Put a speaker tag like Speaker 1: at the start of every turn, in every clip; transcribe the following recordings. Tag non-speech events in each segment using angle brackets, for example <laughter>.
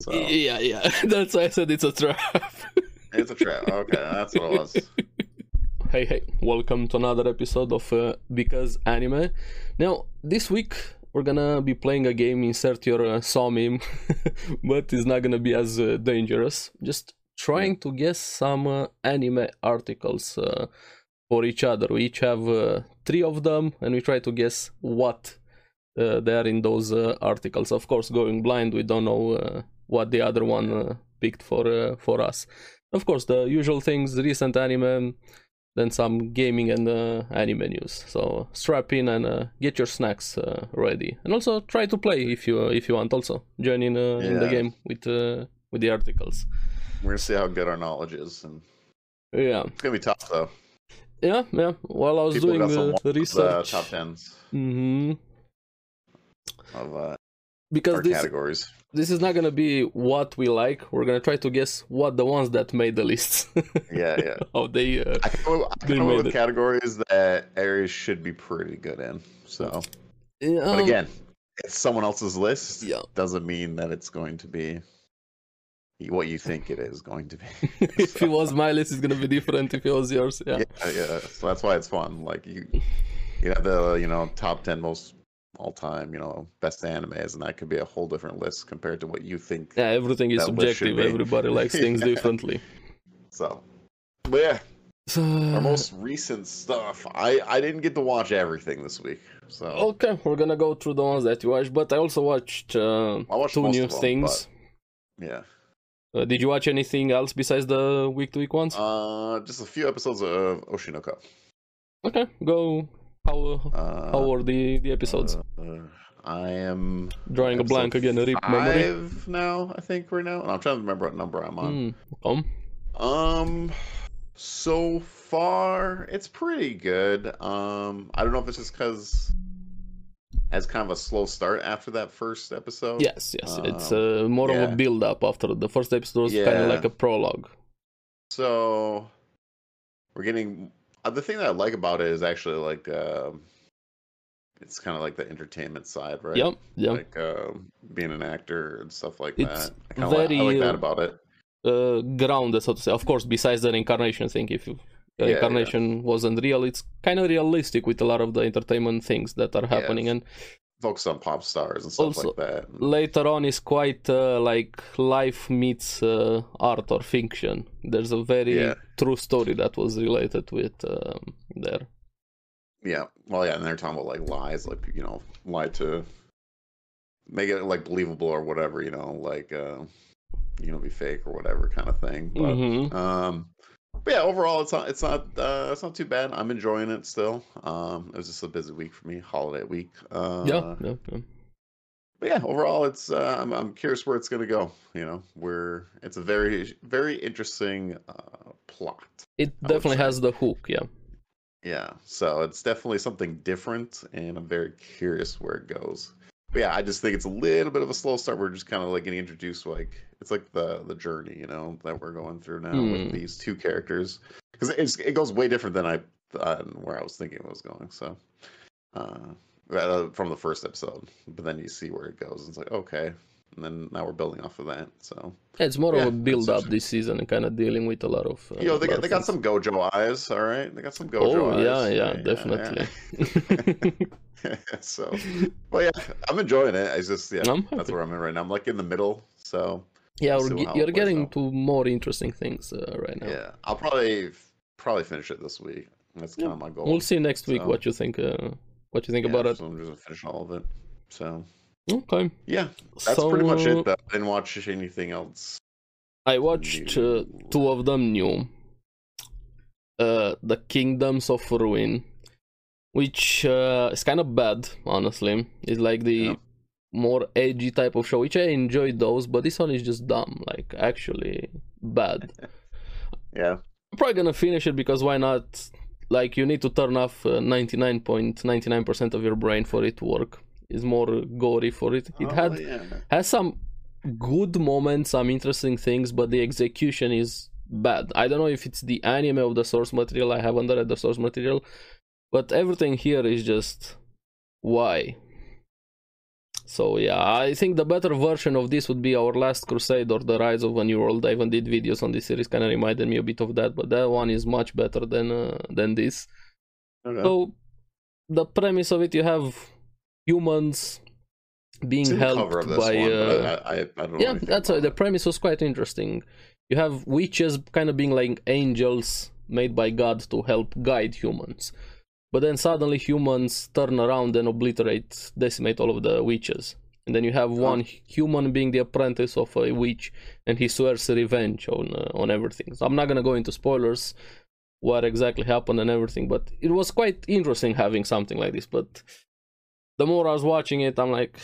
Speaker 1: So
Speaker 2: Yeah, yeah. <laughs> That's why I said it's a trap. <laughs>
Speaker 1: it's a trap. Okay, that's what it was.
Speaker 2: hey, hey. Welcome to another episode of uh, Because Anime. Now, this week we're gonna be playing a game, insert your uh, saw meme, <laughs> but it's not gonna be as uh, dangerous. Just trying to guess some uh, anime articles uh, for each other. We each have uh, three of them and we try to guess what uh, they are in those uh, articles. Of course, going blind, we don't know uh, what the other one uh, picked for uh, for us. Of course, the usual things: recent anime, then some gaming and uh, anime news. So strap in and uh, get your snacks uh, ready, and also try to play if you if you want. Also join in, uh, in the
Speaker 1: Yeah.
Speaker 2: game with uh, with the articles.
Speaker 1: We're gonna see how good our knowledge is, and
Speaker 2: Yeah,
Speaker 1: it's gonna be tough though.
Speaker 2: yeah, yeah. While I was
Speaker 1: People
Speaker 2: doing
Speaker 1: got some
Speaker 2: uh,
Speaker 1: wild,
Speaker 2: the
Speaker 1: Uh,
Speaker 2: research,
Speaker 1: top tens
Speaker 2: hmm
Speaker 1: of uh,
Speaker 2: because
Speaker 1: our
Speaker 2: this
Speaker 1: categories.
Speaker 2: this is not gonna be what we like. We're gonna try to guess what the ones that made the list. <laughs>
Speaker 1: Yeah, yeah.
Speaker 2: oh, they. Uh,
Speaker 1: I come up, I
Speaker 2: They
Speaker 1: come up
Speaker 2: made
Speaker 1: with
Speaker 2: it.
Speaker 1: categories that Aries should be pretty good in. So, but
Speaker 2: um,
Speaker 1: again, it's someone else's list.
Speaker 2: yeah.
Speaker 1: Doesn't mean that it's going to be what you think it is going to be.
Speaker 2: <laughs> if it was my list, it's gonna be different. If it was yours, yeah.
Speaker 1: yeah, yeah. So that's why it's fun. Like you, you have the you know top ten most all time you know best animes, and that could be a whole different list compared to what you think.
Speaker 2: Yeah, everything is
Speaker 1: That list should
Speaker 2: subjective.
Speaker 1: be. <laughs>
Speaker 2: Everybody likes things
Speaker 1: Yeah.
Speaker 2: differently.
Speaker 1: So, but yeah,
Speaker 2: So,
Speaker 1: our most recent stuff. I I didn't get to watch everything this week, so
Speaker 2: okay, we're gonna go through the ones that you watched, but I also watched, uh,
Speaker 1: I watched
Speaker 2: two
Speaker 1: most
Speaker 2: new
Speaker 1: of them,
Speaker 2: things.
Speaker 1: yeah.
Speaker 2: Uh, did you watch anything else besides the week to week ones?
Speaker 1: Uh, just a few episodes of Oshinoko.
Speaker 2: okay, go. How uh,
Speaker 1: Uh,
Speaker 2: how were the the episodes?
Speaker 1: uh, I am
Speaker 2: Drawing a
Speaker 1: episode
Speaker 2: blank again. Rip memory.
Speaker 1: five now. I think right now, and I'm trying to remember what number I'm on.
Speaker 2: Hmm, come.
Speaker 1: Um, so far it's pretty good. Um, I don't know if it's just because as kind of a slow start after that first episode.
Speaker 2: Yes, yes. it's
Speaker 1: Um,
Speaker 2: uh, more of
Speaker 1: yeah.
Speaker 2: a build up after the first episode was kind
Speaker 1: Yeah.
Speaker 2: of like a prologue.
Speaker 1: So we're getting uh, the thing that I like about it is actually like um, it's kind of like the entertainment side, right?
Speaker 2: Yep, yep.
Speaker 1: Like um, being an actor and stuff like
Speaker 2: It's
Speaker 1: that. I kind of like, I
Speaker 2: very,
Speaker 1: like
Speaker 2: uh,
Speaker 1: that about it.
Speaker 2: uh, grounded, so to say. Of course, besides the reincarnation thing, if you- the
Speaker 1: Yeah, yeah.
Speaker 2: reincarnation wasn't real, it's kind of realistic with a lot of the entertainment things that are
Speaker 1: Yeah.
Speaker 2: happening. And
Speaker 1: Focus on pop stars and stuff
Speaker 2: Also,
Speaker 1: like that. and-
Speaker 2: later on, is quite uh, like life meets uh, art or fiction. There's a very
Speaker 1: Yeah.
Speaker 2: true story that was related with um, there.
Speaker 1: Yeah. Well, yeah, and they're talking about like lies, like you know, lie to make it like believable or whatever, you know, like uh, you know, be fake or whatever kind of thing. But
Speaker 2: Mhm.
Speaker 1: um, but yeah, overall, it's not it's not uh, it's not too bad. I'm enjoying it still. Um, it was just a busy week for me, holiday week. Uh,
Speaker 2: yeah, yeah, yeah.
Speaker 1: But yeah, overall, it's uh, I'm I'm curious where it's gonna go. You know, where it's a very very interesting uh, plot.
Speaker 2: It
Speaker 1: would
Speaker 2: definitely
Speaker 1: say.
Speaker 2: has the hook. Yeah.
Speaker 1: Yeah, so it's definitely something different, and I'm very curious where it goes. But yeah, I just think it's a little bit of a slow start. We're just kind of like getting introduced, like it's like the the journey, you know, that we're going through now
Speaker 2: Hmm.
Speaker 1: with these two characters, because it's it goes way different than I uh, where I was thinking it was going. So, uh, rather from the first episode, but then you see where it goes, and it's like okay, and then now we're building off of that. So,
Speaker 2: It's more
Speaker 1: Yeah,
Speaker 2: of a
Speaker 1: that's
Speaker 2: build up
Speaker 1: interesting.
Speaker 2: this season and kind of dealing with a lot of. Uh,
Speaker 1: you know, they
Speaker 2: lot
Speaker 1: got
Speaker 2: of
Speaker 1: they
Speaker 2: things.
Speaker 1: got some Gojo eyes, all right? They got some Gojo
Speaker 2: Oh,
Speaker 1: eyes.
Speaker 2: yeah, yeah,
Speaker 1: yeah. <laughs>
Speaker 2: definitely. <laughs>
Speaker 1: so well yeah i'm enjoying it it's just yeah
Speaker 2: I'm
Speaker 1: that's
Speaker 2: happy.
Speaker 1: where i'm at right now i'm like in the middle so
Speaker 2: Yeah,
Speaker 1: We'll
Speaker 2: we're
Speaker 1: see
Speaker 2: ge-
Speaker 1: how it
Speaker 2: you're
Speaker 1: plays
Speaker 2: getting
Speaker 1: out.
Speaker 2: to more interesting things uh, right now.
Speaker 1: yeah i'll probably probably finish it this week that's
Speaker 2: Yeah.
Speaker 1: kind of my goal
Speaker 2: We'll see next week
Speaker 1: So-
Speaker 2: what you think. Uh, what you think
Speaker 1: Yeah,
Speaker 2: about it?
Speaker 1: so i'm just gonna finish all of it so
Speaker 2: Okay.
Speaker 1: yeah that's
Speaker 2: so
Speaker 1: pretty much
Speaker 2: uh,
Speaker 1: it though. i didn't watch anything else
Speaker 2: I watched uh,
Speaker 1: New.
Speaker 2: two of them new. Uh, the Kingdoms of Ruin, which uh, is kind of bad, honestly. It's like the
Speaker 1: Yeah.
Speaker 2: more edgy type of show, which I enjoyed those, but this one is just dumb, like actually bad.
Speaker 1: yeah
Speaker 2: I'm probably gonna finish it because why not? Like you need to turn off uh, 99.99% of your brain for it to work. It's more gory for it. It
Speaker 1: Oh,
Speaker 2: had
Speaker 1: yeah.
Speaker 2: has some good moments, some interesting things, but the execution is bad. I don't know if it's the anime of the source material. I haven't read the source material, but everything here is just why. So yeah, I think the better version of this would be our last crusade or the rise of a new world. I even did videos on this series, kind of reminded me a bit of that, but that one is much better than uh, than this.
Speaker 1: Okay.
Speaker 2: So the premise of it, you have humans being
Speaker 1: It's in the
Speaker 2: helped
Speaker 1: cover of this
Speaker 2: by
Speaker 1: one, but
Speaker 2: uh,
Speaker 1: I, I, I don't know.
Speaker 2: yeah,
Speaker 1: anything
Speaker 2: that's uh,
Speaker 1: about
Speaker 2: the
Speaker 1: it.
Speaker 2: premise was quite interesting. You have witches kind of being like angels made by God to help guide humans, but then suddenly humans turn around and obliterate, decimate all of the witches. And then you have one human being the apprentice of a witch, and he swears revenge on uh, on everything. So I'm not gonna go into spoilers, what exactly happened and everything, but it was quite interesting having something like this. But the more I was watching it, I'm like,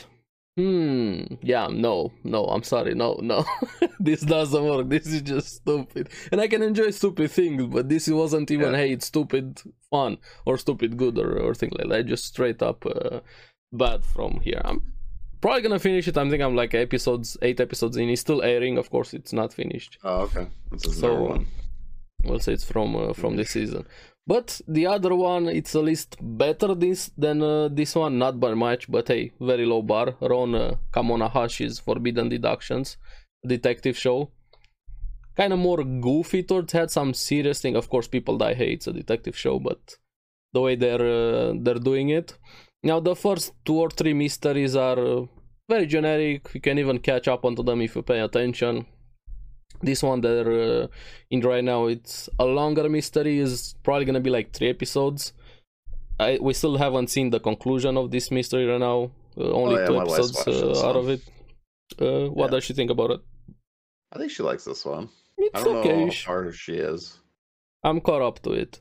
Speaker 2: hmm, yeah, no, no, I'm sorry, no, no, <laughs> this doesn't work. This is just stupid. And I can enjoy stupid things, but this wasn't even,
Speaker 1: Yeah.
Speaker 2: hey, it's stupid fun or stupid good or, or thing like that. Just straight up uh, bad from here. I'm probably gonna finish it. I think I'm like episodes, eight episodes in. It's still airing, of course, it's not finished
Speaker 1: Oh, okay. This is
Speaker 2: So-
Speaker 1: number one.
Speaker 2: we'll say it's from uh, from this season. But the other one, it's at least better this than uh, this one, not by much, but hey, very low bar. Ron uh, Kamonahashi's Forbidden Deductions detective show, kind of more goofy towards had some serious thing. Of course, people die. Hey, it's a detective show, but the way they're uh, they're doing it now, the first two or three mysteries are uh, very generic. You can even catch up onto them if you pay attention. This one they're uh, in right now, it's a longer mystery. is probably gonna be like three episodes. I we still haven't seen the conclusion of this mystery right now. Uh, only
Speaker 1: Oh, yeah,
Speaker 2: two
Speaker 1: my wife
Speaker 2: episodes
Speaker 1: watched it,
Speaker 2: uh, out
Speaker 1: so-
Speaker 2: of it. Uh, what
Speaker 1: Yeah.
Speaker 2: does she think about it?
Speaker 1: I think she likes this one. I
Speaker 2: It's
Speaker 1: don't know
Speaker 2: okay.
Speaker 1: how far she is.
Speaker 2: I'm caught up to it.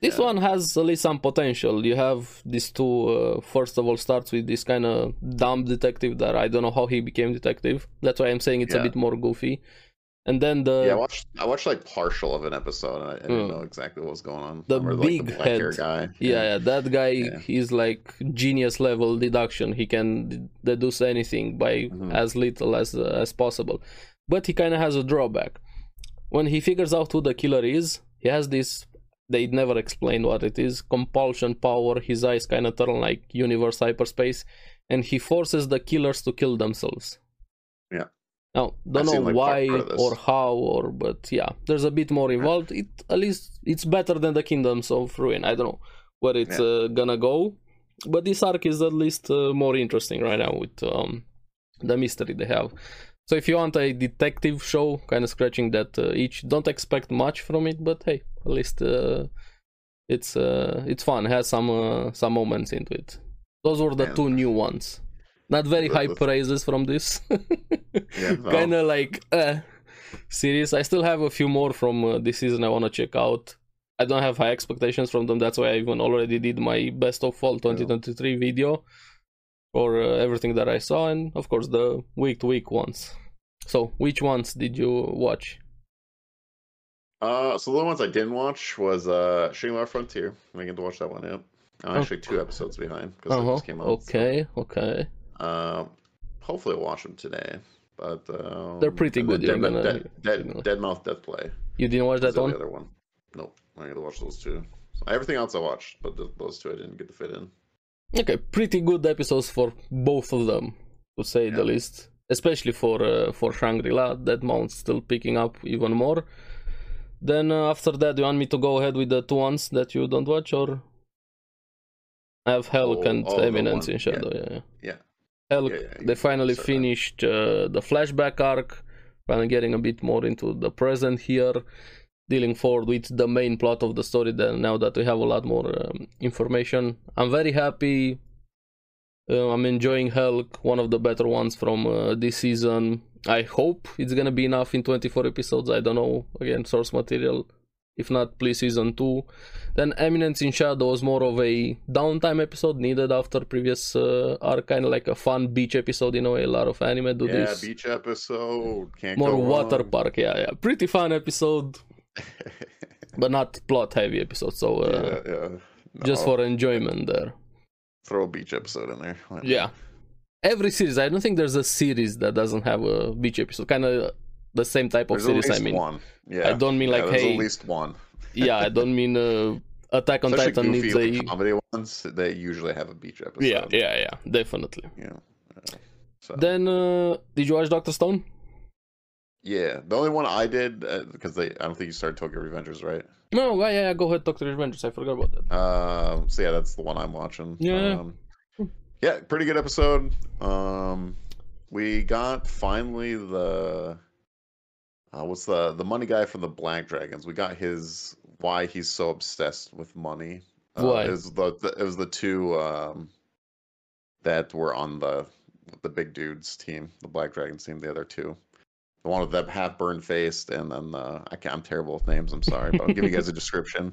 Speaker 2: This
Speaker 1: Yeah.
Speaker 2: one has at least some potential. You have these two. Uh, first of all, starts with this kind of dumb detective that I don't know how he became detective. That's why I'm saying it's a
Speaker 1: Yeah.
Speaker 2: bit more goofy. And then the
Speaker 1: yeah, I watched. I watched like partial of an episode, and I, I didn't
Speaker 2: Mm.
Speaker 1: know exactly what was going on.
Speaker 2: The
Speaker 1: Or,
Speaker 2: big
Speaker 1: like, the black hair
Speaker 2: head.
Speaker 1: guy.
Speaker 2: yeah, <laughs> yeah, that guy
Speaker 1: Yeah.
Speaker 2: is like genius level deduction. He can d- deduce anything by
Speaker 1: Mhm.
Speaker 2: as little as uh, as possible, but he kind of has a drawback. When he figures out who the killer is, he has this. They never explain what it is. Compulsion power. His eyes kind of turn like universe hyperspace, and he forces the killers to kill themselves.
Speaker 1: Yeah.
Speaker 2: Now, don't
Speaker 1: I've seen,
Speaker 2: know
Speaker 1: like, part-
Speaker 2: why
Speaker 1: part of this.
Speaker 2: or how or but yeah, there's a bit more involved. It at least it's better than the Kingdoms of Ruin. I don't know where it's
Speaker 1: Yeah.
Speaker 2: uh, gonna go. But this arc is at least uh, more interesting right now with um, the mystery they have. So if you want a detective show, kind of scratching that uh, itch, don't expect much from it. But hey, at least uh, it's uh, it's fun. Has some uh, some moments into it. Those were the
Speaker 1: Yeah.
Speaker 2: two new ones. Not very
Speaker 1: The-
Speaker 2: high
Speaker 1: the-
Speaker 2: praises from this. <laughs>
Speaker 1: Yeah, well,
Speaker 2: kind of like uh, series. I still have a few more from uh, this season I want to check out. I don't have high expectations from them. That's why I even already did my best of fall 2023 video for uh, everything that I saw, and of course the week to week ones. So, which ones did you watch?
Speaker 1: Uh, so the ones I didn't watch was uh Shingler Frontier. I get to watch that one out. I'm
Speaker 2: Oh.
Speaker 1: actually two episodes behind because it
Speaker 2: Uh-huh.
Speaker 1: just came out. so,
Speaker 2: Okay, okay.
Speaker 1: Um, hopefully I'll watch them today. But um,
Speaker 2: They're pretty
Speaker 1: and then
Speaker 2: good, you're
Speaker 1: Dead, Ma-
Speaker 2: gonna-
Speaker 1: Dead, Dead,
Speaker 2: gonna-
Speaker 1: Dead Mouth Death Play.
Speaker 2: You didn't watch
Speaker 1: Is
Speaker 2: that
Speaker 1: the
Speaker 2: one?
Speaker 1: other one? Nope. I got to watch those two. So everything else I watched, but th- those two I didn't get to fit in.
Speaker 2: Okay, pretty good episodes for both of them, to say the
Speaker 1: Yeah.
Speaker 2: least. Especially for uh, for Shangri-La, that mount's still picking up even more. Then uh, after that, you want me to go ahead with the two ones that you don't watch, or I have Helk
Speaker 1: Oh,
Speaker 2: and
Speaker 1: oh, the
Speaker 2: Eminence in
Speaker 1: one, yeah.
Speaker 2: Shadow. Yeah,
Speaker 1: Yeah.
Speaker 2: yeah. Helk,
Speaker 1: Yeah, yeah, you
Speaker 2: they finally
Speaker 1: start that.
Speaker 2: finished uh, the flashback arc, finally getting a bit more into the present here, dealing forward with the main plot of the story. Then now that we have a lot more um, information, I'm very happy. Uh, I'm enjoying Hulk, one of the better ones from uh, this season. I hope it's gonna be enough in 24 episodes. I don't know. Again, source material. If not, please season two. Then Eminence in Shadow was more of a downtime episode needed after previous uh, arc, kind of like a fun beach episode. You know, a lot of anime do
Speaker 1: yeah,
Speaker 2: this.
Speaker 1: beach episode. Can't
Speaker 2: more
Speaker 1: go
Speaker 2: water
Speaker 1: wrong.
Speaker 2: park. Yeah, yeah. Pretty fun
Speaker 1: <laughs>
Speaker 2: episode, but not plot heavy episode. So uh,
Speaker 1: yeah, yeah.
Speaker 2: just
Speaker 1: No,
Speaker 2: for enjoyment there.
Speaker 1: throw a beach episode in there. Why not?
Speaker 2: Yeah. Every series, I don't think there's a series that doesn't have a beach episode. Kind of the same type of
Speaker 1: There's at
Speaker 2: series. I
Speaker 1: least
Speaker 2: mean,
Speaker 1: one. Yeah.
Speaker 2: I don't mean
Speaker 1: Yeah,
Speaker 2: like
Speaker 1: there's
Speaker 2: hey,
Speaker 1: at least one.
Speaker 2: <laughs> yeah, I don't mean uh, Attack on
Speaker 1: Especially
Speaker 2: Titan
Speaker 1: goofy
Speaker 2: needs
Speaker 1: like,
Speaker 2: a
Speaker 1: comedy ones. They usually have a beach episode.
Speaker 2: yeah, yeah, yeah, definitely.
Speaker 1: Yeah. So
Speaker 2: Then, uh, did you watch Doctor Stone?
Speaker 1: yeah, the only one I did because they I don't think you started Tokyo Revengers right.
Speaker 2: No, yeah, yeah, go ahead, Doctor Revengers. I forgot about that.
Speaker 1: Um, so yeah, that's the one I'm watching.
Speaker 2: Yeah.
Speaker 1: Um, yeah, pretty good episode. Um, we got finally the uh, what's the the money guy from the Black Dragons. We got his why he's so obsessed with money. Uh,
Speaker 2: Why?
Speaker 1: It was the, the it was the two um that were on the the big dudes team, the Black Dragons team. The other two. The one with the half burned faced, and then the, I can't, I'm terrible with names. I'm sorry, but I'll give you guys
Speaker 2: <laughs>
Speaker 1: a description.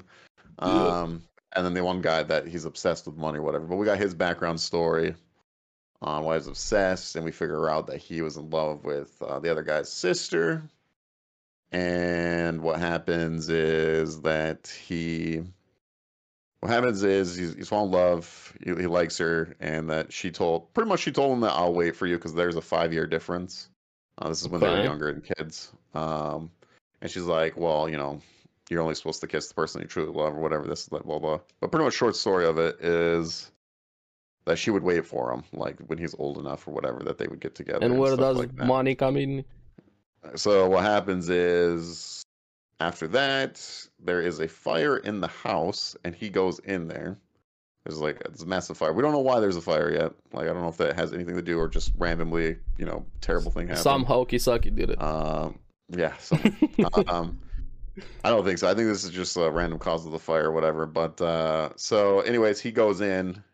Speaker 2: Yeah.
Speaker 1: Um, and then the one guy that he's obsessed with money, whatever. But we got his background story on why he's obsessed, and we figure out that he was in love with uh, the other guy's sister. And what happens is that he, what happens is he's, he's fallen in love. He, he likes her, and that she told pretty much she told him that I'll wait for you because there's a five year difference. Uh, this is when they were
Speaker 2: Okay.
Speaker 1: younger and kids. Um, and she's like, well, you know, you're only supposed to kiss the person you truly love or whatever this that blah blah but pretty much short story of it is that she would wait for him like when he's old enough or whatever that they would get together
Speaker 2: and where
Speaker 1: stuff
Speaker 2: does
Speaker 1: like that.
Speaker 2: money come in?
Speaker 1: so what happens is after that there is a fire in the house and he goes in there there's like it's a massive fire we don't know why there's a fire yet like i don't know if that has anything to do or just randomly you know terrible thing happened
Speaker 2: Somehow Kisaki did it.
Speaker 1: um yeah some um, I don't think so. I think this is just a random cause of the fire or whatever. But uh, so, anyways, he goes in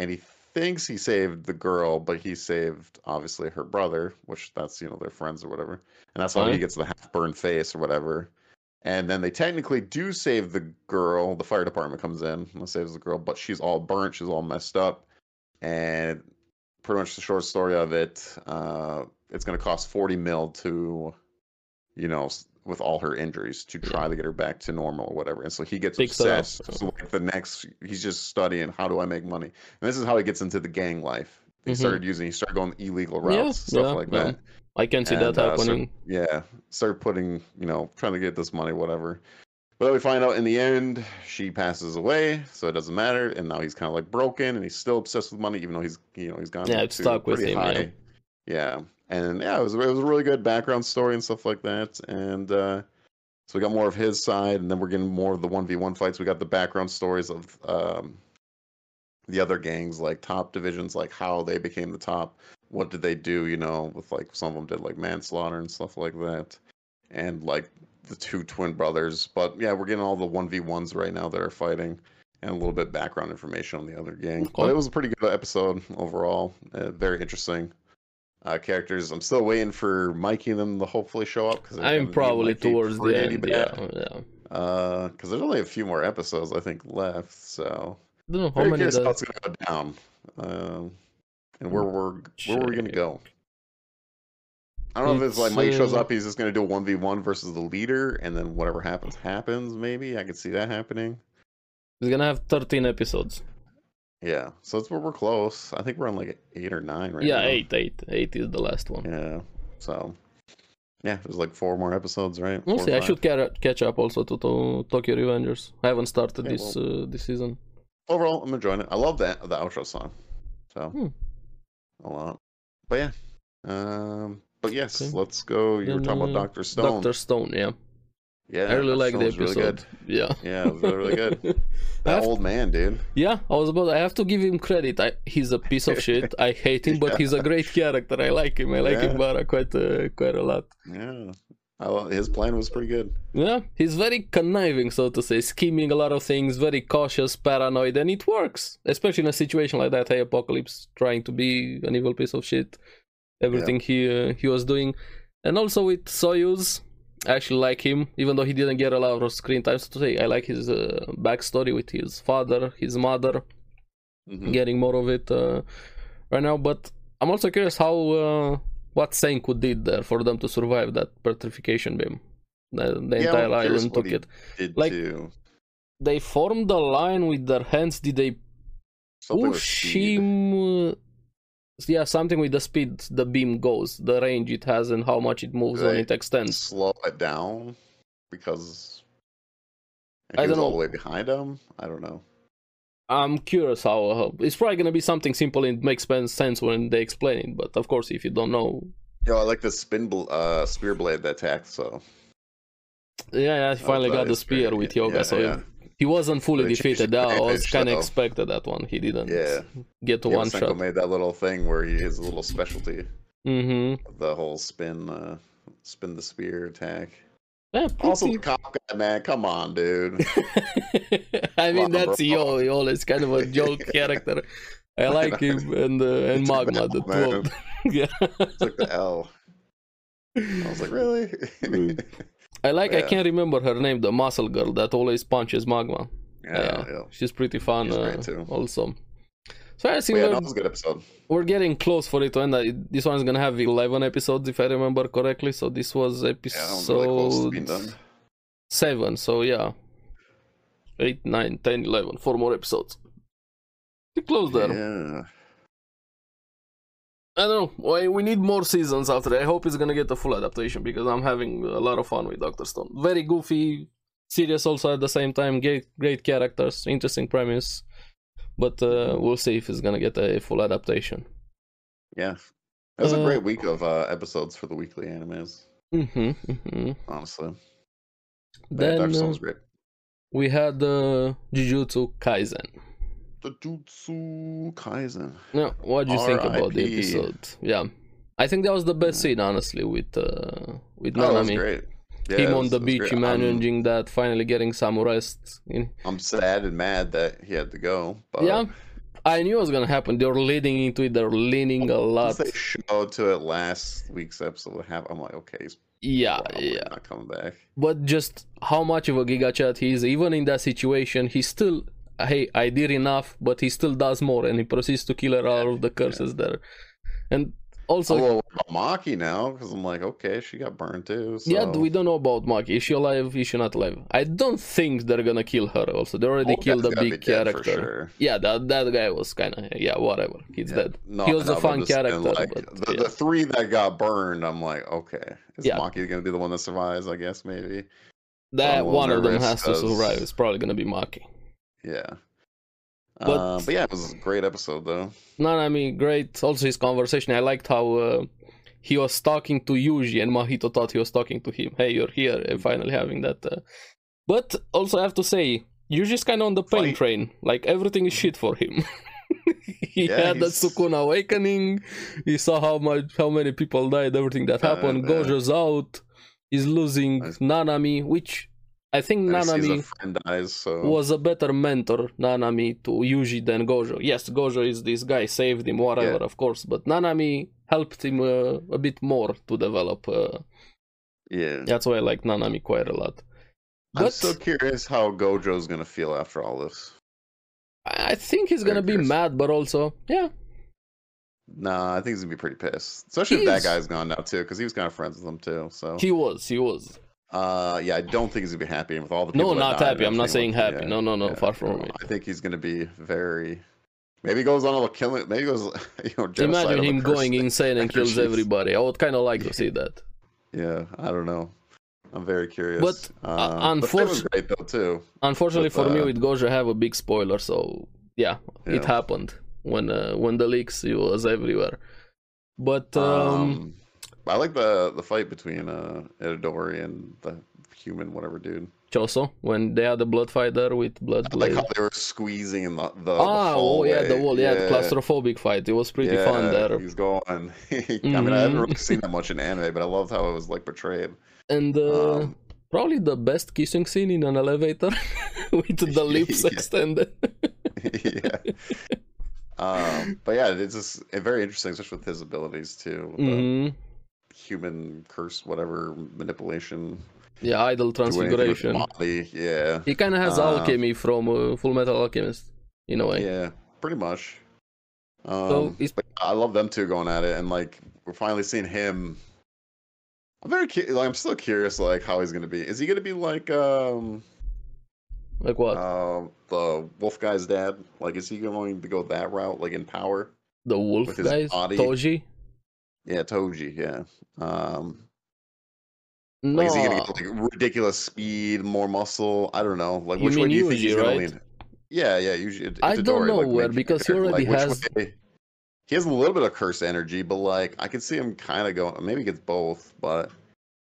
Speaker 1: and he thinks he saved the girl, but he saved obviously her brother, which that's you know their friends or whatever, and that's why
Speaker 2: Okay.
Speaker 1: he gets the half burned face or whatever. And then they technically do save the girl. The fire department comes in and saves the girl, but she's all burnt. She's all messed up, and pretty much the short story of it. Uh, it's going to cost forty mil to, you know, s- with all her injuries to try to get her back to normal or whatever. And so he gets
Speaker 2: Big setup.
Speaker 1: obsessed. So like the next, he's just studying how do I make money, and this is how he gets into the gang life. He
Speaker 2: Mhm.
Speaker 1: started using, he started going illegal routes,
Speaker 2: Yeah,
Speaker 1: stuff
Speaker 2: yeah,
Speaker 1: like
Speaker 2: yeah.
Speaker 1: that.
Speaker 2: I can see that
Speaker 1: And, uh, so-
Speaker 2: happening.
Speaker 1: Yeah, start putting, you know, trying to get this money, whatever. But then we find out in the end she passes away, so it doesn't matter. And now he's kind of like broken, and he's still obsessed with money, even though he's, you know, he's gone.
Speaker 2: Yeah,
Speaker 1: to
Speaker 2: it's stuck with
Speaker 1: pretty
Speaker 2: him, yeah.
Speaker 1: high- Yeah, and yeah, it was it was a really good background story and stuff like that. And uh, so we got more of his side, and then we're getting more of the one v one fights. We got the background stories of um, the other gangs, like top divisions, like how they became the top. What did they do? You know, with like some of them did like manslaughter and stuff like that, and like the two twin brothers. But yeah, we're getting all the one v ones right now that are fighting, and a little bit background information on the other gang. But
Speaker 2: Okay.
Speaker 1: it was a pretty good episode overall. Uh, very interesting. Uh, characters. I'm still waiting for Mikey and them to hopefully show up because
Speaker 2: I'm probably towards the end. Yeah, yeah.
Speaker 1: because Uh, there's only a few more episodes I think left, so
Speaker 2: don't know how
Speaker 1: very
Speaker 2: many
Speaker 1: curious
Speaker 2: does- Hmm.
Speaker 1: how it's gonna go down, um, and where we're where we're gonna
Speaker 2: Check.
Speaker 1: go. I don't know if it's like
Speaker 2: It's,
Speaker 1: Mike shows
Speaker 2: uh,
Speaker 1: up, he's just gonna do a one v one versus the leader, and then whatever happens happens. Maybe I could see that happening.
Speaker 2: It's gonna have 13 episodes.
Speaker 1: Yeah, so that's where we're close. I think we're on like eight or nine right
Speaker 2: yeah,
Speaker 1: now.
Speaker 2: eight, eight, eight is the last one.
Speaker 1: Yeah, so yeah, there's like four more episodes, right?
Speaker 2: We'll
Speaker 1: Four or
Speaker 2: see. I
Speaker 1: five.
Speaker 2: should ca- catch up also to, to Tokyo Revengers. I haven't started
Speaker 1: Yeah,
Speaker 2: this uh, this season.
Speaker 1: overall, I'm enjoying it. I love that the outro song, so
Speaker 2: Hmm.
Speaker 1: a lot. But yeah, um, but yes,
Speaker 2: Okay.
Speaker 1: let's go. You were
Speaker 2: Then,
Speaker 1: talking about
Speaker 2: uh,
Speaker 1: Doctor Stone.
Speaker 2: Doctor Stone, yeah.
Speaker 1: Yeah,
Speaker 2: I really
Speaker 1: Dr.
Speaker 2: like the
Speaker 1: Stone's Really
Speaker 2: episode.
Speaker 1: good.
Speaker 2: yeah.
Speaker 1: Yeah, it was really, really
Speaker 2: <laughs>
Speaker 1: good.
Speaker 2: I
Speaker 1: That
Speaker 2: have-
Speaker 1: old man, dude.
Speaker 2: yeah, I was about. I have to give him credit. I, he's a piece
Speaker 1: <laughs>
Speaker 2: of shit. I hate him, but he's a great character. I like him. I like
Speaker 1: Yeah.
Speaker 2: him Bara quite uh, quite a lot.
Speaker 1: Yeah, I, lo- his plan was pretty good.
Speaker 2: Yeah, he's very conniving, so to say, scheming a lot of things, very cautious, paranoid, and it works. Especially in a situation like that, hey, Apocalypse trying to be an evil piece of shit, everything he uh, he was doing, and also with Soyuz, I actually like him, even though he didn't get a lot of screen time. So to say, I like his uh, backstory with his father, his mother,
Speaker 1: Mhm.
Speaker 2: getting more of it uh, right now. But I'm also curious how uh, what Senku did there for them to survive that petrification beam. The, the
Speaker 1: Yeah, I'm
Speaker 2: entire
Speaker 1: curious
Speaker 2: island
Speaker 1: what
Speaker 2: took
Speaker 1: he
Speaker 2: it.
Speaker 1: Did
Speaker 2: Like,
Speaker 1: too.
Speaker 2: They formed a line with their hands. Did they
Speaker 1: Something with
Speaker 2: push
Speaker 1: speed.
Speaker 2: him? uh, Yeah, something with the speed the beam goes, the range it has, and how much it moves and
Speaker 1: Right.
Speaker 2: it extends.
Speaker 1: slow it down because and
Speaker 2: I
Speaker 1: he was
Speaker 2: don't
Speaker 1: all the
Speaker 2: know.
Speaker 1: way behind him. I don't know.
Speaker 2: I'm curious how, how it's probably gonna be something simple and it makes pen- sense when they explain it. But of course, if you don't know,
Speaker 1: Yo, I like the spin bl- uh, spear blade attack. So
Speaker 2: yeah, yeah, he finally
Speaker 1: that
Speaker 2: got the
Speaker 1: is great.
Speaker 2: spear with yoga,
Speaker 1: Yeah,
Speaker 2: so
Speaker 1: yeah.
Speaker 2: he wasn't fully
Speaker 1: They changed
Speaker 2: defeated.
Speaker 1: the
Speaker 2: That I was
Speaker 1: damage,
Speaker 2: kind of
Speaker 1: though.
Speaker 2: expected that one. He didn't
Speaker 1: Yeah.
Speaker 2: get to one
Speaker 1: Yamasenko
Speaker 2: shot.
Speaker 1: made that little thing where he his little specialty,
Speaker 2: hmm
Speaker 1: the whole spin, uh, spin the spear attack.
Speaker 2: Yeah,
Speaker 1: Also, the
Speaker 2: pretty-
Speaker 1: cop guy, man, come on, dude.
Speaker 2: <laughs> I mean,
Speaker 1: Wow, bro.
Speaker 2: that's Yo. Yo is kind
Speaker 1: <laughs>
Speaker 2: of a joke character. I like him and uh, <laughs> and
Speaker 1: It's a
Speaker 2: Magma, the
Speaker 1: bad
Speaker 2: two
Speaker 1: <laughs>
Speaker 2: of them. <laughs> yeah.
Speaker 1: Took the L. I was like, really?
Speaker 2: Mm. I like. I
Speaker 1: Yeah.
Speaker 2: can't remember her name. The muscle girl that always punches Magma.
Speaker 1: <laughs> yeah, yeah.
Speaker 2: She's pretty fun.
Speaker 1: She's great
Speaker 2: uh,
Speaker 1: too.
Speaker 2: Also. So I
Speaker 1: But
Speaker 2: think
Speaker 1: yeah,
Speaker 2: we're,
Speaker 1: that was a good episode.
Speaker 2: we're getting close for it to end. I, this one's gonna have eleven episodes if I remember correctly. So this was
Speaker 1: Yeah, that was really close to
Speaker 2: episode
Speaker 1: being done.
Speaker 2: seven. So yeah, eight, nine, ten, eleven. Four more episodes. Pretty close there.
Speaker 1: Yeah.
Speaker 2: I don't know. Why we need more seasons after. that. I hope it's gonna get a full adaptation because I'm having a lot of fun with Doctor Stone. Very goofy, serious also at the same time. Great, great characters, interesting premise. But uh, we'll see if it's gonna get a full adaptation.
Speaker 1: Yeah. That was
Speaker 2: Uh,
Speaker 1: a great week of uh, episodes for the weekly animes,
Speaker 2: Mm-hmm. hmm
Speaker 1: honestly. But yeah,
Speaker 2: Then
Speaker 1: Dr.
Speaker 2: uh,
Speaker 1: Stone's great.
Speaker 2: we had uh, Jujutsu Kaisen.
Speaker 1: The Jutsu Kaisen.
Speaker 2: Now, what do you think about the
Speaker 1: R.I.P..
Speaker 2: episode? Yeah, I think that was the best scene, honestly, with uh, with
Speaker 1: Oh, that was
Speaker 2: Nanami.
Speaker 1: great. Yeah,
Speaker 2: Him
Speaker 1: it
Speaker 2: on
Speaker 1: was-
Speaker 2: the
Speaker 1: it was
Speaker 2: beach
Speaker 1: great. I'm,
Speaker 2: managing that, finally getting some rest. In,
Speaker 1: I'm sad and mad that he had to go, but
Speaker 2: yeah, I knew it was gonna happen. They're leading into it. They're leaning a
Speaker 1: once
Speaker 2: lot.
Speaker 1: they showed to it last week's episode, half, I'm like, okay, he's
Speaker 2: Yeah,
Speaker 1: probably
Speaker 2: Uh, yeah.
Speaker 1: not coming back.
Speaker 2: But just how much of a giga chat he is, even in that situation, he still. Hey, I did enough, but he still does more, and he proceeds to kill her all of the curses there. And also,
Speaker 1: I'm a little worried about Maki now because I'm like, okay, she got burned too. So.
Speaker 2: yeah, we don't know about Maki. Is she alive? Is she not alive? I don't think they're gonna kill her. Also, they already
Speaker 1: Old
Speaker 2: killed
Speaker 1: guy's
Speaker 2: a
Speaker 1: Oh, gotta be
Speaker 2: big
Speaker 1: dead for
Speaker 2: character.
Speaker 1: sure.
Speaker 2: Yeah, that that guy was kind of yeah, whatever. He's
Speaker 1: Yeah.
Speaker 2: dead.
Speaker 1: No,
Speaker 2: He was
Speaker 1: no,
Speaker 2: a
Speaker 1: but
Speaker 2: fun
Speaker 1: I'm just saying,
Speaker 2: character,
Speaker 1: like,
Speaker 2: but,
Speaker 1: the,
Speaker 2: yeah.
Speaker 1: the three that got burned, I'm like, okay, is
Speaker 2: Yeah.
Speaker 1: Maki going to be the one that survives? I guess maybe.
Speaker 2: That
Speaker 1: I'm a little
Speaker 2: one of them
Speaker 1: nervous
Speaker 2: has to
Speaker 1: 'cause-
Speaker 2: survive. It's probably gonna be Maki.
Speaker 1: Yeah. But,
Speaker 2: But-
Speaker 1: uh, but yeah, it was a great episode though.
Speaker 2: No, no, I mean, great. Also, his conversation. I liked how uh, he was talking to Yuji, and Mahito thought he was talking to him. Hey, you're here, and finally having that. Uh... But also, I have to say, Yuji's kind of on the pain
Speaker 1: Fight.
Speaker 2: train. Like everything is shit for him. <laughs> he
Speaker 1: Yeah,
Speaker 2: had that
Speaker 1: he's-
Speaker 2: Sukuna awakening. He saw how much, how many people died. Everything that
Speaker 1: Yeah,
Speaker 2: happened.
Speaker 1: yeah.
Speaker 2: Gojo's out. He's losing
Speaker 1: Nice.
Speaker 2: Nanami, which I think
Speaker 1: And he sees
Speaker 2: Nanami
Speaker 1: a friend dies, so
Speaker 2: was a better mentor Nanami to Yuji than Gojo. Yes, Gojo is this guy saved him, whatever, of course, but Nanami helped him uh, a bit more to develop. Uh,
Speaker 1: yeah.
Speaker 2: that's why I like Nanami quite a lot.
Speaker 1: I'm
Speaker 2: But
Speaker 1: so curious how Gojo's going to feel after all this.
Speaker 2: I I think he's gonna be
Speaker 1: Very curious.
Speaker 2: mad, but also, yeah,
Speaker 1: Nah, I think he's gonna be pretty pissed, especially if
Speaker 2: He's-
Speaker 1: that guy's gone now too, because he was kind of friends with them too. So,
Speaker 2: he was, he was.
Speaker 1: uh, yeah, I don't think he's gonna be happy with all the.
Speaker 2: No,
Speaker 1: people that
Speaker 2: not
Speaker 1: died and
Speaker 2: happy. I'm not saying
Speaker 1: everything, like,
Speaker 2: happy.
Speaker 1: yeah.
Speaker 2: No, no, no,
Speaker 1: Yeah,
Speaker 2: far
Speaker 1: I
Speaker 2: from
Speaker 1: don't
Speaker 2: it.
Speaker 1: know. I think he's going to be very. Maybe he goes on a little killing. Maybe he goes, <laughs> you know, genocide
Speaker 2: Imagine
Speaker 1: of a
Speaker 2: him
Speaker 1: curse.
Speaker 2: going insane and kills
Speaker 1: Jeez.
Speaker 2: everybody. I would kind of like to see that.
Speaker 1: Yeah, I don't know. I'm very curious.
Speaker 2: But, uh,
Speaker 1: the film was
Speaker 2: unfortunate-
Speaker 1: great though too.
Speaker 2: Unfortunately
Speaker 1: But,
Speaker 2: for me,
Speaker 1: uh,
Speaker 2: with Gojo, I have a big spoiler, so yeah, it
Speaker 1: Yeah.
Speaker 2: happened when uh, when the leaks it was everywhere. But um,
Speaker 1: Um, I like the the fight between uh Itadori and the human whatever dude.
Speaker 2: Choso, when they had the blood fight there with blood
Speaker 1: I like
Speaker 2: blade.
Speaker 1: how they were squeezing in the the, the
Speaker 2: ah, oh yeah, the
Speaker 1: hallway.
Speaker 2: wall, yeah, the claustrophobic fight. It was pretty fun
Speaker 1: Yeah,
Speaker 2: there.
Speaker 1: He's going. <laughs> I mean, I haven't
Speaker 2: Mhm.
Speaker 1: really seen that much in anime, but I loved how it was like portrayed.
Speaker 2: And uh,
Speaker 1: Um, <laughs>
Speaker 2: probably the best kissing scene in an elevator <laughs> with the lips
Speaker 1: <laughs> Yeah. <laughs>
Speaker 2: extended.
Speaker 1: yeah.
Speaker 2: <laughs>
Speaker 1: Um, but yeah, it's just uh, very interesting, especially with his abilities too. with the
Speaker 2: Mhm.
Speaker 1: Human curse, whatever manipulation,
Speaker 2: Yeah, idol
Speaker 1: do anything with
Speaker 2: transfiguration.
Speaker 1: the body. Yeah,
Speaker 2: He kind of has
Speaker 1: Uh,
Speaker 2: alchemy from uh, Full Metal Alchemist in a way.
Speaker 1: yeah, pretty much. Um,
Speaker 2: it's-
Speaker 1: but I love them two going at it, and like we're finally seeing him. I'm very, cu- like, I'm still curious, like how he's gonna be. Is he gonna be like um
Speaker 2: Like what?
Speaker 1: uh, the wolf guy's dad? Like, is he going to go that route, like in power?
Speaker 2: the wolf
Speaker 1: with his
Speaker 2: guys,
Speaker 1: body.
Speaker 2: Toji.
Speaker 1: Yeah, Toji. Yeah. Um,
Speaker 2: No,
Speaker 1: Like, is he gonna get like ridiculous speed, more muscle? I don't know. Like,
Speaker 2: You
Speaker 1: which way
Speaker 2: mean
Speaker 1: do you think
Speaker 2: Yuji,
Speaker 1: he's gonna
Speaker 2: right?
Speaker 1: lean? Yeah, yeah. Usually, it-
Speaker 2: I
Speaker 1: Itadori,
Speaker 2: don't know
Speaker 1: like,
Speaker 2: where,
Speaker 1: makes
Speaker 2: because
Speaker 1: <laughs>
Speaker 2: he
Speaker 1: clear,
Speaker 2: already
Speaker 1: which
Speaker 2: has-
Speaker 1: way- he has a little bit of curse energy, but like I could see him kind of going. Maybe he gets both, but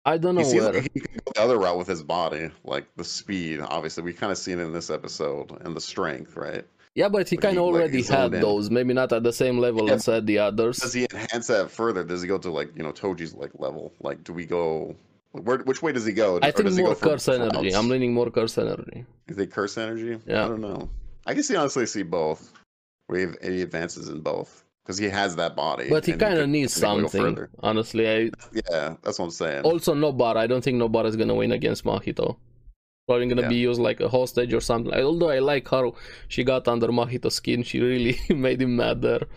Speaker 2: I don't
Speaker 1: he
Speaker 2: know
Speaker 1: seems
Speaker 2: where.
Speaker 1: like he could go the other route with his body, like the speed. Obviously, we kind of seen it in this episode and the strength, right?
Speaker 2: yeah, but he
Speaker 1: like, he-
Speaker 2: kind of
Speaker 1: like,
Speaker 2: already
Speaker 1: he's
Speaker 2: had
Speaker 1: zoned in.
Speaker 2: those. Maybe not at the same level
Speaker 1: Yeah,
Speaker 2: as at the
Speaker 1: Does
Speaker 2: others.
Speaker 1: he enhance that further? Does he go to like you know Toji's like level? Like, do we go? Where, which way does he go?
Speaker 2: I
Speaker 1: Or
Speaker 2: think
Speaker 1: does he
Speaker 2: more
Speaker 1: go for
Speaker 2: curse energy.
Speaker 1: routes?
Speaker 2: I'm leaning more curse energy.
Speaker 1: Is it curse energy?
Speaker 2: Yeah.
Speaker 1: I don't know. I can see honestly see both. Where he, he advances in both because he has that body.
Speaker 2: But he
Speaker 1: and could
Speaker 2: kind of needs
Speaker 1: definitely go
Speaker 2: something.
Speaker 1: further.
Speaker 2: Honestly, I
Speaker 1: Yeah, that's what I'm saying.
Speaker 2: also Nobara. I don't think Nobara is gonna win against Mahito. Probably gonna be used like a hostage or something. I- Although I like how she got under Mahito's skin. She really <laughs> made him mad there.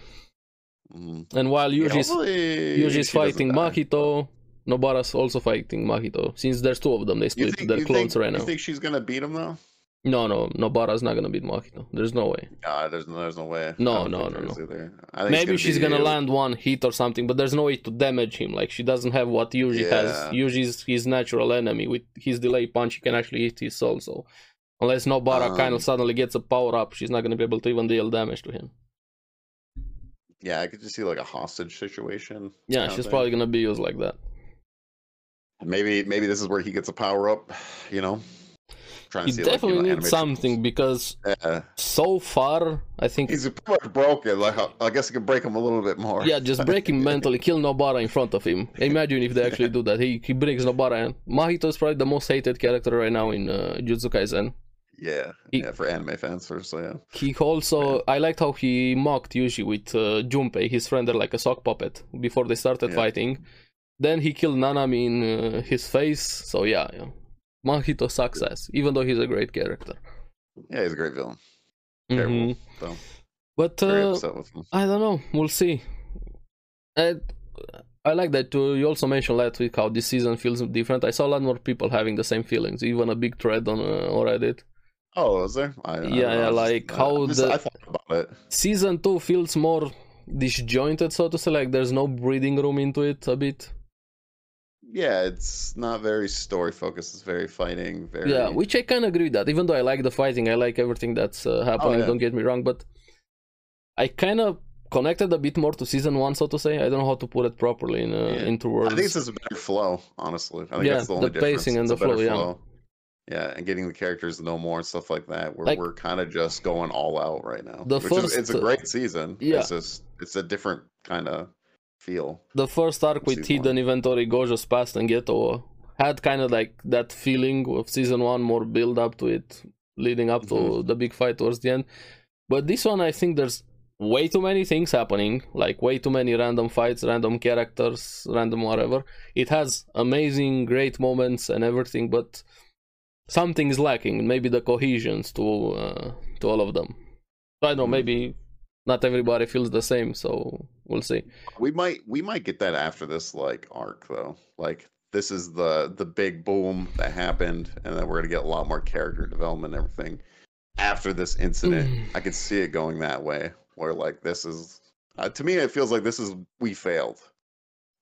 Speaker 1: Mm.
Speaker 2: And while
Speaker 1: Yeah,
Speaker 2: Yuji's
Speaker 1: hopefully
Speaker 2: Yuji's
Speaker 1: she doesn't
Speaker 2: fighting
Speaker 1: die.
Speaker 2: Mahito, Nobara's also fighting Mahito. Since there's two of them, they
Speaker 1: You
Speaker 2: split
Speaker 1: think,
Speaker 2: their
Speaker 1: you
Speaker 2: clones
Speaker 1: think,
Speaker 2: right now.
Speaker 1: You think she's gonna beat him though?
Speaker 2: No, no, Nobara's not gonna beat Mahito. There's no way.
Speaker 1: God, there's no, there's no way.
Speaker 2: No,
Speaker 1: I don't
Speaker 2: no,
Speaker 1: think
Speaker 2: no,
Speaker 1: there is
Speaker 2: no.
Speaker 1: Either. I think
Speaker 2: Maybe she's
Speaker 1: be
Speaker 2: gonna
Speaker 1: you.
Speaker 2: land one hit or something, but there's no way to damage him. Like she doesn't have what Yuji has.
Speaker 1: Yeah.
Speaker 2: Yuji's his natural enemy. With his delay punch, he can actually hit his soul. So unless Nobara kind
Speaker 1: Um,
Speaker 2: of suddenly gets a power up, she's not gonna be able to even deal damage to him.
Speaker 1: Yeah, I could just see like a hostage situation.
Speaker 2: Yeah,
Speaker 1: kinda
Speaker 2: she's
Speaker 1: thing.
Speaker 2: probably gonna be used like that.
Speaker 1: Maybe maybe this is where he gets a power up. You know, trying
Speaker 2: He
Speaker 1: to see
Speaker 2: definitely
Speaker 1: like, you know,
Speaker 2: needs
Speaker 1: animation.
Speaker 2: something because
Speaker 1: Yeah.
Speaker 2: so far I think
Speaker 1: He's pretty much broken. Like I- I guess you could break him a little bit more.
Speaker 2: <laughs> Yeah, just break
Speaker 1: <laughs>
Speaker 2: him mentally, kill Nobara in front of him. Imagine if they actually do that. He, he breaks Nobara and Mahito is probably the most hated character right now in uh, Jujutsu Kaisen.
Speaker 1: Yeah,
Speaker 2: He-
Speaker 1: yeah, for anime fans, for so yeah.
Speaker 2: He also, I liked how he mocked Yuji with uh, Junpei, his friend, there like a sock puppet before they started
Speaker 1: Yeah.
Speaker 2: fighting. Then he killed Nanami in uh, his face. So yeah, yeah. Mahito sucks ass, even though he's a great character.
Speaker 1: Yeah, he's a great villain.
Speaker 2: Mhm.
Speaker 1: Terrible. So
Speaker 2: But
Speaker 1: very
Speaker 2: uh,
Speaker 1: upset with him.
Speaker 2: I don't know. We'll see. And uh, I like that too. You also mentioned last week how this season feels different. I saw a lot more people having the same feelings. Even a big thread on, uh, on Reddit.
Speaker 1: Oh, was there? I, I don't
Speaker 2: Yeah,
Speaker 1: know,
Speaker 2: yeah,
Speaker 1: I was
Speaker 2: like,
Speaker 1: I-
Speaker 2: how
Speaker 1: I, just-
Speaker 2: the-
Speaker 1: I thought about it.
Speaker 2: Season two feels more disjointed, so to say. Like there's no breathing room into it a bit.
Speaker 1: Yeah, it's not very story focused. It's very fighting. Very
Speaker 2: Yeah, which I kind of agree with that. Even though I like the fighting, I like everything that's uh, happening.
Speaker 1: Oh, yeah.
Speaker 2: Don't get me wrong, but I kind of connected a bit more to season one, so to say. I don't know how to put it properly in uh,
Speaker 1: Yeah.
Speaker 2: into words.
Speaker 1: I think it's just a better flow, honestly. I think
Speaker 2: Yeah,
Speaker 1: that's the only
Speaker 2: the pacing
Speaker 1: difference.
Speaker 2: and
Speaker 1: It's
Speaker 2: the
Speaker 1: a better
Speaker 2: flow, yeah.
Speaker 1: Yeah, and getting the characters to know more and stuff like that. Where
Speaker 2: Like-
Speaker 1: we're kind of just going all out right now.
Speaker 2: The
Speaker 1: which
Speaker 2: first,
Speaker 1: is, it's
Speaker 2: uh,
Speaker 1: a great season.
Speaker 2: yeah.
Speaker 1: It's just it's a different kind of feel.
Speaker 2: the first arc with
Speaker 1: Season
Speaker 2: Hidden Inventory, Gojo's Past, and Ghetto had kind of like that feeling of season one, more build up to it, leading up to
Speaker 1: Mhm.
Speaker 2: the big fight towards the end. But this one, I think there's way too many things happening, like way too many random fights, random characters, random whatever. It has amazing, great moments and everything, but something is lacking. Maybe the cohesions to uh, to all of them. I don't know.
Speaker 1: Mhm.
Speaker 2: Maybe not everybody feels the same, so we'll see.
Speaker 1: We might we might get that after this like arc though. Like this is the the big boom that happened, and then we're gonna get a lot more character development and everything after this incident.
Speaker 2: Mm.
Speaker 1: I could see it going that way, where like this is uh, to me it feels like this is we failed.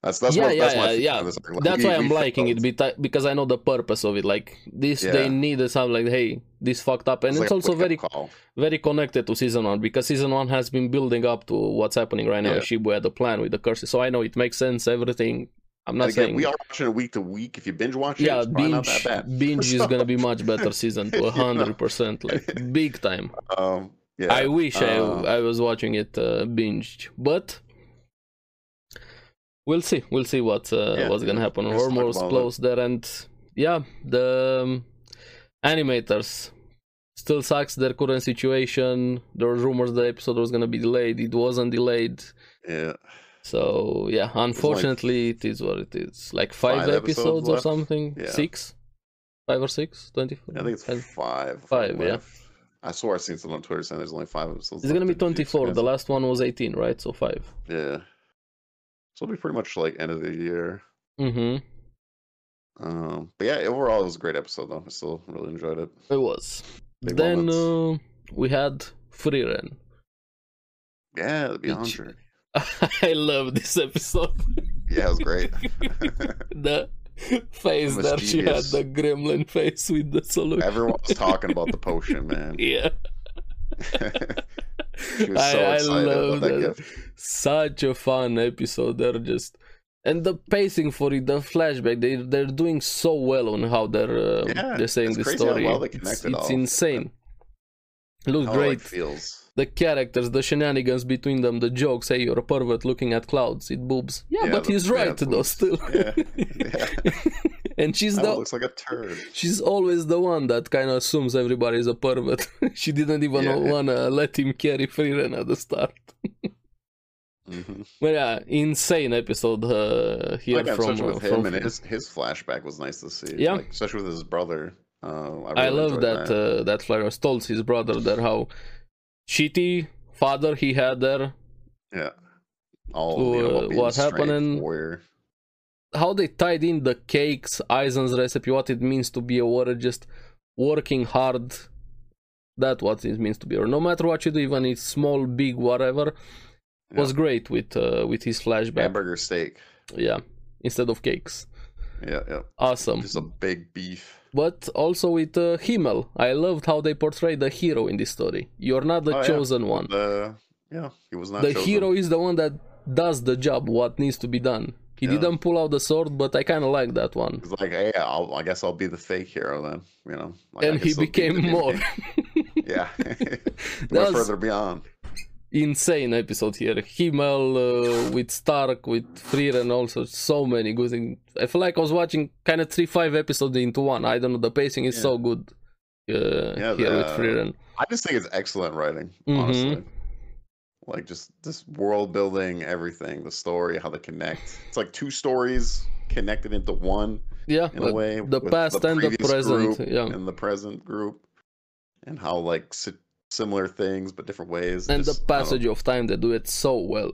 Speaker 1: That's that's
Speaker 2: Yeah,
Speaker 1: what that's
Speaker 2: yeah,
Speaker 1: my
Speaker 2: yeah,
Speaker 1: feeling
Speaker 2: yeah.
Speaker 1: on this arc, like,
Speaker 2: That's
Speaker 1: we-
Speaker 2: why
Speaker 1: we
Speaker 2: I'm liking it
Speaker 1: failed.
Speaker 2: beti- because I know the purpose of it. Like this, they
Speaker 1: Yeah.
Speaker 2: needed something like, "Hey, this fucked up," and it's,
Speaker 1: like a
Speaker 2: also
Speaker 1: wake-up
Speaker 2: very
Speaker 1: call.
Speaker 2: very connected to season one because season one has been building up to what's happening right now.
Speaker 1: Yeah.
Speaker 2: Shibuya had a plan with the curses, so I know it makes sense. Everything. I'm not
Speaker 1: And again,
Speaker 2: saying
Speaker 1: we are watching it week to week. If you binge watch it,
Speaker 2: yeah.
Speaker 1: it's probably not
Speaker 2: Binge
Speaker 1: that bad.
Speaker 2: binge is gonna be much better season
Speaker 1: You
Speaker 2: to
Speaker 1: know.
Speaker 2: hundred percent, like big time.
Speaker 1: <laughs> Um, yeah,
Speaker 2: I wish
Speaker 1: Uh,
Speaker 2: I I was watching it uh, binged, but we'll see. We'll see what uh,
Speaker 1: Yeah,
Speaker 2: what's gonna
Speaker 1: yeah.
Speaker 2: happen.
Speaker 1: Let's talk
Speaker 2: Hormones
Speaker 1: about
Speaker 2: close there, and yeah, the um, animators still sucks their current situation. There were rumors the episode was gonna be delayed. It wasn't delayed.
Speaker 1: yeah.
Speaker 2: So yeah, unfortunately, it is what it is. Like five,
Speaker 1: five episodes
Speaker 2: episodes or
Speaker 1: left?
Speaker 2: something,
Speaker 1: Yeah.
Speaker 2: six, five or six, twenty.
Speaker 1: I think it's five. if I'm
Speaker 2: Five, yeah.
Speaker 1: left. I swore I seen someone on Twitter saying there's only five
Speaker 2: It's
Speaker 1: episodes. left
Speaker 2: gonna be
Speaker 1: in Jujutsu
Speaker 2: twenty-four. The last one was eighteen, right? So five.
Speaker 1: Kaisen. Yeah. So it'll be pretty much like end of the year.
Speaker 2: Mm-hmm.
Speaker 1: Um, but yeah, overall it was a great episode though. I still really enjoyed it.
Speaker 2: It was.
Speaker 1: Big
Speaker 2: then uh,
Speaker 1: moments.
Speaker 2: we had Freeren.
Speaker 1: Yeah, the Beyond
Speaker 2: Each-
Speaker 1: Journey.
Speaker 2: <laughs> I love this episode. <laughs>
Speaker 1: Yeah, it was great. <laughs>
Speaker 2: the face
Speaker 1: The
Speaker 2: that she had,
Speaker 1: mischievous.
Speaker 2: the gremlin face with the solution.
Speaker 1: <laughs> Everyone was talking about the potion, man.
Speaker 2: <laughs> Yeah.
Speaker 1: she was so
Speaker 2: I- I
Speaker 1: excited
Speaker 2: love
Speaker 1: about that,
Speaker 2: that.
Speaker 1: gift.
Speaker 2: Such a fun episode. They're just and the pacing for it, the flashback. They they're doing so well on how they're uh,
Speaker 1: Yeah,
Speaker 2: they're saying
Speaker 1: it's
Speaker 2: this
Speaker 1: crazy how
Speaker 2: story.
Speaker 1: well they
Speaker 2: it's
Speaker 1: connected
Speaker 2: it's
Speaker 1: all of
Speaker 2: insane. Looks
Speaker 1: How it,
Speaker 2: great.
Speaker 1: like, feels.
Speaker 2: <laughs> the characters, the shenanigans between them, the jokes. Hey, you're a pervert looking at clouds. It boobs. Yeah,
Speaker 1: Yeah,
Speaker 2: but
Speaker 1: the-
Speaker 2: he's
Speaker 1: yeah,
Speaker 2: right though.
Speaker 1: boobs.
Speaker 2: Still.
Speaker 1: Yeah, <laughs> yeah.
Speaker 2: <laughs> and she's
Speaker 1: That one
Speaker 2: the
Speaker 1: looks like a turd.
Speaker 2: she's always the one that kind of assumes everybody's a pervert. <laughs> she didn't even
Speaker 1: Yeah.
Speaker 2: wanna let him carry free rein at the start.
Speaker 1: Mhm.
Speaker 2: Well, yeah, insane episode uh, here
Speaker 1: like
Speaker 2: from,
Speaker 1: I'm such
Speaker 2: uh,
Speaker 1: with
Speaker 2: from
Speaker 1: him, and his his flashback was nice to see.
Speaker 2: Yeah.
Speaker 1: like, especially with his brother. Uh, I, really
Speaker 2: I love
Speaker 1: enjoyed
Speaker 2: that uh, that Flareos told his brother that how shitty father he had there,
Speaker 1: yeah, all
Speaker 2: to,
Speaker 1: you know,
Speaker 2: uh,
Speaker 1: about being
Speaker 2: what
Speaker 1: strength,
Speaker 2: happening-
Speaker 1: warrior.
Speaker 2: how they tied in the cakes, Eisen's recipe, what it means to be a warrior, just working hard. That what it means to be, or no matter what you do, even it's small, big, whatever, was great with uh, with his flashback.
Speaker 1: hamburger steak.
Speaker 2: Yeah, instead of cakes,
Speaker 1: Yeah, yeah,
Speaker 2: Mm-hmm. awesome.
Speaker 1: just a big beef.
Speaker 2: but also with uh, Himmel. I loved how they portray the hero in this story. You're not the
Speaker 1: Oh, yeah.
Speaker 2: chosen one.
Speaker 1: The yeah, he was not
Speaker 2: The
Speaker 1: chosen.
Speaker 2: hero is the one that does the job, what needs to be done. He
Speaker 1: Yeah.
Speaker 2: didn't pull out the sword, but I kind of like that one.
Speaker 1: He's like, hey, I'll, I guess I'll be the fake hero then. You know, like, I
Speaker 2: and
Speaker 1: can
Speaker 2: he
Speaker 1: still beat the <laughs>
Speaker 2: became
Speaker 1: new
Speaker 2: more
Speaker 1: game. Yeah,
Speaker 2: <laughs>
Speaker 1: <laughs>
Speaker 2: That was-
Speaker 1: went further beyond.
Speaker 2: insane episode here. Himmel uh, with Stark, with Freer, and also so many good things. I feel like I was watching kind of three five episodes into one. I don't know. The pacing is
Speaker 1: Yeah.
Speaker 2: so good uh,
Speaker 1: Yeah,
Speaker 2: here with
Speaker 1: the-
Speaker 2: Freer.
Speaker 1: I just think it's excellent writing,
Speaker 2: Mhm.
Speaker 1: honestly. Like just this world building, everything, the story, how they connect. It's like two stories connected into one
Speaker 2: Yeah,
Speaker 1: in a
Speaker 2: uh,
Speaker 1: way.
Speaker 2: the
Speaker 1: with
Speaker 2: past and the
Speaker 1: previous
Speaker 2: present,
Speaker 1: group
Speaker 2: yeah.
Speaker 1: and the present group, and how like si- similar things but different ways.
Speaker 2: and
Speaker 1: just-
Speaker 2: the
Speaker 1: I don't know.
Speaker 2: passage of time they do it so well.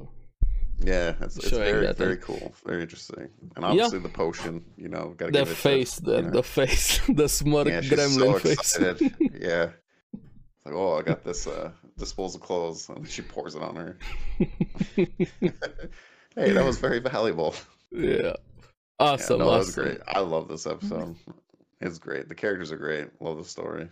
Speaker 1: Yeah, it's, it's
Speaker 2: showing
Speaker 1: very
Speaker 2: that,
Speaker 1: very
Speaker 2: and-
Speaker 1: cool, very interesting, and obviously the potion. You know, gotta
Speaker 2: The
Speaker 1: give it to-
Speaker 2: face, there,
Speaker 1: yeah.
Speaker 2: the face, <laughs> the smart
Speaker 1: yeah, she's
Speaker 2: gremlin
Speaker 1: so
Speaker 2: face.
Speaker 1: excited. yeah, it's like oh, I got this uh, disposal clothes, and she pours it on her. <laughs> hey, that was very valuable.
Speaker 2: <laughs> yeah,
Speaker 1: Yeah,
Speaker 2: awesome.
Speaker 1: no, that was
Speaker 2: awesome.
Speaker 1: great. I love this episode. It's great. The characters are great. Love the story.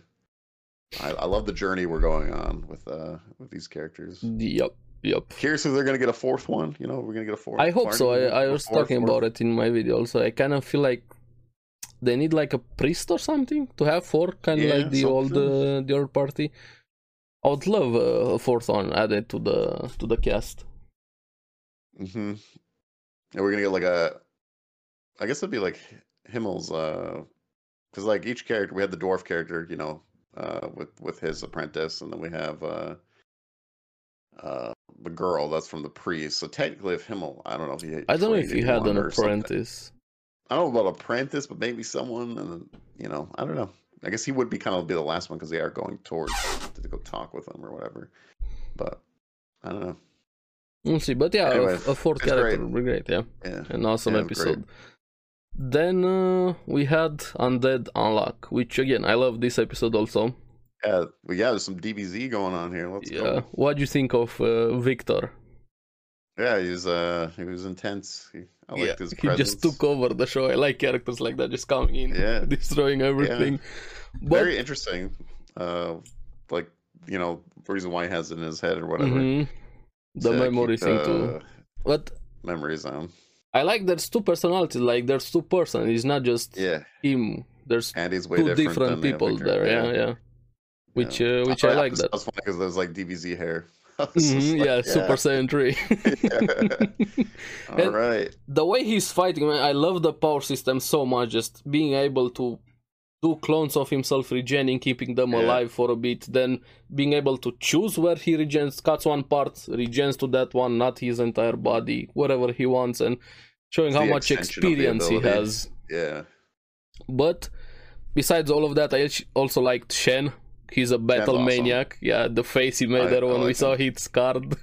Speaker 1: I, I love the journey we're going on with uh with these characters.
Speaker 2: Yep, yep.
Speaker 1: Curious if they're gonna get a fourth one. You know, we're gonna get a fourth.
Speaker 2: I hope so. I, I was talking
Speaker 1: about it.
Speaker 2: about it in my video also. I kind of feel like they need like a priest or something to have four, kind of
Speaker 1: Yeah,
Speaker 2: like the old
Speaker 1: something.
Speaker 2: uh, the old party. I would love uh, a fourth one added to the to the cast.
Speaker 1: Mm-hmm. And we're gonna get like a, I guess it'd be like Himmel's, uh, because like each character, we had the dwarf character, you know, uh, with with his apprentice, and then we have uh, uh, the girl that's from the priest. So technically, if Himmel, I don't know if he,
Speaker 2: I don't know if
Speaker 1: trained
Speaker 2: he had an
Speaker 1: anyone or something.
Speaker 2: apprentice.
Speaker 1: I don't know about apprentice, but maybe someone, and then, you know, I don't know. I guess he would be kind of be the last one because they are going towards to go talk with him or whatever. But I don't know.
Speaker 2: We'll see, but yeah,
Speaker 1: Anyway,
Speaker 2: a, a fourth
Speaker 1: it's
Speaker 2: character
Speaker 1: great.
Speaker 2: would be great. Yeah.
Speaker 1: Yeah.
Speaker 2: an awesome
Speaker 1: Yeah, great.
Speaker 2: episode. Then uh, we had Undead Unlock, which again I love this episode also.
Speaker 1: Yeah, we yeah, there's some DBZ going on here. Let's
Speaker 2: yeah,
Speaker 1: go.
Speaker 2: what do you think of uh, Victor?
Speaker 1: Yeah, he was uh he was intense. He, I liked
Speaker 2: <laughs>
Speaker 1: his
Speaker 2: he
Speaker 1: presence.
Speaker 2: just took over the show. I like characters like that, just coming in,
Speaker 1: Yeah.
Speaker 2: <laughs> destroying everything. But
Speaker 1: Very interesting. Uh like, you know, reason why he has it in his head or whatever.
Speaker 2: mhm, the
Speaker 1: to
Speaker 2: memory
Speaker 1: keep,
Speaker 2: thing too.
Speaker 1: uh,
Speaker 2: But
Speaker 1: Memories on.
Speaker 2: I like there's two personalities. Like there's two person. It's not just
Speaker 1: Yeah.
Speaker 2: him. There's
Speaker 1: Andy's way
Speaker 2: two
Speaker 1: different,
Speaker 2: different
Speaker 1: than the other
Speaker 2: people there.
Speaker 1: character,
Speaker 2: Yeah, yeah. Which uh, which
Speaker 1: Oh,
Speaker 2: I
Speaker 1: yeah,
Speaker 2: like
Speaker 1: it's-
Speaker 2: that.
Speaker 1: That's funny because there's like DBZ hair. <laughs>
Speaker 2: Mhm, yeah, Super Saiyan three.
Speaker 1: <laughs> All right.
Speaker 2: the way he's fighting, man, I love the power system so much. Just being able to do clones of himself regening, keeping them
Speaker 1: Yeah.
Speaker 2: alive for a bit, then being able to choose where he regens, cuts one part, regens to that one, not his entire body, whatever he wants, and showing how
Speaker 1: The
Speaker 2: much
Speaker 1: extension of the
Speaker 2: experience he
Speaker 1: ability.
Speaker 2: has.
Speaker 1: Yeah.
Speaker 2: But besides all of that, I als- also liked Shen. He's a battle
Speaker 1: awesome.
Speaker 2: maniac. Yeah, the face he made
Speaker 1: I-
Speaker 2: there
Speaker 1: I
Speaker 2: when we
Speaker 1: like
Speaker 2: saw hit
Speaker 1: <laughs>
Speaker 2: scarred.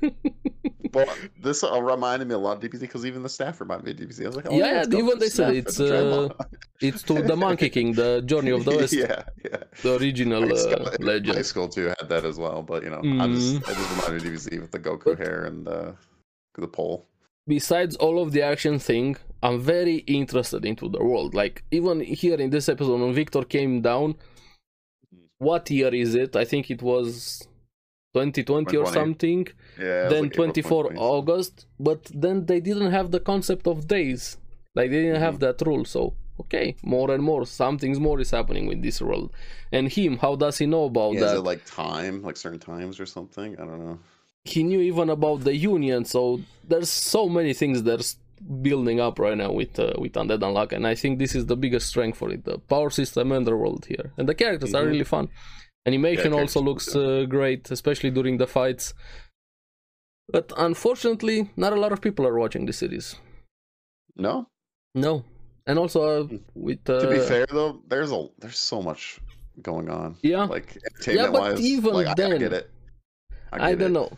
Speaker 1: Well, this uh, reminded me a lot of DBZ because even the staff reminded me of DBZ. I was like, oh,
Speaker 2: Yeah,
Speaker 1: let's
Speaker 2: yeah,
Speaker 1: go
Speaker 2: even
Speaker 1: for
Speaker 2: they said
Speaker 1: staff
Speaker 2: it's, uh,
Speaker 1: at the Dreadnought.
Speaker 2: it's to the Monkey King, the Journey of the West,
Speaker 1: <laughs> yeah, yeah.
Speaker 2: the original
Speaker 1: High
Speaker 2: uh,
Speaker 1: school- <laughs>
Speaker 2: legend. Mm-hmm.
Speaker 1: High school too had that as well, but you know, I just I just reminded DBZ with the Goku
Speaker 2: But-
Speaker 1: hair and the the pole.
Speaker 2: besides all of the action thing, I'm very interested into the world. Like even here in this episode, when Victor came down, what year is it? I think it was 2020 or
Speaker 1: 2020.
Speaker 2: something
Speaker 1: Yeah. it was
Speaker 2: then
Speaker 1: like April
Speaker 2: 24
Speaker 1: 2020.
Speaker 2: August, but then they didn't have the concept of days. Like they didn't have
Speaker 1: Mm-hmm.
Speaker 2: that rule. So okay, more and more, something's more is happening with this world. And him, how does he know about
Speaker 1: Yeah, is
Speaker 2: that?
Speaker 1: it like time, like certain times or something? I don't know.
Speaker 2: He knew even about the union. So there's so many things that's building up right now with uh, with Undead Unlock, and I think this is the biggest strength for it: the power system and the world here, and the characters are
Speaker 1: Mhm.
Speaker 2: really fun. Animation
Speaker 1: characters
Speaker 2: also
Speaker 1: look
Speaker 2: looks uh, great, especially during the fights. But unfortunately, not a lot of people are watching the series.
Speaker 1: No.
Speaker 2: No, and also uh, with uh,
Speaker 1: Hmm. To be fair though, there's a there's so much going on.
Speaker 2: yeah,
Speaker 1: Like entertainment wise,
Speaker 2: even
Speaker 1: like, I, I
Speaker 2: then-
Speaker 1: get it.
Speaker 2: I,
Speaker 1: get
Speaker 2: don't
Speaker 1: it.
Speaker 2: know.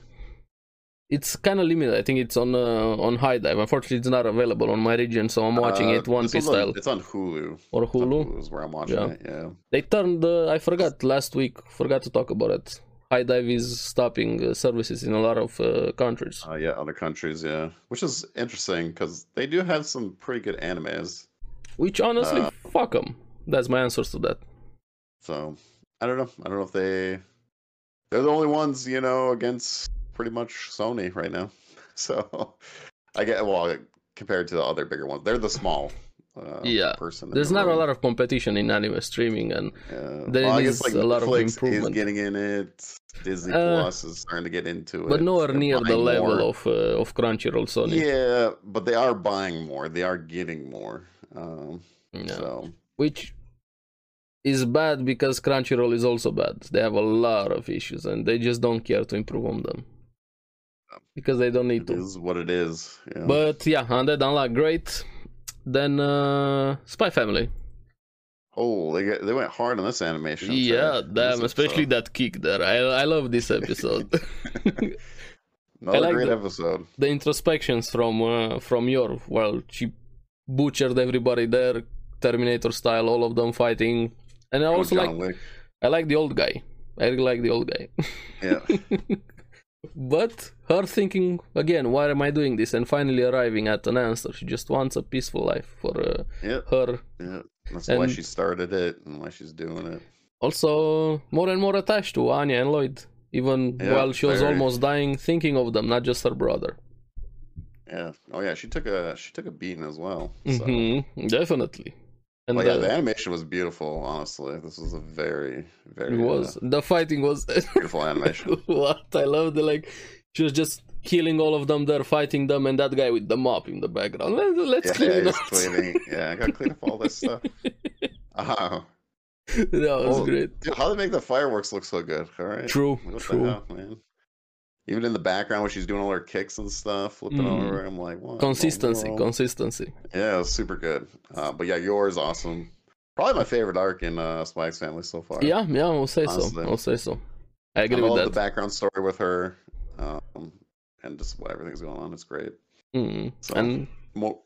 Speaker 2: It's kind of limited. I think it's on uh, on high dive. Unfortunately, it's not available on my region, so I'm watching
Speaker 1: Uh,
Speaker 2: it One
Speaker 1: this
Speaker 2: Piece
Speaker 1: one's
Speaker 2: style
Speaker 1: On, it's on Hulu.
Speaker 2: or
Speaker 1: It's on
Speaker 2: Hulu.
Speaker 1: Hulu is where I'm watching
Speaker 2: Yeah.
Speaker 1: it. Yeah.
Speaker 2: They turned. Uh, I forgot last week. Forgot to talk about it. High dive is stopping uh, services in a lot of uh, countries.
Speaker 1: Uh, yeah, other countries, yeah, which is interesting because they do have some pretty good animes.
Speaker 2: Which honestly,
Speaker 1: Uh,
Speaker 2: fuck 'em. fuck them. That's my answers to that.
Speaker 1: So I don't know. I don't know if they they're the only ones, you know, against pretty much Sony right now. <laughs> So I get well compared to the other bigger ones, they're the small. Uh,
Speaker 2: Yeah.
Speaker 1: person.
Speaker 2: There's not a lot of competition in anime streaming, and
Speaker 1: Yeah.
Speaker 2: there
Speaker 1: I
Speaker 2: is a lot of
Speaker 1: Netflix Is
Speaker 2: improvement.
Speaker 1: getting in it. Disney
Speaker 2: Uh,
Speaker 1: Plus is starting to get into it,
Speaker 2: but nowhere
Speaker 1: They're
Speaker 2: near the
Speaker 1: buying
Speaker 2: level
Speaker 1: more.
Speaker 2: of uh, of Crunchyroll, Sony.
Speaker 1: Yeah, but they are buying more. They are getting more. Um,
Speaker 2: Yeah.
Speaker 1: So
Speaker 2: which is bad because Crunchyroll is also bad. They have a lot of issues and they just don't care to improve on them
Speaker 1: Um,
Speaker 2: because they don't need
Speaker 1: it
Speaker 2: to.
Speaker 1: is what it is. Yeah.
Speaker 2: But yeah, Undead Unlock, great. Then uh, Spy Family.
Speaker 1: oh, they get, they went hard on this animation. too,
Speaker 2: yeah,
Speaker 1: in this
Speaker 2: damn, especially
Speaker 1: episode.
Speaker 2: that kick there. I, I love this episode.
Speaker 1: <laughs> Another
Speaker 2: like
Speaker 1: great
Speaker 2: the-
Speaker 1: episode.
Speaker 2: the introspections from uh, from your well, she butchered everybody there, Terminator style, all of them fighting. And I
Speaker 1: Good
Speaker 2: also like
Speaker 1: John
Speaker 2: <laughs>
Speaker 1: Wick.
Speaker 2: I like the old guy. I really like the old guy. <laughs>
Speaker 1: Yeah,
Speaker 2: But her thinking again, why am I doing this? And finally arriving at an answer. She just wants a peaceful life for uh,
Speaker 1: yeah,
Speaker 2: her.
Speaker 1: yeah. That's why
Speaker 2: And-
Speaker 1: she started it and why she's doing it.
Speaker 2: Also, more and more attached to Anya and Lloyd, even
Speaker 1: Yeah,
Speaker 2: while she was
Speaker 1: very.
Speaker 2: almost dying, thinking of them, not just her brother.
Speaker 1: Yeah. Oh yeah, she took a she took a beating as well. So.
Speaker 2: hmm definitely. And
Speaker 1: Well, Mm-hmm. Oh, yeah,
Speaker 2: the-
Speaker 1: the animation was beautiful. Honestly, this was a very very
Speaker 2: it was
Speaker 1: uh,
Speaker 2: the fighting was <laughs>
Speaker 1: beautiful animation.
Speaker 2: what I loved. Like she was just killing all of them there, fighting them, and that guy with the mop in the background. Let, let's
Speaker 1: yeah,
Speaker 2: clean it
Speaker 1: he's
Speaker 2: up.
Speaker 1: cleaning. Yeah, I gotta clean up all this stuff. Oh,
Speaker 2: <laughs> that was
Speaker 1: Oh,
Speaker 2: great.
Speaker 1: dude, how they make the fireworks look so good? All right.
Speaker 2: True,
Speaker 1: What the
Speaker 2: true.
Speaker 1: hell, man? Even in the background when she's doing all her kicks and stuff, flipping
Speaker 2: Mm.
Speaker 1: over, I'm like, what? in the
Speaker 2: Consistency,
Speaker 1: world?
Speaker 2: consistency.
Speaker 1: yeah, it was super good. Uh, but yeah, yours awesome. Probably my favorite arc in uh, Spike's family so far.
Speaker 2: Yeah, yeah, I'll say so.
Speaker 1: Honestly.
Speaker 2: I'll say so. I
Speaker 1: I
Speaker 2: agree
Speaker 1: love the
Speaker 2: with that.
Speaker 1: background story with her, um, and just what everything's going on. It's great.
Speaker 2: Mm.
Speaker 1: So
Speaker 2: And
Speaker 1: more,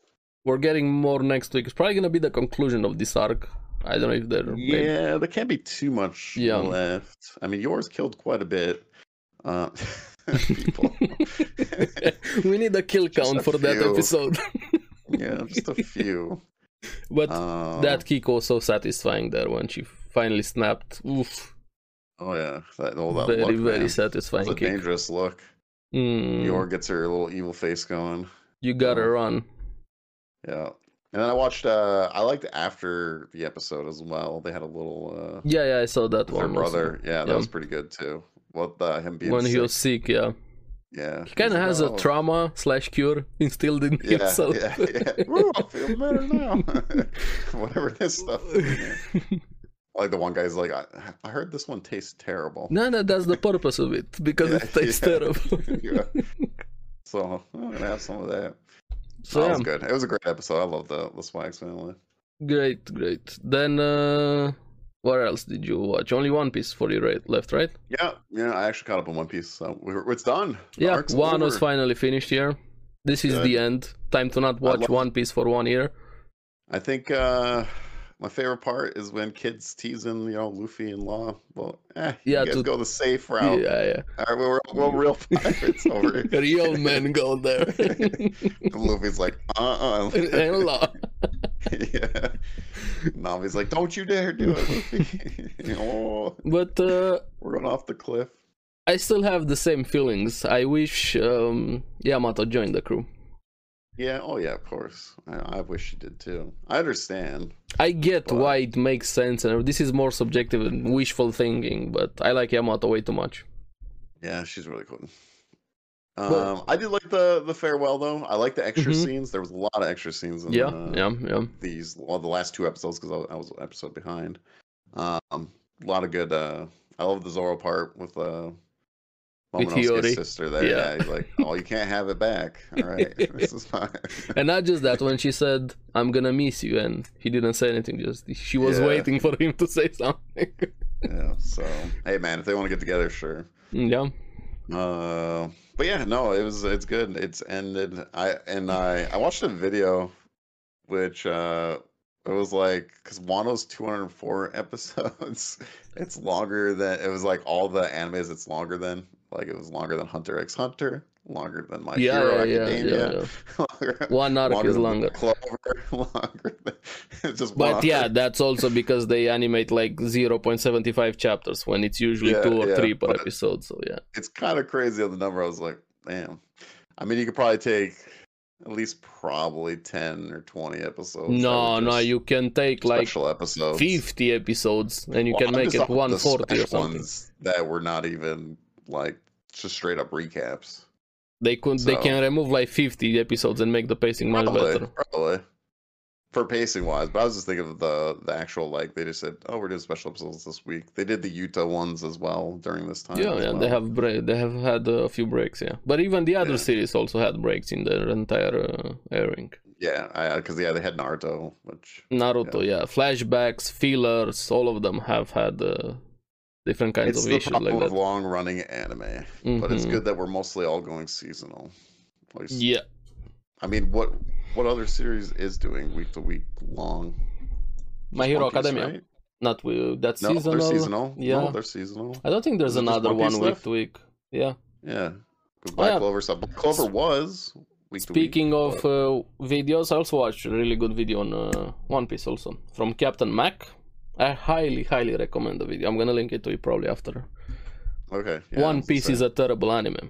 Speaker 2: we're getting more next week. It's probably gonna be the conclusion of this arc. I don't know if there. maybe-
Speaker 1: yeah, there can't be too much
Speaker 2: Yeah.
Speaker 1: left. I mean, yours killed quite a bit.
Speaker 2: <laughs>
Speaker 1: Uh, <laughs> people. <laughs>
Speaker 2: we need a kill
Speaker 1: Just
Speaker 2: count
Speaker 1: a
Speaker 2: for that
Speaker 1: few.
Speaker 2: episode. <laughs>
Speaker 1: yeah, just a few.
Speaker 2: but
Speaker 1: Um,
Speaker 2: that kick was so satisfying there when she finally snapped. Oof.
Speaker 1: Oh yeah, that, all that
Speaker 2: very,
Speaker 1: look,
Speaker 2: very
Speaker 1: man. That's
Speaker 2: satisfying
Speaker 1: a
Speaker 2: kick.
Speaker 1: dangerous look.
Speaker 2: Mm,
Speaker 1: Yor gets her little evil face going.
Speaker 2: you gotta run.
Speaker 1: Yeah. And then I watched. uh I liked after the episode as well. They had a little. uh
Speaker 2: Yeah, yeah, I saw that
Speaker 1: Their
Speaker 2: one. also.
Speaker 1: brother. Yeah, that
Speaker 2: Yeah.
Speaker 1: was pretty good too. What uh, him being
Speaker 2: When he
Speaker 1: sick.
Speaker 2: was sick, yeah.
Speaker 1: yeah,
Speaker 2: He kind of has a
Speaker 1: trauma.
Speaker 2: trauma slash cure instilled in
Speaker 1: Yeah,
Speaker 2: himself.
Speaker 1: yeah, yeah. Woo, I feel better now. <laughs> Whatever this stuff. is, yeah.
Speaker 2: <laughs>
Speaker 1: Like the one guy's like, I, I heard this one tastes terrible. <laughs>
Speaker 2: No, no, that's the purpose of it because
Speaker 1: Yeah,
Speaker 2: it tastes
Speaker 1: yeah.
Speaker 2: terrible.
Speaker 1: <laughs> Yeah. So I'm gonna have some of that.
Speaker 2: so
Speaker 1: that
Speaker 2: yeah,
Speaker 1: was good. It was a great episode. I love the the Spikes family.
Speaker 2: great, great. Then uh, what else did you watch? Only One Piece for you, right? Left, right?
Speaker 1: Yeah, yeah. I actually caught up on One Piece. So we're, it's done. The
Speaker 2: Yeah,
Speaker 1: arc's
Speaker 2: one was
Speaker 1: over.
Speaker 2: finally finished here. This is the end. Time to not watch
Speaker 1: love-
Speaker 2: One Piece for one year.
Speaker 1: I think uh my favorite part is when kids teasing, you know, Luffy and Law. Well, eh,
Speaker 2: Yeah,
Speaker 1: you guys
Speaker 2: to-
Speaker 1: go the safe route.
Speaker 2: Yeah,
Speaker 1: All right, we're, we're
Speaker 2: <laughs>
Speaker 1: real pirates over
Speaker 2: yeah.
Speaker 1: here.
Speaker 2: <laughs> Real men go <laughs> there.
Speaker 1: And Luffy's like, uh uh
Speaker 2: <laughs> and law.
Speaker 1: <laughs> yeah. Nami's like, don't you dare do it, Luffy. <laughs> oh,
Speaker 2: But uh,
Speaker 1: we're going off the cliff.
Speaker 2: I still have the same feelings. I wish um, Yamato joined the crew.
Speaker 1: Yeah. Oh, yeah. Of course. I, I wish she did too. I understand.
Speaker 2: I get
Speaker 1: But-
Speaker 2: why it makes sense, and this is more subjective and wishful thinking. But I like Yamato way too much.
Speaker 1: Yeah, she's really cool. Um,
Speaker 2: But-
Speaker 1: I did like the the farewell though. I like the extra
Speaker 2: Mhm.
Speaker 1: scenes. There was a lot of extra scenes in
Speaker 2: Yeah,
Speaker 1: uh,
Speaker 2: yeah, yeah.
Speaker 1: these well, the last two episodes because I, I was an episode behind. Um, a lot of good. Uh, I love the Zoro part with uh,
Speaker 2: With
Speaker 1: Momonosuke's
Speaker 2: Hiyori.
Speaker 1: sister there.
Speaker 2: Yeah.
Speaker 1: Yeah. he's
Speaker 2: <laughs>
Speaker 1: like, oh, you can't have it back. All right, <laughs> this is fine.
Speaker 2: And not just that, when she said, "I'm gonna miss you," and he didn't say anything, just she was
Speaker 1: Yeah.
Speaker 2: waiting for him to say something.
Speaker 1: yeah. So hey, man, if they want to get together, sure.
Speaker 2: yeah,
Speaker 1: Uh, but yeah, no, it was it's good. It's ended. I and I I watched a video, which uh, it was like because Wano's 204 <laughs> episodes. It's longer than it was like all the animes. It's longer than like it was longer than Hunter x Hunter, longer than My
Speaker 2: yeah,
Speaker 1: Hero
Speaker 2: yeah, yeah, yeah,
Speaker 1: Academia. <laughs>
Speaker 2: yeah.
Speaker 1: Longer,
Speaker 2: One arc is
Speaker 1: than
Speaker 2: longer.
Speaker 1: Clover, <laughs> longer than it's just one
Speaker 2: But yeah,
Speaker 1: arc.
Speaker 2: that's also because they animate like 0.75 chapters when it's usually
Speaker 1: Yeah,
Speaker 2: two or
Speaker 1: yeah,
Speaker 2: three per
Speaker 1: but-
Speaker 2: episode. So yeah,
Speaker 1: it's kind of crazy on the number. I was like, damn. I mean, you could probably take at least probably ten or twenty episodes. that
Speaker 2: no,
Speaker 1: were
Speaker 2: no,
Speaker 1: just
Speaker 2: you can take like
Speaker 1: special episodes.
Speaker 2: 50 episodes and you
Speaker 1: Well,
Speaker 2: can
Speaker 1: I'm
Speaker 2: make
Speaker 1: just
Speaker 2: it
Speaker 1: talking about the
Speaker 2: 140 or
Speaker 1: special
Speaker 2: something.
Speaker 1: Ones that were not even like just straight up recaps.
Speaker 2: They could, they
Speaker 1: So-
Speaker 2: can remove like 50 episodes and make the pacing much
Speaker 1: Probably,
Speaker 2: better.
Speaker 1: probably for pacing wise. But I was just thinking of the the actual like they just said, oh, we're doing special episodes this week. They did the Utah ones as well during this time.
Speaker 2: Yeah,
Speaker 1: as
Speaker 2: yeah,
Speaker 1: well.
Speaker 2: they have break, they have had a few breaks, yeah. But even the other
Speaker 1: Yeah.
Speaker 2: series also had breaks in their entire uh, airing.
Speaker 1: yeah, because yeah, they had Naruto, which
Speaker 2: Naruto, yeah. flashbacks, fillers, all of them have had uh, different kinds of
Speaker 1: it's the
Speaker 2: issues
Speaker 1: problem
Speaker 2: like
Speaker 1: with
Speaker 2: that.
Speaker 1: long running anime. but it's
Speaker 2: Mhm.
Speaker 1: good that we're mostly all going seasonal. Like, s-
Speaker 2: Yeah,
Speaker 1: I mean, what what other series is doing week to week long?
Speaker 2: My
Speaker 1: Just
Speaker 2: Hero
Speaker 1: One Piece,
Speaker 2: Academia.
Speaker 1: right?
Speaker 2: Not with that
Speaker 1: No,
Speaker 2: seasonal.
Speaker 1: they're seasonal.
Speaker 2: yeah.
Speaker 1: no, they're seasonal.
Speaker 2: I don't think there's
Speaker 1: Is it just
Speaker 2: another
Speaker 1: One Piece
Speaker 2: one week
Speaker 1: left?
Speaker 2: to week. Yeah.
Speaker 1: Yeah, 'Cause Black
Speaker 2: yeah.
Speaker 1: Clover. So Black Clover was week
Speaker 2: Speaking
Speaker 1: to
Speaker 2: of
Speaker 1: week,
Speaker 2: uh, videos, I also watched a really good video on uh, One Piece also from Captain Mac. I highly, highly recommend the video. I'm gonna link it to you probably after.
Speaker 1: but- okay, yeah,
Speaker 2: One
Speaker 1: that's
Speaker 2: Piece
Speaker 1: insane.
Speaker 2: is a terrible anime.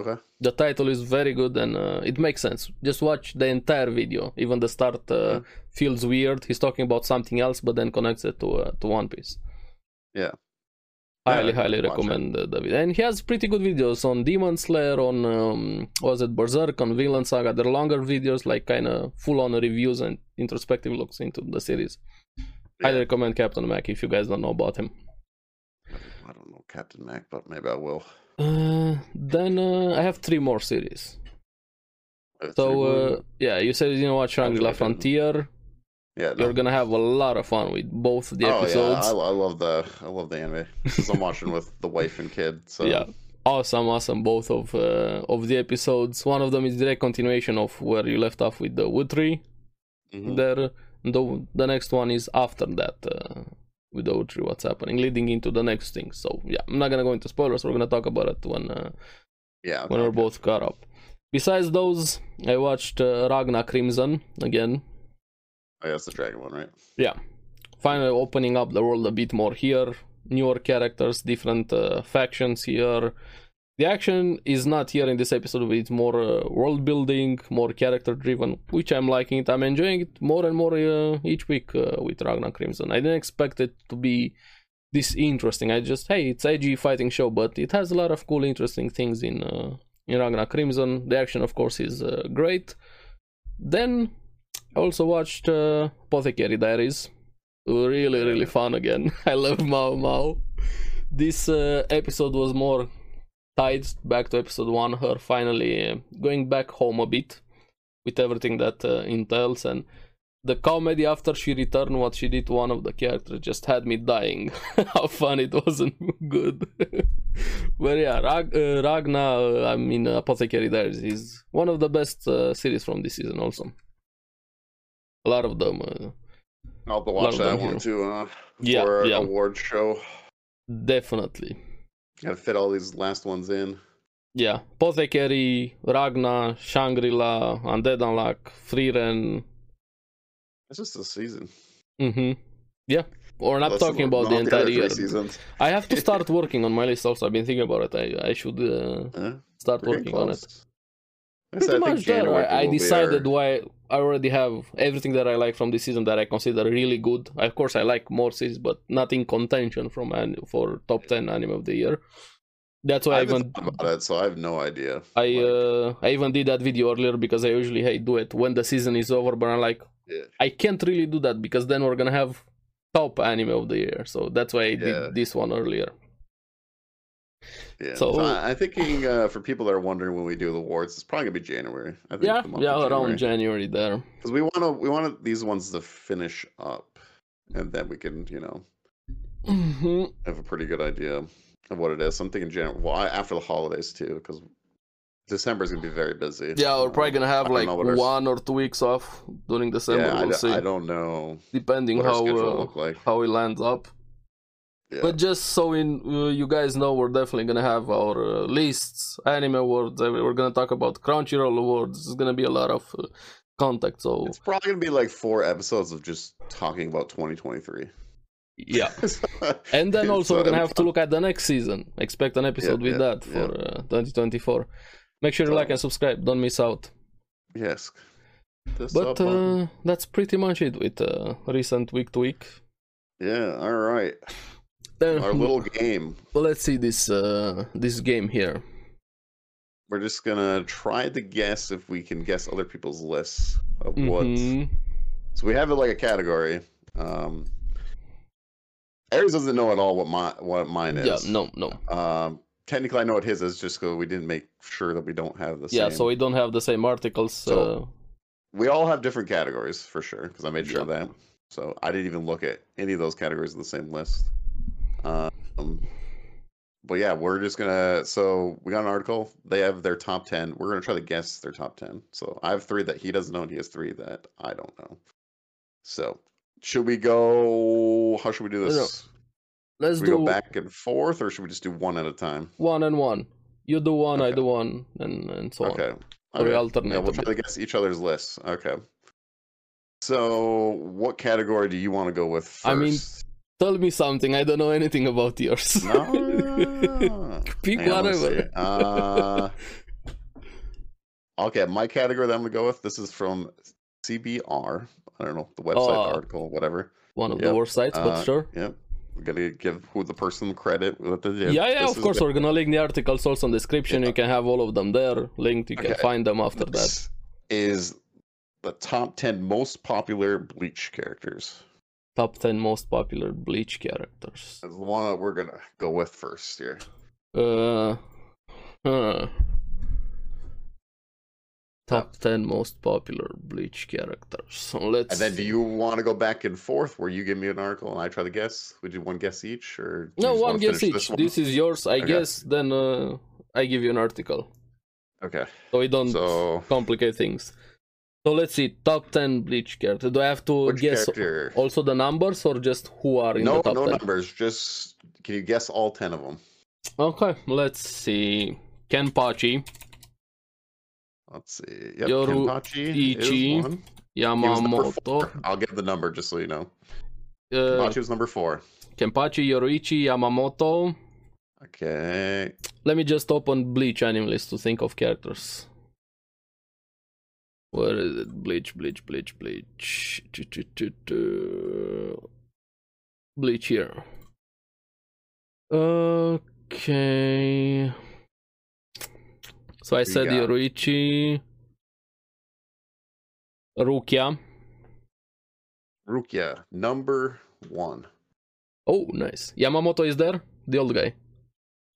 Speaker 1: okay.
Speaker 2: The title is very good and uh, it makes sense. Just watch the entire video. Even the start uh,
Speaker 1: Mhm.
Speaker 2: feels weird. He's talking about something else, but then connects it to uh, to One Piece.
Speaker 1: Yeah.
Speaker 2: Highly,
Speaker 1: Yeah, I
Speaker 2: highly
Speaker 1: watch it.
Speaker 2: recommend uh, the video. And he has pretty good videos on Demon Slayer, on um, what was it Berserk, on Vinland Saga. They're longer videos, like kind of full on reviews and introspective looks into the series. Highly
Speaker 1: Yeah.
Speaker 2: recommend Captain Mac if you guys don't know about him.
Speaker 1: I don't know Captain Mac, but maybe I will.
Speaker 2: Uh, then uh, I have three more series.
Speaker 1: Uh, three
Speaker 2: So
Speaker 1: more-
Speaker 2: uh, yeah, you said you didn't watch
Speaker 1: I
Speaker 2: Shangri-La
Speaker 1: think I didn't.
Speaker 2: Frontier.
Speaker 1: yeah, no.
Speaker 2: You're gonna have a lot of fun with both the
Speaker 1: oh yeah,
Speaker 2: episodes.
Speaker 1: I, lo- I love the I love the anime. 'Cause I'm watching with the wife and kid. So
Speaker 2: <laughs> Yeah, awesome, awesome. Both of uh, of the episodes. One of them is direct continuation of where you left off with the wood tree.
Speaker 1: mhm.
Speaker 2: There, the the next one is after that uh, with the wood tree. What's happening, leading into the next thing. So yeah, I'm not gonna go into spoilers. We're gonna talk about it when uh,
Speaker 1: yeah,
Speaker 2: when
Speaker 1: okay.
Speaker 2: we're both caught up. Besides those, I watched uh, Ragna Crimson again.
Speaker 1: Oh, yeah, it's the dragon one, right?
Speaker 2: finally opening up the world a bit more here newer characters different uh, factions here the action is not here in this episode but it's more uh, world building more character driven which i'm liking it i'm enjoying it more and more uh, each week uh, with ragnar crimson i didn't expect it to be this interesting i just hey it's edgy fighting show but it has a lot of cool interesting things in uh, in ragnar crimson the action of course is uh, great then i also watched uh, apothecary diaries really really fun again <laughs> i love mao mao this uh, episode was more tied back to episode one her finally uh, going back home a bit with everything that uh, entails and the comedy after she returned what she did to one of the characters just had me dying <laughs> how fun it wasn't <laughs> good but yeah Rag- uh, ragna uh, i mean apothecary diaries is one of the best uh, series from this season also a lot of them uh,
Speaker 1: I'll have to watch
Speaker 2: of
Speaker 1: that
Speaker 2: them
Speaker 1: one
Speaker 2: here.
Speaker 1: too, huh?
Speaker 2: Yeah,
Speaker 1: for
Speaker 2: yeah.
Speaker 1: award show.
Speaker 2: definitely
Speaker 1: Gotta fit all these last ones in.
Speaker 2: Yeah, Apothecary, Ragna, Shangri-La, Undead Unlock, Freeren.
Speaker 1: It's just a season.
Speaker 2: Mm-hmm. Yeah, or not
Speaker 1: Let's
Speaker 2: talking
Speaker 1: not-
Speaker 2: about the
Speaker 1: not other
Speaker 2: entire
Speaker 1: three
Speaker 2: year.
Speaker 1: seasons.
Speaker 2: I have to start <laughs> working on my list. Also, I've been thinking about it. I I should uh,
Speaker 1: Huh?
Speaker 2: start
Speaker 1: We're
Speaker 2: working
Speaker 1: getting
Speaker 2: on it.
Speaker 1: Eh? close. Like I said, I think
Speaker 2: that.
Speaker 1: January
Speaker 2: I, I
Speaker 1: will be
Speaker 2: decided
Speaker 1: our-
Speaker 2: why I already have everything that I like from this season that I consider really good. Of course, I like more seasons, but not in contention from an, for top ten anime of the year. That's why
Speaker 1: I
Speaker 2: I
Speaker 1: haven't
Speaker 2: even
Speaker 1: thought about it, so I have no idea.
Speaker 2: I uh, I even did that video earlier because I usually hey, do it when the season is over. But I'm like,
Speaker 1: Yeah.
Speaker 2: I can't really do that because then we're gonna have top anime of the year. So that's why I
Speaker 1: Yeah.
Speaker 2: did this one earlier.
Speaker 1: Yeah.
Speaker 2: So-
Speaker 1: So, I, I'm thinking uh, for people that are wondering when we do the awards, it's probably gonna be January. I think
Speaker 2: Yeah,
Speaker 1: the month
Speaker 2: yeah,
Speaker 1: of
Speaker 2: around January there.
Speaker 1: because we want to we want these ones to finish up, and then we can you know
Speaker 2: hmm
Speaker 1: have a pretty good idea of what it is. So I'm thinking January. Well, I- after the holidays too, because December is gonna be very busy.
Speaker 2: Yeah, we're probably
Speaker 1: Um,
Speaker 2: gonna
Speaker 1: I
Speaker 2: have
Speaker 1: don't
Speaker 2: like
Speaker 1: know what our s-
Speaker 2: one or two weeks off during December.
Speaker 1: Yeah, I,
Speaker 2: we'll
Speaker 1: d-
Speaker 2: see,
Speaker 1: I don't know
Speaker 2: depending
Speaker 1: what our
Speaker 2: how
Speaker 1: schedule will
Speaker 2: uh,
Speaker 1: look like.
Speaker 2: how it lands up.
Speaker 1: Yeah.
Speaker 2: But just so in uh, you guys know, we're definitely gonna have our uh, lists, anime awards. uh, We're gonna talk about Crunchyroll awards. It's gonna be a lot of uh, contact. So
Speaker 1: It's probably gonna be like four episodes of just talking about 2023. <laughs>
Speaker 2: yeah, and then also we're gonna have to look at the next season. Expect an episode with
Speaker 1: yeah,
Speaker 2: that for uh, 2024. Make sure you
Speaker 1: So-
Speaker 2: like and subscribe. Don't miss out.
Speaker 1: Yes. The sub
Speaker 2: But
Speaker 1: button.
Speaker 2: uh, that's pretty much it with uh, recent week to week.
Speaker 1: yeah, all right.
Speaker 2: Then
Speaker 1: Our
Speaker 2: <laughs>
Speaker 1: little game.
Speaker 2: Well, let's see this uh, this game here.
Speaker 1: We're just gonna try to guess if we can guess other people's lists of what.
Speaker 2: Mhm.
Speaker 1: So we have it like a category. Um, Aries doesn't know at all what my what mine
Speaker 2: Yeah,
Speaker 1: is.
Speaker 2: no, no.
Speaker 1: Um, technically, I know what his is just because we didn't make sure that we don't have the
Speaker 2: Yeah,
Speaker 1: same.
Speaker 2: so we don't have the same articles.
Speaker 1: So-
Speaker 2: uh,
Speaker 1: we all have different categories for sure because I made sure
Speaker 2: Yeah.
Speaker 1: of that. So I didn't even look at any of those categories in the same list. Um, but yeah, we're just gonna. So we got an article. They have their top ten. We're gonna try to guess their top ten. So I have three that he doesn't know, and he has three that I don't know. So should we go? How should we do
Speaker 2: No, no.
Speaker 1: this?
Speaker 2: let's
Speaker 1: Should we
Speaker 2: do
Speaker 1: go back and forth, or should we just do one at a time?
Speaker 2: one and one. You do one, I
Speaker 1: Okay.
Speaker 2: do one, and and so on.
Speaker 1: Okay.
Speaker 2: Or we
Speaker 1: Okay.
Speaker 2: alternate
Speaker 1: Yeah,
Speaker 2: a
Speaker 1: we'll try to guess each other's lists. Okay. So, what category do you want to go with first?
Speaker 2: I mean- <laughs> Tell me something. I don't know anything about yours.
Speaker 1: no.
Speaker 2: <laughs> Pick
Speaker 1: Hang on, let's
Speaker 2: whatever.
Speaker 1: see. Uh, okay, my category that I'm gonna go with. This is from CBR. I don't know the website, the
Speaker 2: Oh.
Speaker 1: article, whatever.
Speaker 2: One of the
Speaker 1: Yep,
Speaker 2: worst sites, but
Speaker 1: uh,
Speaker 2: sure.
Speaker 1: Yep. We're gonna give who the person credit what they did.
Speaker 2: Yeah, yeah,
Speaker 1: This
Speaker 2: of
Speaker 1: is
Speaker 2: course. We're gonna link the articles also in the description.
Speaker 1: Yeah.
Speaker 2: You can have all of them there linked. You can
Speaker 1: Okay.
Speaker 2: find them after that.
Speaker 1: This is the top ten most popular Bleach characters.
Speaker 2: Top 10 most popular Bleach characters.
Speaker 1: is the one that we're gonna go with first here.
Speaker 2: Uh, huh. Top 10 most popular Bleach characters. So let's.
Speaker 1: And then, do you want to go back and forth where you give me an article and I try to guess? We do one guess each, or do you
Speaker 2: no,
Speaker 1: just
Speaker 2: one
Speaker 1: wanna
Speaker 2: guess
Speaker 1: finish
Speaker 2: each. This,
Speaker 1: one?
Speaker 2: is yours, I
Speaker 1: Okay.
Speaker 2: guess. Then uh, I give you an article.
Speaker 1: okay.
Speaker 2: So we don't
Speaker 1: So,
Speaker 2: complicate things. So let's see. Top 10 Bleach characters. Do I have to
Speaker 1: which
Speaker 2: guess
Speaker 1: character?
Speaker 2: also the numbers or just who are in
Speaker 1: No,
Speaker 2: the top
Speaker 1: no
Speaker 2: 10?
Speaker 1: numbers. Just can you guess all ten of them?
Speaker 2: Okay, let's see. Kenpachi,
Speaker 1: Let's see. Yep,
Speaker 2: Yoru
Speaker 1: Kenpachi
Speaker 2: Ichi.
Speaker 1: is one. He was number
Speaker 2: Yamamoto,
Speaker 1: four. I'll give the number just so you know.
Speaker 2: uh,
Speaker 1: Kenpachi was number four.
Speaker 2: Kenpachi, Yoruichi, Yamamoto,
Speaker 1: Okay.
Speaker 2: Let me just open Bleach anime list to think of characters. Where is it? Bleach, Bleach, Bleach, Bleach. Tu- tu- tu- tu. Bleach here. Okay. So I
Speaker 1: Who you
Speaker 2: said
Speaker 1: got?
Speaker 2: Yoruichi. Rukia.
Speaker 1: Rukia, number one.
Speaker 2: Oh, nice. Yamamoto is there? The old guy.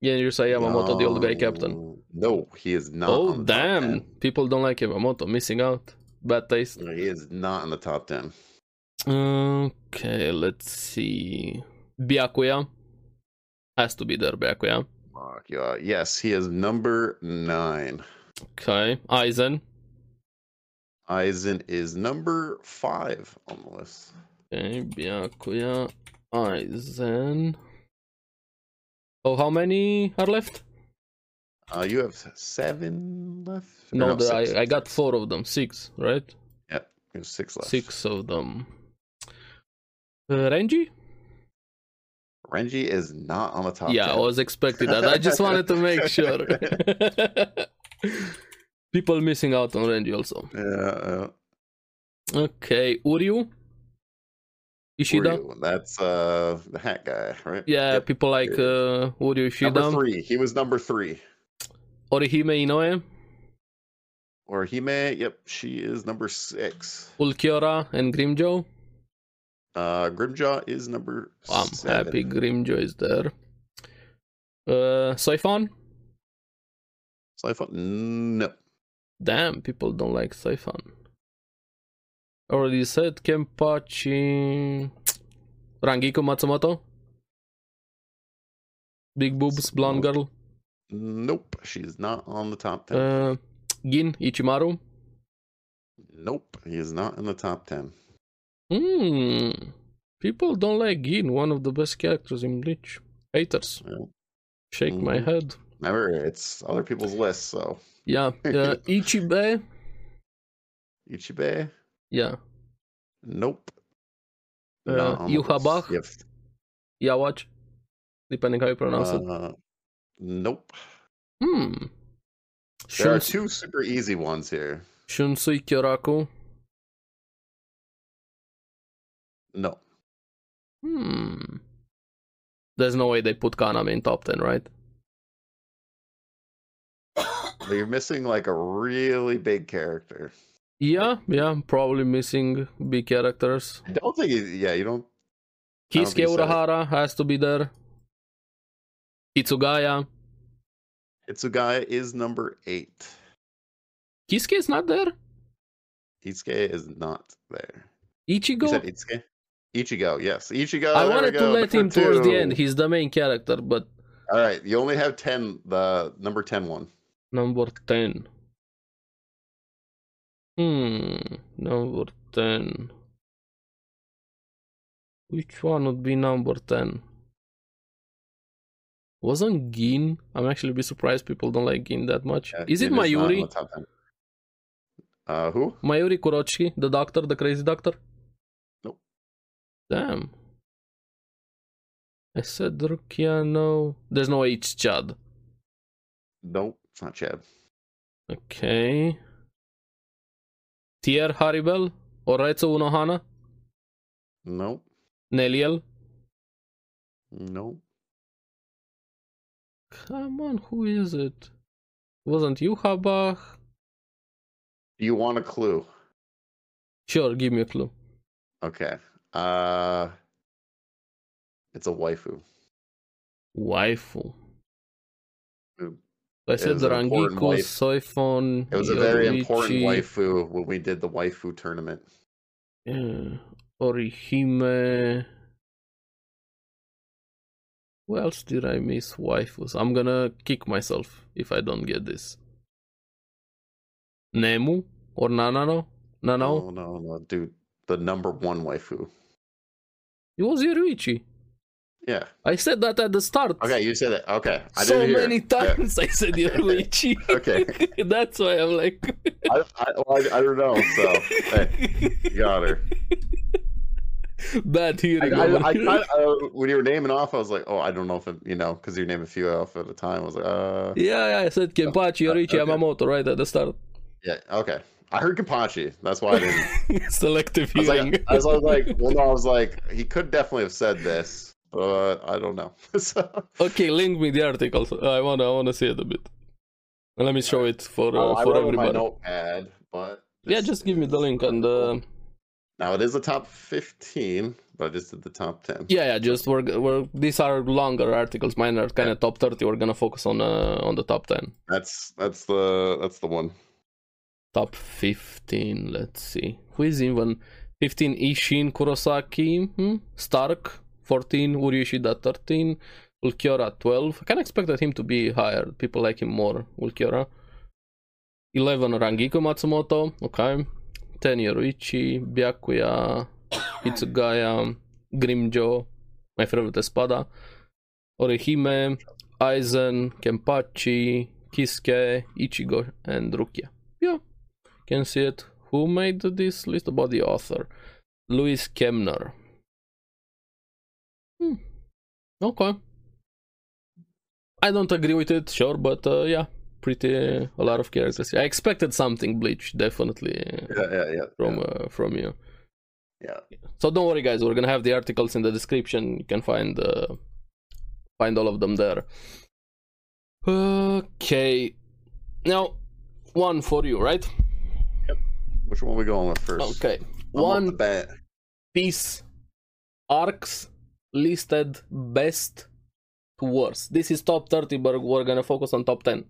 Speaker 2: Yeah, you say Yamamoto, the old guy captain.
Speaker 1: No, he is not.
Speaker 2: Oh
Speaker 1: on the top
Speaker 2: damn!
Speaker 1: 10.
Speaker 2: People don't like Yamamoto. Missing out. Bad taste.
Speaker 1: No, He is not in the top ten.
Speaker 2: Okay, let's see. Byakuya has to be there. Byakuya.
Speaker 1: Fuck yeah. Yes, he is number nine.
Speaker 2: Okay, Aizen.
Speaker 1: Aizen is number five on the list.
Speaker 2: Okay, Byakuya, Aizen. Oh, how many are left?
Speaker 1: Uh, you have seven left? Or
Speaker 2: No, the,
Speaker 1: six.
Speaker 2: I, I got four of them. Six, right?
Speaker 1: You have six left.
Speaker 2: Six of them. Uh, Renji?
Speaker 1: Renji is not on the top.
Speaker 2: yeah, I
Speaker 1: 10.
Speaker 2: was expecting that. I just wanted to
Speaker 1: <laughs>
Speaker 2: make sure. People missing out on Renji also.
Speaker 1: Yeah, uh,
Speaker 2: Okay, Uryu? Ishida?
Speaker 1: Ryu, That's uh the hat guy, right?
Speaker 2: Yeah,
Speaker 1: Yep.
Speaker 2: people like
Speaker 1: yeah.
Speaker 2: uh, Uryu
Speaker 1: number
Speaker 2: Ishida,
Speaker 1: three. He was number three.
Speaker 2: Orihime Inoue,
Speaker 1: Or Hime, yep, she is number six.
Speaker 2: Ulquiorra, and Grimjoe.
Speaker 1: Uh Grimjaw is number
Speaker 2: I'm
Speaker 1: seven.
Speaker 2: happy Grimjoe is there. Uh, Siphon?
Speaker 1: So I thought no.
Speaker 2: Damn, people don't like Siphon. Already said Kenpachi. Rangiko Matsumoto. Big boobs, blonde girl.
Speaker 1: Nope. She's not on the top ten.
Speaker 2: Uh, Gin Ichimaru.
Speaker 1: nope. He is not in the top ten.
Speaker 2: Hmm. People don't like Gin, one of the best characters in Bleach. Haters.
Speaker 1: Well,
Speaker 2: Shake my
Speaker 1: mhm.
Speaker 2: head.
Speaker 1: Remember, it's other people's list, so
Speaker 2: Yeah.
Speaker 1: <laughs>
Speaker 2: Uh, Ichibe.
Speaker 1: Ichibe,
Speaker 2: Yeah.
Speaker 1: nope.
Speaker 2: Uh,
Speaker 1: Not on the
Speaker 2: Yuha
Speaker 1: list.
Speaker 2: Bach?
Speaker 1: Yep.
Speaker 2: Yawatch. Depending how you pronounce it.
Speaker 1: Uh, nope.
Speaker 2: Hmm.
Speaker 1: There are
Speaker 2: Shuns-
Speaker 1: two super easy ones here.
Speaker 2: Shunsui Kyoraku.
Speaker 1: No.
Speaker 2: Hmm. There's no way they put Kaname in top 10, right?
Speaker 1: But you're missing like a really big character.
Speaker 2: Yeah, yeah, probably missing big characters.
Speaker 1: I don't think. he- Yeah, you don't. I don't
Speaker 2: Kisuke
Speaker 1: think so.
Speaker 2: Urahara has to be there. Itsugaya.
Speaker 1: Itsugaya is number eight.
Speaker 2: Kisuke is not there?
Speaker 1: Itsuke is not there. You
Speaker 2: Ichigo?
Speaker 1: said Itsuke. Ichigo, yes, Ichigo.
Speaker 2: I
Speaker 1: there we
Speaker 2: wanted to
Speaker 1: go,
Speaker 2: let
Speaker 1: number
Speaker 2: him towards the
Speaker 1: two.
Speaker 2: end. He's the main character, but
Speaker 1: All right, you only have ten. The number ten one.
Speaker 2: number 10. Hmm, number 10. Which one would be number 10? Wasn't Gin? I'm actually be surprised people don't like Gin that much.
Speaker 1: Yeah,
Speaker 2: is it
Speaker 1: Uh, not on
Speaker 2: Mayuri?
Speaker 1: the top 10. Uh, who?
Speaker 2: Mayuri Kurochiki, the doctor, the crazy doctor?
Speaker 1: Nope.
Speaker 2: Damn. I said Rukia, no. There's no H Chad.
Speaker 1: Nope, it's not Chad.
Speaker 2: Okay. Tier Haribel, Oretsu Unohana,
Speaker 1: Nope,
Speaker 2: Neliel.
Speaker 1: nope.
Speaker 2: Come on, who is it? Wasn't Yuhabach?
Speaker 1: Do you want a clue?
Speaker 2: Sure, give me a clue.
Speaker 1: Okay. Uh, it's a waifu.
Speaker 2: Waifu.
Speaker 1: Who
Speaker 2: I said
Speaker 1: is an important
Speaker 2: Rangiko,
Speaker 1: wife.
Speaker 2: Soifon.
Speaker 1: It was a very important
Speaker 2: Yoruichi,
Speaker 1: waifu when we did the waifu tournament.
Speaker 2: uh, Orihime. Who else did I miss? Waifus. I'm gonna kick myself if I don't get this. Nemu? Or Nanano? Nanao?
Speaker 1: no, no, no, dude. The number one waifu.
Speaker 2: It was Yoruichi.
Speaker 1: Yeah.
Speaker 2: I said that at the start.
Speaker 1: Okay, you said it. Okay, I
Speaker 2: so
Speaker 1: didn't hear.
Speaker 2: many
Speaker 1: Yeah.
Speaker 2: times I
Speaker 1: <laughs>
Speaker 2: said Yoruichi.
Speaker 1: Okay.
Speaker 2: <laughs> That's why I'm like.
Speaker 1: I, I, well, I, I don't know. So hey, you got her.
Speaker 2: <laughs> Bad
Speaker 1: I,
Speaker 2: hearing.
Speaker 1: I,
Speaker 2: over
Speaker 1: I,
Speaker 2: here.
Speaker 1: kinda- uh, when you were naming off, I was like, oh, I don't know if it, you know, because you name a few off at a time. I was like, uh,
Speaker 2: <laughs> yeah, yeah, I said Kenpachi, Yoruichi,
Speaker 1: Okay.
Speaker 2: Yamamoto right at the start. <laughs>
Speaker 1: yeah, okay. I heard Kapachi. That's why I
Speaker 2: <laughs>
Speaker 1: didn't.
Speaker 2: Selective
Speaker 1: I was,
Speaker 2: hearing.
Speaker 1: like, I was, I was like, well, no, I was like, he could definitely have said this, but I don't know. <laughs> so,
Speaker 2: okay, link me the articles. I wanna, I wanna see it a bit. Let me show it for uh,
Speaker 1: uh, I
Speaker 2: for
Speaker 1: wrote it in my
Speaker 2: everybody.
Speaker 1: notepad, but
Speaker 2: Yeah,
Speaker 1: this
Speaker 2: just give me the
Speaker 1: is-
Speaker 2: link and uh,
Speaker 1: now it is the top fifteen, but I just did the top ten.
Speaker 2: yeah, yeah, just we're, we're these are longer articles. Mine are kind of top thirty. We're gonna focus on uh, on the top ten.
Speaker 1: That's that's the that's the one.
Speaker 2: Top 15, let's see. Who is even 15 Ishin Kurosaki, hmm? Stark 14, Uryushida 13, Ulkiora 12. I kind of expected him to be higher. People like him more, Ulkiora. 11 Rangiko Matsumoto, okay. 10 Yoruichi, Byakuya, Itsugaya, Grimjo, my favorite Espada, Orihime, Aizen, Kenpachi, Kisuke, Ichigo, and Rukia can see it. Who made this list about the author? Louis Kemner. Hmm. Okay. I don't agree with it, sure, but uh, yeah, pretty a lot of characters. I expected something Bleach definitely uh,
Speaker 1: Yeah, yeah, yeah.
Speaker 2: from uh, from you.
Speaker 1: Yeah.
Speaker 2: So don't worry, guys. We're gonna have the articles in the description. You can find uh, find all of them there. Okay. Now, one for you, right?
Speaker 1: Which one we going with 1st
Speaker 2: Okay.
Speaker 1: the
Speaker 2: One
Speaker 1: bat.
Speaker 2: Piece arcs listed best to worst. This is top 30, but we're gonna focus on top 10.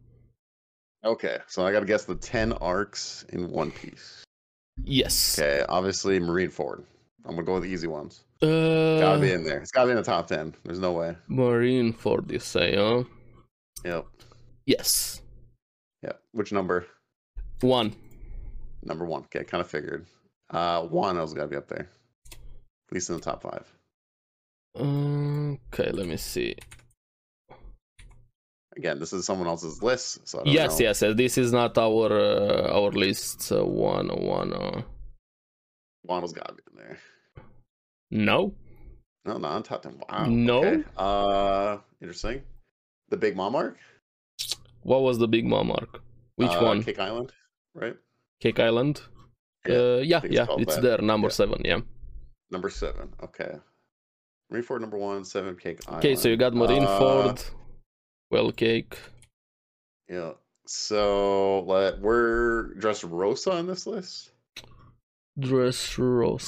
Speaker 1: Okay, so I got to guess the ten arcs in One Piece.
Speaker 2: Yes.
Speaker 1: Okay, obviously Marine Ford. I'm gonna go with the easy ones. Gotta be
Speaker 2: Uh,
Speaker 1: in there. It's gotta be in the top ten. There's no way.
Speaker 2: Marine for this, say, huh?
Speaker 1: Yep.
Speaker 2: Yes.
Speaker 1: Yeah. Which number?
Speaker 2: One.
Speaker 1: Number one. Okay, kind of figured. Uh, Wano's gotta be up there, at least in the top five.
Speaker 2: Okay, let me see.
Speaker 1: Again, this is someone else's list, so I don't
Speaker 2: Yes,
Speaker 1: know.
Speaker 2: yes, yes. This is not our uh, our list uh, one one. Uh,
Speaker 1: Wano's gotta be in there.
Speaker 2: no,
Speaker 1: No, no, on top ten. Wow.
Speaker 2: No?
Speaker 1: Okay. Uh, interesting. The Big Mom arc.
Speaker 2: what was the big mom arc? Which
Speaker 1: Uh,
Speaker 2: one? Cake,
Speaker 1: Cake Island, right?
Speaker 2: Island.
Speaker 1: Yeah,
Speaker 2: uh, yeah,
Speaker 1: think it's
Speaker 2: yeah,
Speaker 1: called
Speaker 2: it's
Speaker 1: that.
Speaker 2: there, number
Speaker 1: Yeah.
Speaker 2: seven. Yeah.
Speaker 1: Number seven. Okay. Marine Ford number one, seven cake island.
Speaker 2: Okay, so you got Marineford, Well Cake.
Speaker 1: Uh, yeah. So let we're Dressrosa on this list.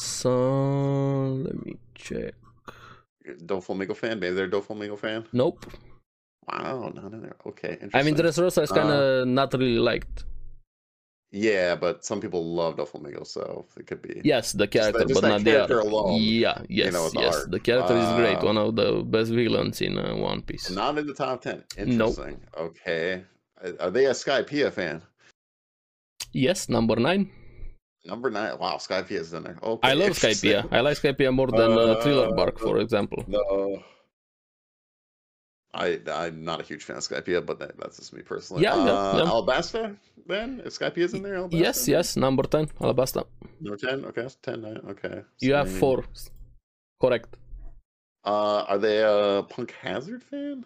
Speaker 2: Dressrosa. Let me check.
Speaker 1: Doflamingo fan. Maybe they're a Doflamingo fan.
Speaker 2: Nope.
Speaker 1: Wow, not in there. Okay, interesting.
Speaker 2: I mean, Dressrosa is kind
Speaker 1: uh,
Speaker 2: of not really liked.
Speaker 1: yeah, but some people love Doflamingo, so it could be.
Speaker 2: Yes, the character,
Speaker 1: just
Speaker 2: but
Speaker 1: that
Speaker 2: not
Speaker 1: character
Speaker 2: the arc.
Speaker 1: alone,
Speaker 2: yeah, yes,
Speaker 1: know, the
Speaker 2: yes.
Speaker 1: arc.
Speaker 2: The character is great.
Speaker 1: Uh,
Speaker 2: One of the best villains in uh, One Piece.
Speaker 1: Not in the top ten.
Speaker 2: Nope.
Speaker 1: Interesting. Okay. Are they a Sky Pia fan?
Speaker 2: Yes, number nine.
Speaker 1: Number nine. Wow, Sky Pia's in there. Okay.
Speaker 2: I love
Speaker 1: <laughs> interesting.
Speaker 2: Skypea. I like Skypea more than uh, Thriller
Speaker 1: Uh,
Speaker 2: Bark, for example.
Speaker 1: No. I I'm not a huge fan of Skypea, but that, that's just me personally.
Speaker 2: Yeah, yeah,
Speaker 1: uh,
Speaker 2: yeah.
Speaker 1: Alabasta, then if Skypea is in there, Alabasta?
Speaker 2: Yes, yes, number 10, Alabasta.
Speaker 1: Number ten, okay, that's ten, nine, okay.
Speaker 2: You have
Speaker 1: Same.
Speaker 2: four. Correct.
Speaker 1: Uh, are they a Punk Hazard fan?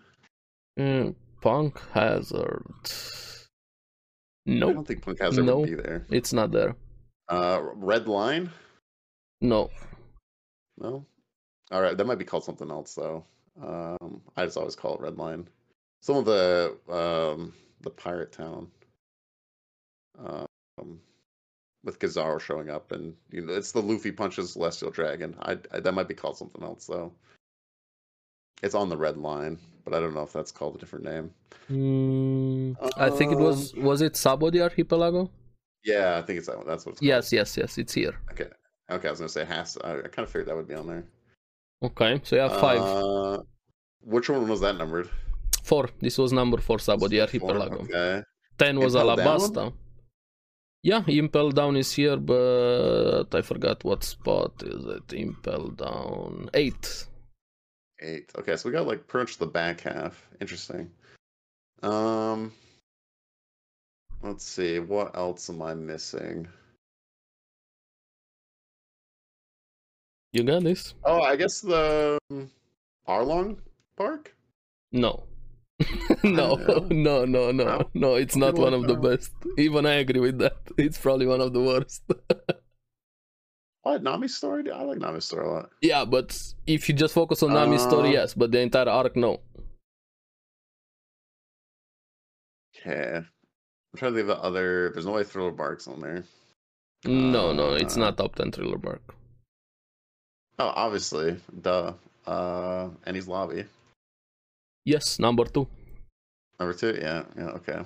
Speaker 2: Mm, Punk Hazard.
Speaker 1: I
Speaker 2: Nope,
Speaker 1: don't think Punk Hazard
Speaker 2: No.
Speaker 1: would be there.
Speaker 2: it's not there.
Speaker 1: Uh, Red Line,
Speaker 2: No.
Speaker 1: no. All right, that might be called something else though. Um, I just always call it Red Line. Some of the um the Pirate Town. Um, with Kizaru showing up, and you know it's the Luffy punches Celestial Dragon. I, I that might be called something else though. It's on the Red Line, but I don't know if that's called a different name. Um,
Speaker 2: Mm, I think it was, was it Sabo the Archipelago?
Speaker 1: Yeah, I think it's that one. That's what. It's called.
Speaker 2: Yes, yes, yes, it's here.
Speaker 1: Okay, I was gonna say Has. I, I kind of figured that would be on there.
Speaker 2: Okay, so you have five.
Speaker 1: Uh, which one was that numbered?
Speaker 2: four. This was number four, Sabo the
Speaker 1: Four,
Speaker 2: Archipelago.
Speaker 1: Okay.
Speaker 2: Ten was
Speaker 1: Impel Down?
Speaker 2: Alabasta. Yeah, Impel Down is here, but I forgot what spot is it. Impel Down eight.
Speaker 1: Eight. Okay, so we got like pretty much the back half. Interesting. Um, let's see. What else am I missing?
Speaker 2: You got this?
Speaker 1: Oh, I guess the um, Arlong Park.
Speaker 2: No. <laughs> no, <laughs>
Speaker 1: don't
Speaker 2: no, no, no,
Speaker 1: Well,
Speaker 2: no. It's not
Speaker 1: people
Speaker 2: one of
Speaker 1: like
Speaker 2: the
Speaker 1: that.
Speaker 2: best. Even I agree with that. <laughs> It's probably one of the worst. <laughs>
Speaker 1: What Nami's story? I like Nami's story a lot.
Speaker 2: yeah, but if you just focus on Nami's
Speaker 1: Uh,
Speaker 2: story, yes. But the entire arc, no.
Speaker 1: Okay. I'm trying to think of the other. There's no way Thriller Bark's on there.
Speaker 2: No, no, it's
Speaker 1: uh,
Speaker 2: not top ten thriller bark.
Speaker 1: Oh, obviously, duh. Uh, Annie's Lobby.
Speaker 2: Yes, number two.
Speaker 1: Number two. Yeah. Yeah. Okay.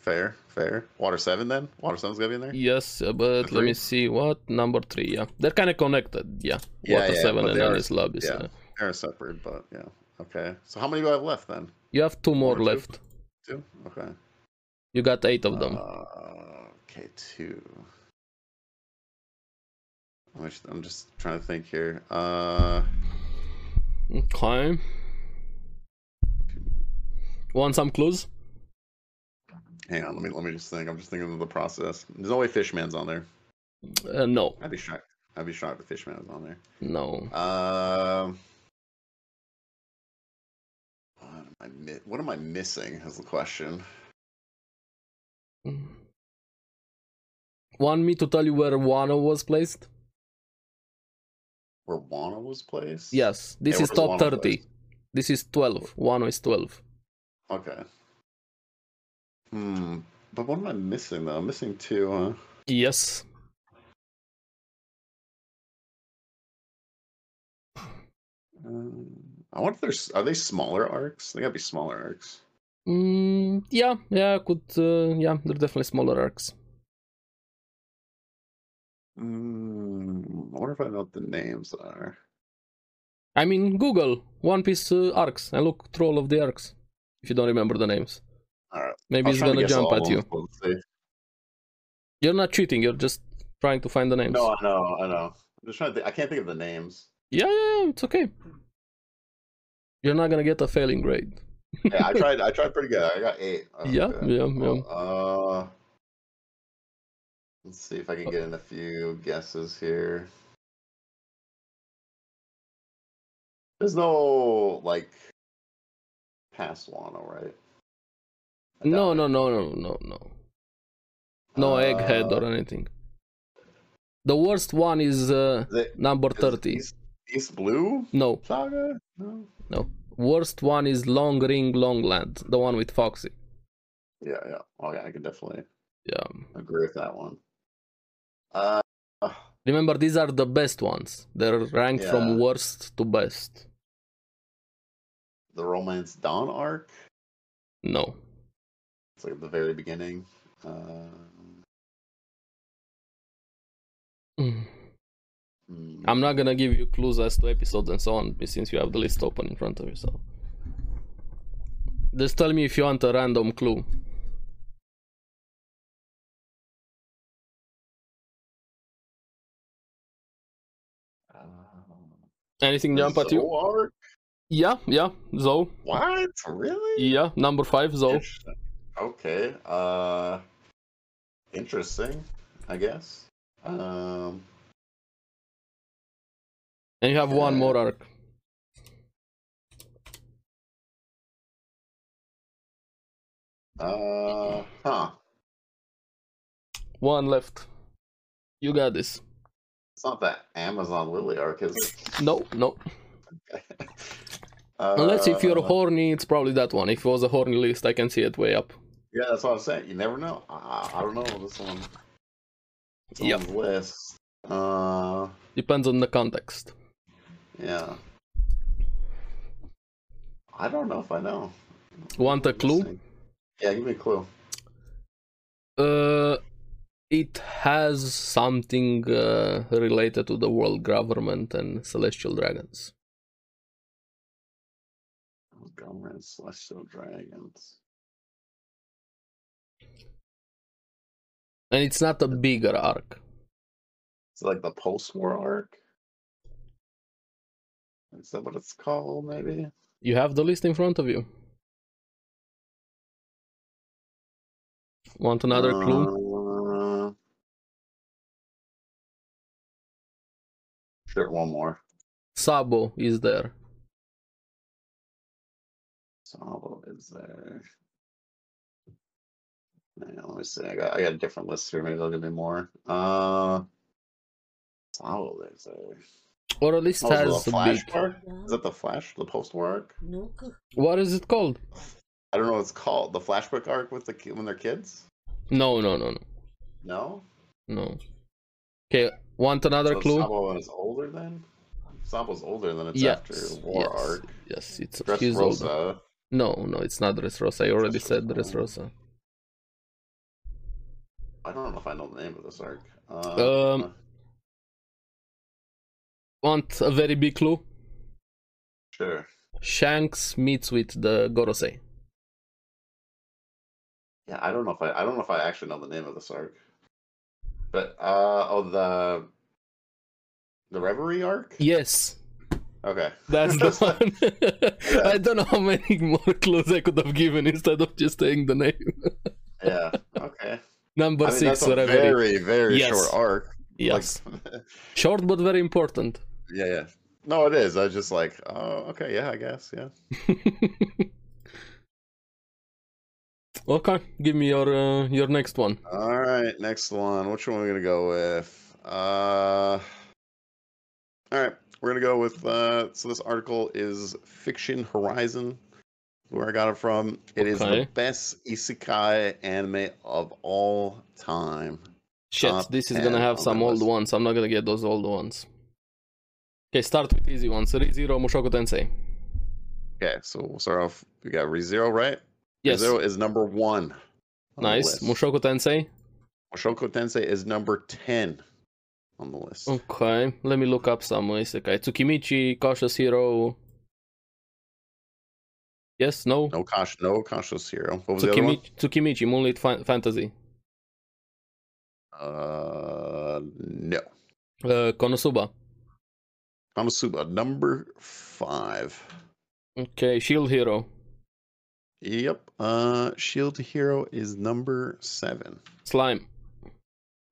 Speaker 1: Fair. Fair. Water Seven then. Water Seven's gonna be in there.
Speaker 2: Yes, uh, but let
Speaker 1: Eh. Three?
Speaker 2: me see what number three. Yeah, they're kind of connected. Yeah,
Speaker 1: Yeah,
Speaker 2: Water
Speaker 1: yeah,
Speaker 2: Seven
Speaker 1: but
Speaker 2: and
Speaker 1: they are-
Speaker 2: Alice Lobby. so-
Speaker 1: yeah. They're separate, but yeah. Okay. So how many do I have left then?
Speaker 2: You have two more
Speaker 1: One, two.
Speaker 2: left.
Speaker 1: Two. Okay.
Speaker 2: You got eight of them.
Speaker 1: Uh, okay, two. I'm just, I'm just trying to think here. Uh, Ah.
Speaker 2: okay. Want some clues?
Speaker 1: hang on. Let me let me just think. I'm just thinking of the process. There's no way Fishman's on there.
Speaker 2: Uh, no,
Speaker 1: I'd be shocked. I'd be shocked if Fishman was on there.
Speaker 2: no.
Speaker 1: Um, I mi- what am I missing? Is the question.
Speaker 2: Want me to tell you where Wano was placed?
Speaker 1: Where Wano was placed?
Speaker 2: Yes,
Speaker 1: Yeah,
Speaker 2: this
Speaker 1: where
Speaker 2: is top
Speaker 1: Wano
Speaker 2: 30.
Speaker 1: placed.
Speaker 2: This is 12. Wano is 12.
Speaker 1: Okay. Hmm. But what am I missing though? I'm missing two. Huh?
Speaker 2: Yes.
Speaker 1: Um, I wonder if there's are they smaller arcs? They gotta be smaller arcs.
Speaker 2: Mm, yeah, yeah, I could. Uh, yeah, they're definitely smaller arcs.
Speaker 1: Mm, I wonder if I know what the names are.
Speaker 2: I mean, Google One Piece uh, arcs and look through all of the arcs if you don't remember the names.
Speaker 1: Alright,
Speaker 2: Maybe
Speaker 1: I was
Speaker 2: it's
Speaker 1: trying to
Speaker 2: gonna
Speaker 1: guess
Speaker 2: jump
Speaker 1: all
Speaker 2: at
Speaker 1: of
Speaker 2: you.
Speaker 1: them, but let's see.
Speaker 2: You're not cheating, you're just trying to find the names.
Speaker 1: No, I know, I know. I'm just trying to. Think, I can't think of the
Speaker 2: <laughs>
Speaker 1: names.
Speaker 2: Yeah, yeah, yeah, it's okay. You're not gonna get a failing grade.
Speaker 1: Yeah, I tried. I tried pretty good. I got eight. Oh,
Speaker 2: Yeah,
Speaker 1: good.
Speaker 2: yeah, yeah.
Speaker 1: Uh, let's see if I can get in a few guesses here. There's no like past Wano, right? I
Speaker 2: No,
Speaker 1: doubt
Speaker 2: no, no,
Speaker 1: it.
Speaker 2: no, no, no. No egghead
Speaker 1: Uh,
Speaker 2: or anything. The worst one is uh,
Speaker 1: Is it,
Speaker 2: number
Speaker 1: is it
Speaker 2: 30.
Speaker 1: East, East Blue
Speaker 2: No,
Speaker 1: Saga? No.
Speaker 2: no. Worst one is Long Ring Long Land, the one with Foxy.
Speaker 1: Yeah, yeah. Oh, yeah. I can definitely
Speaker 2: Yeah.
Speaker 1: agree with that one. Uh,
Speaker 2: Remember, these are the best ones. They're ranked
Speaker 1: Yeah.
Speaker 2: from worst to best.
Speaker 1: the Romance Dawn arc.
Speaker 2: No.
Speaker 1: It's like at the very beginning. Um,
Speaker 2: Mm.
Speaker 1: hmm.
Speaker 2: I'm not gonna give you clues as to episodes and so on since you have the list open in front of you. So just tell me if you want a random clue.
Speaker 1: Uh,
Speaker 2: Anything
Speaker 1: The
Speaker 2: jump at you?
Speaker 1: Zoe arc?
Speaker 2: Yeah, yeah, Zo.
Speaker 1: What? Really?
Speaker 2: Yeah, number five, Zo.
Speaker 1: Interesting. Okay. Uh, interesting. I guess. Um,
Speaker 2: And you have one
Speaker 1: Yeah.
Speaker 2: more arc.
Speaker 1: uh, huh.
Speaker 2: One left. You got this.
Speaker 1: It's not that Amazon Lily arc, is it?
Speaker 2: No, no.
Speaker 1: Uh,
Speaker 2: Unless if you're horny, it's probably that one. If it was a horny list, I can see it way up.
Speaker 1: Yeah, that's what I'm saying. You never know. I, I don't know this one. It's on
Speaker 2: Yeah.
Speaker 1: the list. Uh,
Speaker 2: Depends on the context.
Speaker 1: yeah. I don't know if I know.
Speaker 2: Want a clue?
Speaker 1: Interesting. Yeah, give me a clue.
Speaker 2: Uh, it has something uh, related to the world government and celestial dragons.
Speaker 1: Montgomery Celestial Dragons.
Speaker 2: And it's not a bigger arc.
Speaker 1: It's like the post-war arc. Is that what it's called? Maybe.
Speaker 2: You have the list in front of you. Want another clue?
Speaker 1: Uh, Sure, one more.
Speaker 2: Sabo is there.
Speaker 1: Sabo is there. Hang on, let me see. I got I got a different list here. Maybe they'll give me more. Uh, Sabo is there.
Speaker 2: Or at least
Speaker 1: Oh, is
Speaker 2: has
Speaker 1: it
Speaker 2: a
Speaker 1: the flash
Speaker 2: big.
Speaker 1: arc? Is that the flash? The post-war arc?
Speaker 2: What is it called?
Speaker 1: I don't know what it's called. The flashback arc with the ki- when they're kids?
Speaker 2: No, no, no, no,
Speaker 1: No.
Speaker 2: no. Okay, want another
Speaker 1: So
Speaker 2: clue?
Speaker 1: Sabo is older then. Sabo's older than it's
Speaker 2: yes,
Speaker 1: after War
Speaker 2: yes,
Speaker 1: Arc.
Speaker 2: yes. It's
Speaker 1: Dress
Speaker 2: he's
Speaker 1: Rosa.
Speaker 2: older. No, no, it's not Dressrosa. I already said Dressrosa.
Speaker 1: Dressrosa. I don't know if I know the name of this arc. Uh,
Speaker 2: Um, Want a very big clue?
Speaker 1: sure.
Speaker 2: Shanks meets with the Gorosei.
Speaker 1: Yeah, I don't know if I I don't know if I actually know the name of this arc. But uh oh the the Reverie arc?
Speaker 2: Yes,
Speaker 1: Okay.
Speaker 2: that's
Speaker 1: <laughs>
Speaker 2: the one. <laughs> I don't know how many more clues I could have given instead of just saying the name.
Speaker 1: Yeah.
Speaker 2: <laughs>
Speaker 1: Okay.
Speaker 2: Number
Speaker 1: I mean,
Speaker 2: six,
Speaker 1: that's a
Speaker 2: whatever. it-
Speaker 1: very, very
Speaker 2: Yes.
Speaker 1: short arc.
Speaker 2: yes,
Speaker 1: Like, <laughs>
Speaker 2: short but very important. <laughs>
Speaker 1: yeah, yeah. No, it is. I was just like, oh, okay, yeah, I guess, yeah.
Speaker 2: Okay, give me your uh, your next one.
Speaker 1: All right, next one. Which one are we gonna go with? Uh, all right, we're gonna go with. Uh, so this article is Fiction Horizon, where I got it from. It is
Speaker 2: Okay.
Speaker 1: the best isekai anime of all time.
Speaker 2: Shit,
Speaker 1: Top
Speaker 2: this is
Speaker 1: 10
Speaker 2: gonna have
Speaker 1: on
Speaker 2: some
Speaker 1: my
Speaker 2: old
Speaker 1: list.
Speaker 2: ones. I'm not gonna get those old ones. Okay, start with easy ones. ReZero, Mushoku Tensei.
Speaker 1: Okay, so we'll start off. We got ReZero, right?
Speaker 2: Yes,
Speaker 1: ReZero is number one. on the
Speaker 2: nice.
Speaker 1: list.
Speaker 2: Mushoku Tensei.
Speaker 1: Mushoku Tensei is number ten on the list.
Speaker 2: Oh. Okay, let me look up some isekai. Tsukimichi, Cautious Hero. Yes, no.
Speaker 1: No Kash, no Cautious Hero. What was the other one?
Speaker 2: Tsukimichi, Tsukimichi, Moonlit Fan- Fantasy.
Speaker 1: Uh, no.
Speaker 2: Uh, Konosuba.
Speaker 1: Kamasuba, number five.
Speaker 2: Okay, Shield Hero.
Speaker 1: Yep. Uh, Shield Hero is number seven.
Speaker 2: Slime.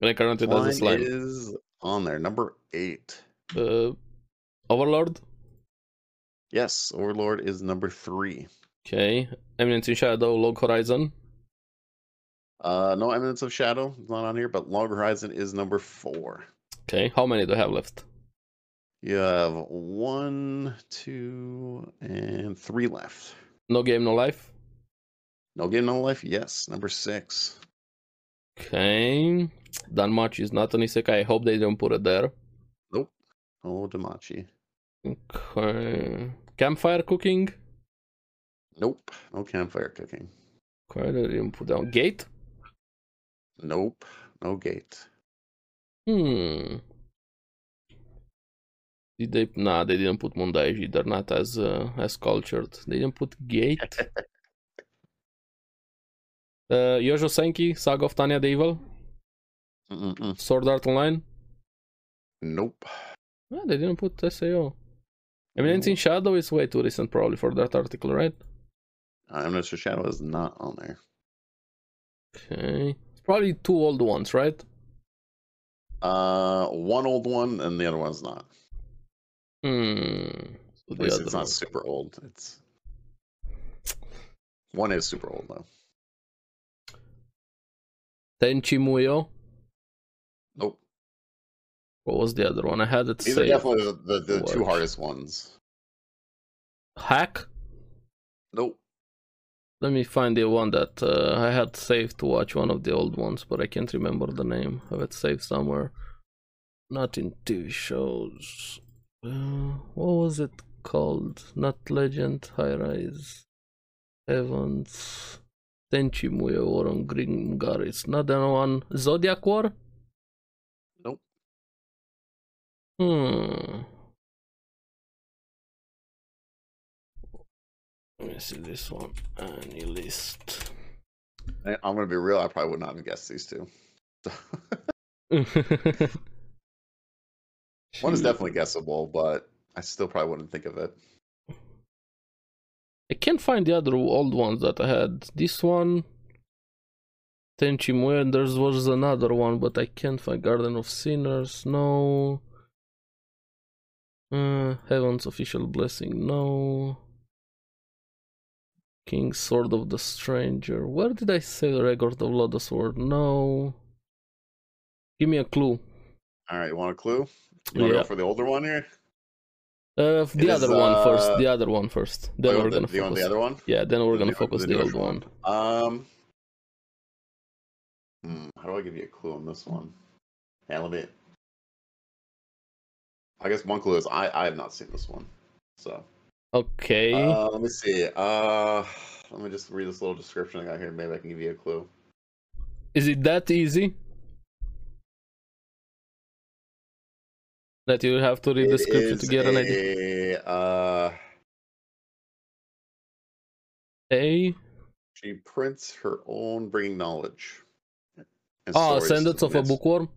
Speaker 2: I currently does the
Speaker 1: Slime
Speaker 2: slime.
Speaker 1: is on there. Number eight.
Speaker 2: Uh, Overlord.
Speaker 1: Yes, Overlord is number three.
Speaker 2: Okay. Eminence in Shadow, Log Horizon.
Speaker 1: Uh, no Eminence of Shadow is not on here, but Long Horizon is number four.
Speaker 2: Okay, how many do I have left?
Speaker 1: You have one, two, and three left.
Speaker 2: No game, no life.
Speaker 1: No game, no life. Yes, number six.
Speaker 2: Okay. Danmachi is not an isekai. I hope they don't put it there.
Speaker 1: Oh, Damachi.
Speaker 2: Okay. Campfire cooking.
Speaker 1: Nope. No campfire cooking.
Speaker 2: Okay, they didn't put down. Gate.
Speaker 1: Nope. No gate.
Speaker 2: Hmm. Did they? Nah, they didn't put Mundaiji. They're not as uh, as cultured. They didn't put Gate.
Speaker 1: <laughs>
Speaker 2: uh, Yojo Senki, Saga of Tanya the Evil,
Speaker 1: Mm-mm-mm.
Speaker 2: Sword Art Online.
Speaker 1: Nope.
Speaker 2: Yeah, they didn't put SAO. Eminence in
Speaker 1: Mm.
Speaker 2: Shadow is way too recent, probably, for that article, right?
Speaker 1: I'm not sure Shadow is not on there.
Speaker 2: Okay. It's probably two old ones, right?
Speaker 1: Uh, one old one and the other one's not.
Speaker 2: Hmm.
Speaker 1: At
Speaker 2: The
Speaker 1: least
Speaker 2: other
Speaker 1: it's not
Speaker 2: one.
Speaker 1: super old. It's one is super old though.
Speaker 2: Tenchi Muyo.
Speaker 1: Nope.
Speaker 2: What was the other one? I had it
Speaker 1: These are
Speaker 2: saved.
Speaker 1: definitely the, the, the two
Speaker 2: Work.
Speaker 1: hardest ones.
Speaker 2: Hack.
Speaker 1: Nope.
Speaker 2: Let me find the one that uh, I had saved to watch one of the old ones, but I can't remember the name. I have it saved somewhere. Not in TV shows. Uh, what was it called? Not Legend, High Rise, Evans, Tenchi Muyo or on Grimgar. It's not the one. Zodiac War?
Speaker 1: Nope.
Speaker 2: Hmm. Let me see this one. Annihilist.
Speaker 1: I, am gonna be real. I probably would not have guessed these two. <laughs>
Speaker 2: one
Speaker 1: one is definitely guessable, but I still probably wouldn't think of it.
Speaker 2: I can't find the other old ones that I had. This one, Tenchi Muyo, and there was another one, but I can't find Garden of Sinners. No. Uh, Heaven's Official Blessing. No. King Sword of the Stranger. Where did I say the record of Lotus Sword? No. Give me a clue.
Speaker 1: All right, you want a clue? You want to
Speaker 2: Yeah.
Speaker 1: go for the older one here?
Speaker 2: Uh, the
Speaker 1: It is,
Speaker 2: other one first.
Speaker 1: uh,
Speaker 2: The other one first. Then
Speaker 1: Or
Speaker 2: we're
Speaker 1: the,
Speaker 2: gonna
Speaker 1: the, one-
Speaker 2: focus.
Speaker 1: the other one?
Speaker 2: Yeah, then we're
Speaker 1: The
Speaker 2: gonna
Speaker 1: new-
Speaker 2: focus
Speaker 1: the
Speaker 2: the
Speaker 1: newer
Speaker 2: old
Speaker 1: one.
Speaker 2: one.
Speaker 1: Um, hmm, how do I give you a clue on this one? Yeah, let me. I guess one clue is I I have not seen this one, so
Speaker 2: Okay.
Speaker 1: uh, let me see. Uh, let me just read this little description I got here. Maybe I can give you a clue.
Speaker 2: Is it that easy? That you have to read the
Speaker 1: It
Speaker 2: scripture to
Speaker 1: is
Speaker 2: get an idea.
Speaker 1: a, Uh,
Speaker 2: A.
Speaker 1: she prints her own, bringing knowledge. and
Speaker 2: Ah,
Speaker 1: stories
Speaker 2: sentence
Speaker 1: to
Speaker 2: of a
Speaker 1: miss-
Speaker 2: bookworm.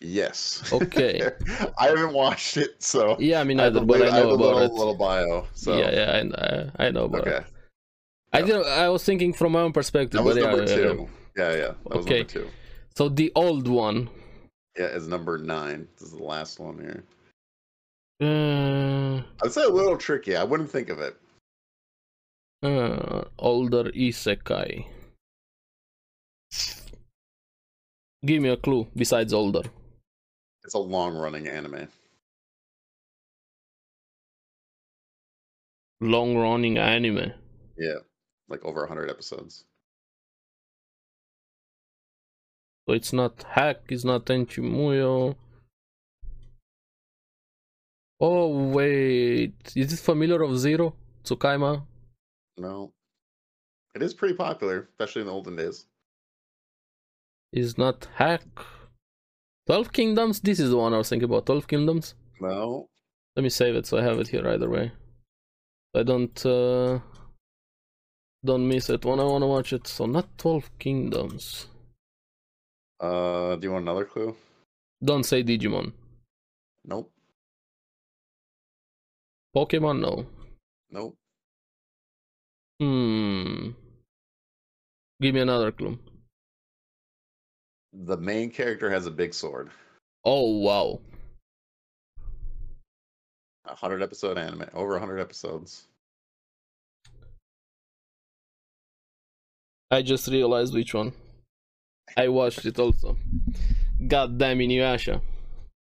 Speaker 1: Yes.
Speaker 2: Okay.
Speaker 1: <laughs> I haven't watched it, so
Speaker 2: Yeah, I mean
Speaker 1: I have
Speaker 2: neither,
Speaker 1: a
Speaker 2: but I
Speaker 1: little- have
Speaker 2: know
Speaker 1: a
Speaker 2: about
Speaker 1: little,
Speaker 2: it.
Speaker 1: little bio. So
Speaker 2: Yeah, yeah, I, kn- I, I know about it.
Speaker 1: okay.
Speaker 2: I
Speaker 1: yeah.
Speaker 2: didn't. I was thinking from my own perspective.
Speaker 1: That was
Speaker 2: but yeah,
Speaker 1: number
Speaker 2: yeah, yeah.
Speaker 1: two. Yeah, yeah. That was
Speaker 2: Okay.
Speaker 1: number two.
Speaker 2: So the old one.
Speaker 1: Yeah, it's number nine. This is the last one here.
Speaker 2: Uh,
Speaker 1: I'd say a little tricky. I wouldn't think of it.
Speaker 2: uh, older isekai. Give me a clue besides older.
Speaker 1: It's a long running anime.
Speaker 2: Long running anime.
Speaker 1: Yeah, like over 100 episodes.
Speaker 2: So it's not Hack, it's not Tenchimuyo. Oh, wait. Is it familiar of Zero? Tsukaima?
Speaker 1: No. It is pretty popular, especially in the olden days.
Speaker 2: Is not Hack. 12 Kingdoms? This is the one I was thinking about. 12 Kingdoms?
Speaker 1: No.
Speaker 2: Let me save it so I have it here either way. I don't. Uh, don't miss it when I want to watch it. So, not 12 Kingdoms.
Speaker 1: Uh, do you want another clue?
Speaker 2: Don't say Digimon.
Speaker 1: Nope.
Speaker 2: Pokemon, no.
Speaker 1: Nope.
Speaker 2: Hmm. Give me another clue.
Speaker 1: The main character has a big sword.
Speaker 2: Oh, wow.
Speaker 1: A 100 episode anime, over a 100 episodes. <laughs>
Speaker 2: I just realized which one. I watched it also. God damn Inuyasha.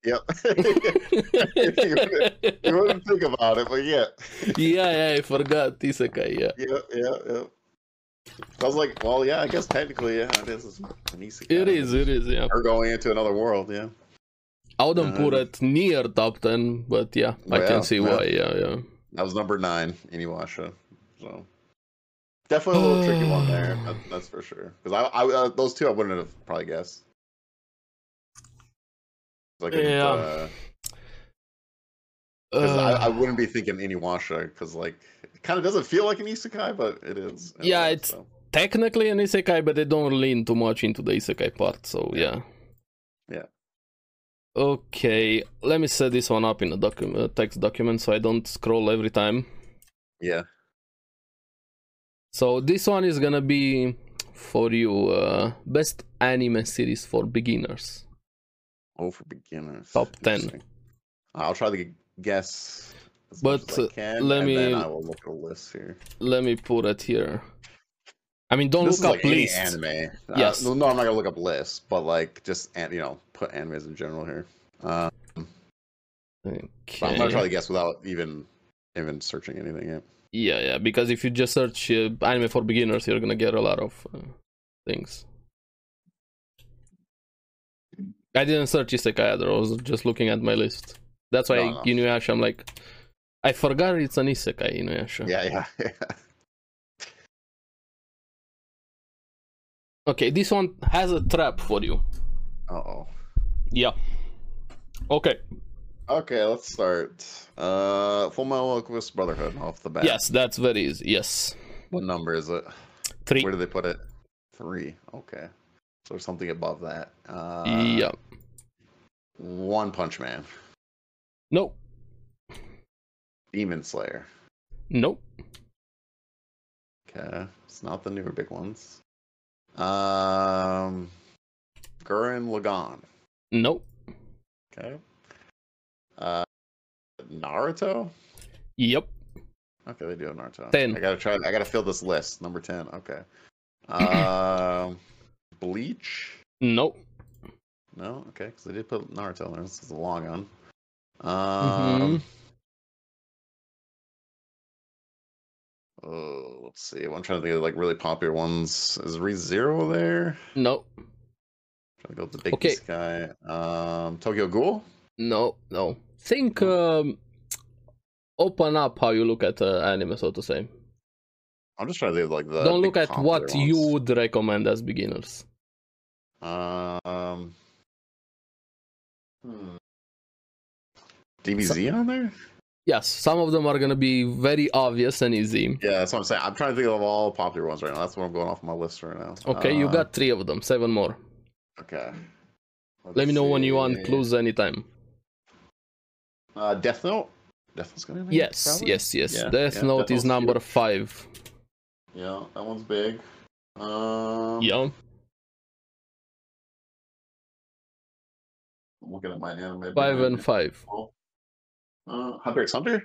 Speaker 1: Yep. you, wouldn't, you wouldn't think about it, but yeah.
Speaker 2: <laughs> yeah, yeah, I forgot Isekai, yeah.
Speaker 1: Yeah, yeah, yeah. I was like, well, yeah, I guess technically, yeah, it is an isekai.
Speaker 2: It is, it is, yeah.
Speaker 1: We're going into another world, yeah.
Speaker 2: I wouldn't put it near top 10, but yeah, I
Speaker 1: Yeah,
Speaker 2: can see
Speaker 1: yeah.
Speaker 2: why, yeah, yeah.
Speaker 1: That was number nine, Inuyasha. So definitely a little tricky one there.
Speaker 2: <sighs>
Speaker 1: That, that's for sure. Because I, I, uh, those two, I wouldn't have probably guessed. 'Cause I couldn't,
Speaker 2: Yeah.
Speaker 1: uh, 'cause I, I
Speaker 2: Uh,
Speaker 1: wouldn't be thinking Inuyasha because like it kind of doesn't feel like an isekai, but it is. in a
Speaker 2: Yeah,
Speaker 1: way,
Speaker 2: it's-
Speaker 1: so,
Speaker 2: technically an isekai, but they don't lean too much into the isekai part, so yeah.
Speaker 1: Yeah.
Speaker 2: Okay, let me set this one up in a docu- uh, text document so I don't scroll every time.
Speaker 1: yeah.
Speaker 2: So this one is gonna be for you uh, best anime series for beginners.
Speaker 1: Oh, for beginners.
Speaker 2: Top 10.
Speaker 1: Interesting. I'll try to guess. As
Speaker 2: But,
Speaker 1: much as I
Speaker 2: uh,
Speaker 1: can,
Speaker 2: let
Speaker 1: and
Speaker 2: me-
Speaker 1: Then I will look at a list here.
Speaker 2: Let me put it here. I mean, don't
Speaker 1: this is
Speaker 2: look
Speaker 1: like
Speaker 2: up
Speaker 1: any
Speaker 2: lists.
Speaker 1: anime. Uh,
Speaker 2: Yes.
Speaker 1: no, I'm not gonna look up lists, but like just an, you know put animes in general here. Uh, so I'm gonna
Speaker 2: Okay.
Speaker 1: try to guess without even even searching anything. Yet.
Speaker 2: Yeah, yeah. Because if you just search uh, anime for beginners, you're gonna get a lot of uh, things. I didn't search isekai either. I was just looking at my list. That's why
Speaker 1: No, no.
Speaker 2: Inuyasha. I'm like, I forgot it's an isekai Inuyasha.
Speaker 1: Yeah, yeah, <laughs> yeah.
Speaker 2: Okay, this one has a trap for you.
Speaker 1: Oh,
Speaker 2: Yeah. Okay.
Speaker 1: okay. Let's start. Uh, Full Metal Alchemist Brotherhood off the bat.
Speaker 2: Yes, that's very easy. Yes.
Speaker 1: What number is it?
Speaker 2: Three.
Speaker 1: Where do they put it? Three. Okay. So there's something above that. Uh,
Speaker 2: yeah.
Speaker 1: One Punch Man,
Speaker 2: No.
Speaker 1: Demon Slayer.
Speaker 2: No.
Speaker 1: Okay, it's not the newer big ones. Um, Gurren Lagann.
Speaker 2: No.
Speaker 1: Okay. Uh, Naruto.
Speaker 2: Yep.
Speaker 1: Okay, they do have Naruto.
Speaker 2: Ten.
Speaker 1: I gotta try. I gotta fill this list. Number ten. Okay. Um, Bleach.
Speaker 2: No.
Speaker 1: No. Okay, because they did put Naruto in there. This is a long one.
Speaker 2: Mm-hmm.
Speaker 1: Um. Oh, let's see. I'm trying to think of like really popular ones. Is ReZero there?
Speaker 2: No.
Speaker 1: Trying to go with the big
Speaker 2: Okay.
Speaker 1: guy. Um, Tokyo Ghoul.
Speaker 2: No. No. Think. Um, open up how you look at uh, anime, so to say.
Speaker 1: I'm just trying to think of like the.
Speaker 2: Don't look
Speaker 1: big
Speaker 2: at
Speaker 1: popular
Speaker 2: what
Speaker 1: ones.
Speaker 2: you would recommend as beginners.
Speaker 1: Um. Hmm. DBZ on there?
Speaker 2: Yes, some of them are gonna be very obvious and easy.
Speaker 1: Yeah, that's what I'm saying. I'm trying to think of all popular ones right now. That's what I'm going off my list right now.
Speaker 2: Okay, you
Speaker 1: Uh,
Speaker 2: got three of them. Seven more.
Speaker 1: Okay.
Speaker 2: Let me know when you want
Speaker 1: Let's see.
Speaker 2: clues anytime.
Speaker 1: Uh, Death Note. Death Note's gonna be.
Speaker 2: Yes,
Speaker 1: probably?
Speaker 2: yes, yes.
Speaker 1: Yeah,
Speaker 2: Death
Speaker 1: yeah,
Speaker 2: Note
Speaker 1: that
Speaker 2: is
Speaker 1: one's
Speaker 2: number five.
Speaker 1: Yeah, that one's big. Um,
Speaker 2: Yeah.
Speaker 1: I'm looking at my anime.
Speaker 2: Five and five.
Speaker 1: Uh, Hunter x Hunter.